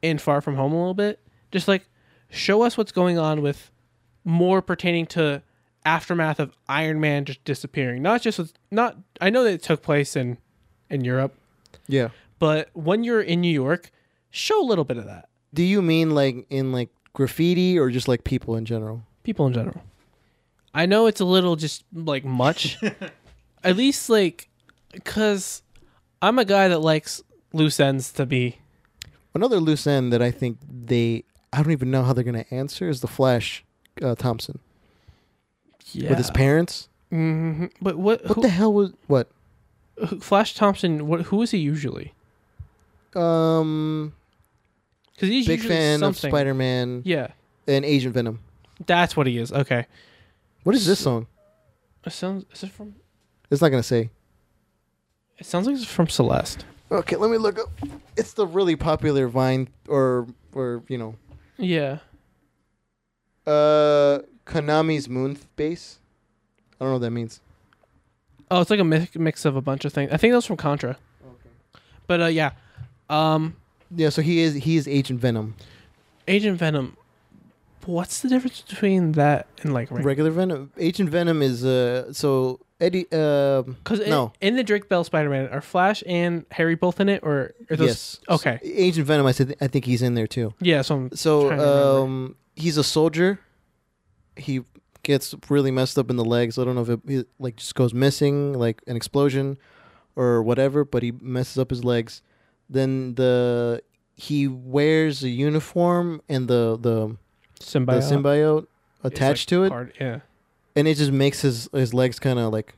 in Far From Home a little bit. Just like show us what's going on with more pertaining to aftermath of Iron Man just disappearing. Not just with not. I know that it took place in in Europe, yeah. but when you're in New York, show a little bit of that. Do you mean like in like graffiti or just like people in general? people in general. I know it's a little just like much. At least like cuz I'm a guy that likes loose ends to be Another loose end that I think they I don't even know how they're gonna answer is the Flash uh, Thompson yeah. with his parents. hmm But what, What who, the hell was what? who- Flash Thompson what who is he usually? Um, Cuz he's big usually fan something. of Spider Man Yeah. and Agent Venom. That's what he is. Okay. What is this song? It sounds is it from It's not gonna say. It sounds like it's from Celeste. Okay, let me look up. It's the really popular Vine or or you know, Yeah. uh, Konami's Moon Base. I don't know what that means. Oh, it's like a mix, mix of a bunch of things. I think that was from Contra. But uh yeah. Um Yeah, so he is he is Agent Venom. Agent Venom. What's the difference between that and like Ring? Regular Venom. Agent Venom is uh so Eddie um Because No. in, the Drake Bell Spider Man, are Flash and Harry both in it, or are those? yes. Okay. Agent Venom I said I think he's in there too. Yeah. So I'm, So Trying to remember. um he's a soldier. He gets really messed up in the legs. I don't know if it, he, like just goes missing like an explosion or whatever, but he messes up his legs. Then the he wears a uniform and the the, the symbiote. symbiote is, attached like, to it part- yeah. and it just makes his his legs kind of like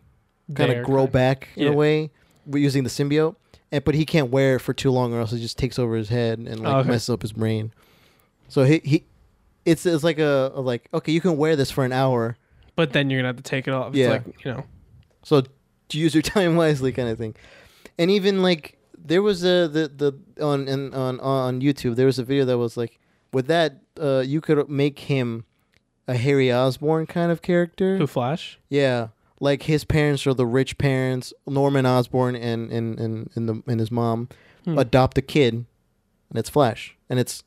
kind There, of grow kinda. back in Yeah. a way with- using the symbiote. And but he can't wear it for too long, or else it just takes over his head and like Oh, okay. messes up his brain. So he he, it's it's like a, a like okay, you can wear this for an hour, But then you're gonna have to take it off. It's Yeah. Like you know. so to use your time wisely, kind of thing. And even like there was a the the on and on on YouTube there was a video that was like with that uh you could make him a Harry Osborn kind of character. Who Flash? Yeah, like his parents are the rich parents. Norman Osborn and and and and, the, and his mom Hmm. adopt a kid, and it's Flash, and it's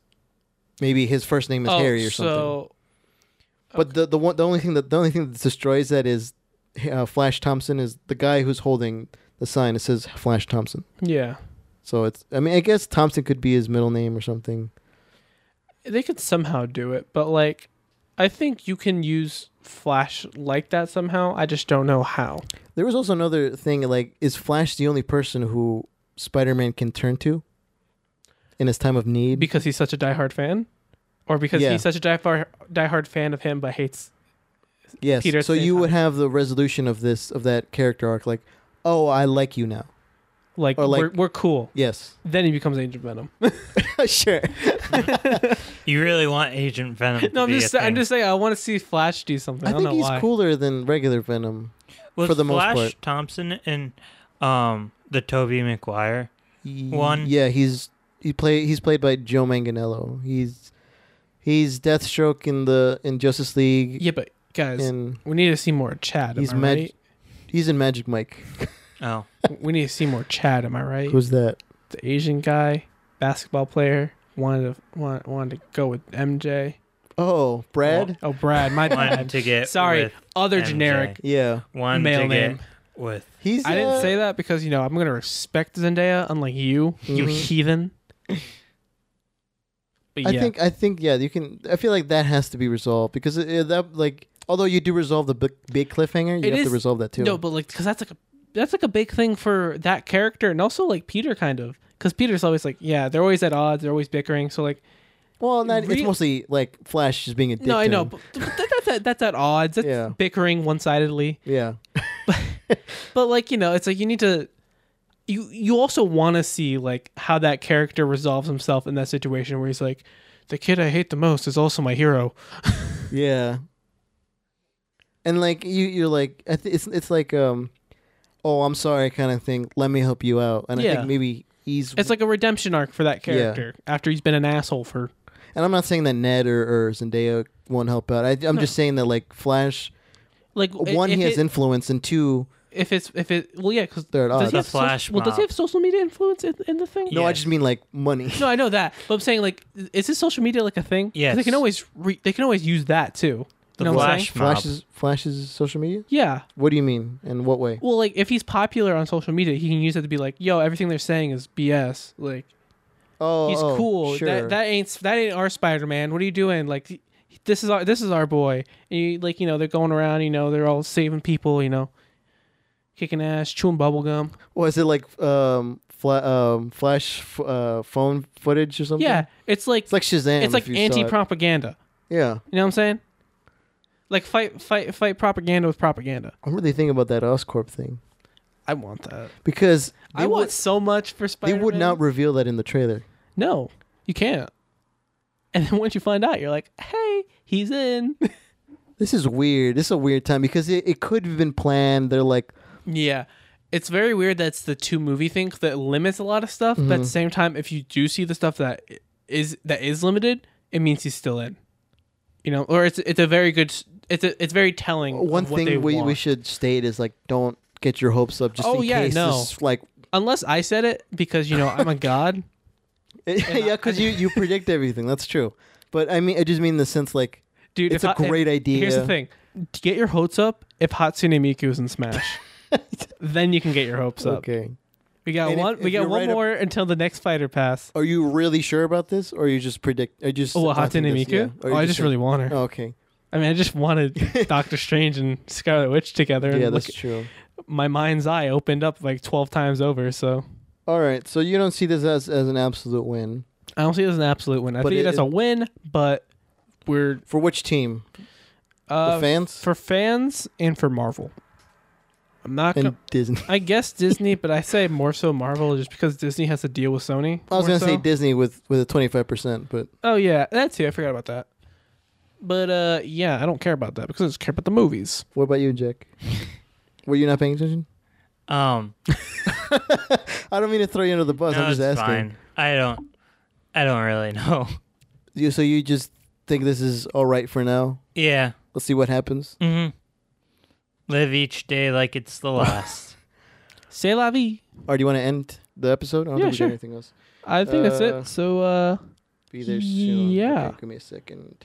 maybe his first name is Oh, Harry or something. so But the the one the only thing that the only thing that destroys that is uh, Flash Thompson is the guy who's holding the sign. It says Flash Thompson. yeah, So it's I mean I guess Thompson could be his middle name or something. they could somehow do it, but like, I think you can use Flash like that somehow. I just don't know how. There was also another thing like is Flash the only person who Spider-Man can turn to in his time of need? Because he's such a diehard fan, or because Yeah. he's such a diehard diehard fan of him, but hates. Yes. Peter at so the same you would time. have the resolution of this of that character arc, like, oh, I like you now. Like, Or, like- we're, we're cool. Yes. Then he becomes Agent Venom. sure. You really want Agent Venom? to No, I'm be just a I'm thing. just saying I want to see Flash do something. I, I don't think know he's why. cooler than regular Venom. Was for the most Flash part. Thompson and um the Toby McGuire. He- One. Yeah, he's he play he's played by Joe Manganello. He's he's Deathstroke in the in Justice League, Yeah, but guys, and we need to see more Chad. Am He's I mad- right? he's in Magic Mike. Oh, We need to see more Chad. Am I right? Who's that? the Asian guy, basketball player, wanted to want, wanted to go with MJ. Oh, Brad. Oh, Brad, my One bad. to get Sorry, with other MJ. generic. Yeah, One male to name. get with he's. I uh, didn't say that because you know I'm gonna respect Zendaya, unlike you, you Mhm. heathen. But I yeah, think. I think. Yeah, you can. I feel like that has to be resolved because it, it- that like. Although you do resolve the big, big cliffhanger, you It have is- to resolve that too. no, but like because that's like a that's like a big thing for that character, and also like Peter, kind of because Peter's always like, yeah, they're always at odds, they're always bickering. So like, well, not, it's Real- mostly like Flash just being a dick. no, I to know, him. but, but that- that's at, that's at odds. That's Yeah. bickering one sidedly. Yeah. but like you know it's like you need to you you also want to see like how that character resolves himself in that situation where he's like the kid i hate the most is also my hero Yeah. And like you, you're like I th- it's it's like um, oh I'm sorry kind of thing. Let me help you out, and I Yeah. think maybe he's. it's like a redemption arc for that character after he's been an asshole for and I'm not saying that Ned or, or Zendaya won't help out. I, I'm just saying that like Flash, like i- one if he has it, influence, and two if it's if it well yeah because they're at odds. does he have The so- flash well does he mob. have social media influence in, in the thing no, Yeah. I just mean like money. no i know that but i'm saying like is his social media like a thing 'Cause they Yes. can always re- they can always use that too the know what I'm Flash mob. Flash's Flash's social media. yeah What do you mean? In what way? Well, like if he's popular on social media, he can use it to be like, "Yo, everything they're saying is BS." Like Oh, he's oh, cool. Sure. That that ain't that ain't our Spider Man. What are you doing? Like this is our this is our boy. And you, like you know they're going around. You know they're all saving people. You know, kicking ass, chewing bubble gum. Was it like um, fla- um Flash f- uh, phone footage or something? Yeah, it's like It's like Shazam. it's like if you saw it. anti propaganda. Yeah, You know what I'm saying? Like fight fight fight propaganda with propaganda. I'm really thinking about that Oscorp thing I want that. because they I want would, so much for they Spider. would not reveal that in the trailer. No, you can't. And then once you find out, you're like, hey, he's in. This is weird. This is a weird time because it, it could have been planned. They're like, yeah. It's very weird that's the two movie thing that limits a lot of stuff, Mm-hmm. but at the same time, if you do see the stuff that i- is that is limited, it means he's still in. You know, or it's it's a very good s- it's a, it's very telling. of one what they thing we, we want. should state is like don't get your hopes up just Oh, in yeah, case no. this, like unless I said it because you know I'm a god. yeah because you, you predict everything that's true but i mean i just mean the sense like Dude, It's if a Hot- if- great idea. Here's the thing: To get your hopes up if Hatsune Miku is in Smash. then you can get your hopes up. okay We got And if- one. if we got you're one right ab- more until the next fighter pass. are you really sure about this or are you just predict or just Oh, well, talking Hatsune this- Miku. yeah, oh, or you I just saying- really want her. Oh, okay I mean, I just wanted Doctor Strange and Scarlet Witch together. And yeah look, that's true my mind's eye opened up like twelve times over. So all right so you don't see this as, as an absolute win I don't see it as an absolute win. I But think it- that's a win, but we're for which team uh, the fans for fans and for Marvel. I'm not. and Gonna, disney I guess Disney, but I say more so Marvel, just because Disney has to deal with Sony. i was more gonna so. say disney with with a 25% but Oh yeah, that's it. I forgot about that. But uh, yeah, I don't care about that because I just care about the movies. what about you jack were you not paying attention Um, i don't mean to throw you under the bus no, i'm just it's asking fine. I don't. I don't really know. You, so you just think this is all right for now yeah. let's see what happens Mm-hmm. Live each day like it's the last. C'est la vie. Or do you want to end the episode? I don't Yeah, think we sure. did anything else. I think that's Uh, it. So uh, Be there soon. Yeah. Okay, give me a second.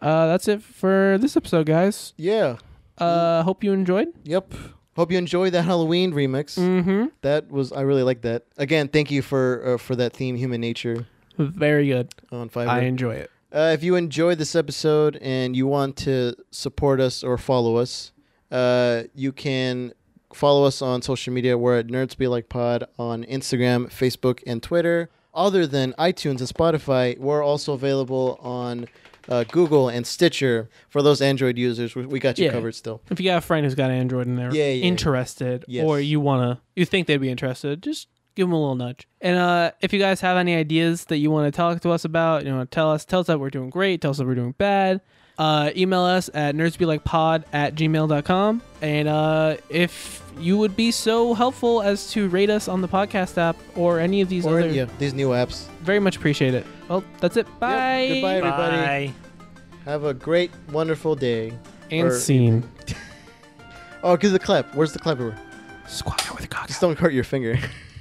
uh, that's it for this episode, guys. Yeah. Uh, hope you enjoyed. Yep. Hope you enjoyed the Halloween remix. Mm-hmm. That was I really like that. Again, thank you for uh, for that theme, human nature Very good. on I Fiverr. enjoy it. Uh, if you enjoyed this episode and you want to support us or follow us, uh, you can follow us on social media. We're at Nerds Be Like Pod on Instagram, Facebook, and Twitter. Other than iTunes and Spotify, we're also available on uh, Google and Stitcher. For those Android users, we, we got you Yeah. covered still. If you got a friend who's got an Android and they're Yeah, yeah, yeah. interested, Yes. or you wanna, you think they'd be interested, just give them a little nudge. And uh, if you guys have any ideas that you want to talk to us about, you know, tell us, tell us that we're doing great, tell us that we're doing bad. Uh, email us at nerdsbelikepod at gmail.com. And uh, if you would be so helpful as to rate us on the podcast app or any of these Or other, yeah, these new apps. very much appreciate it. Well, that's it. Bye. Goodbye, everybody. Bye. Have a great, wonderful day. And Or- scene. Oh, give the clap. Where's the clap? Squire with a cock. Just don't hurt your finger.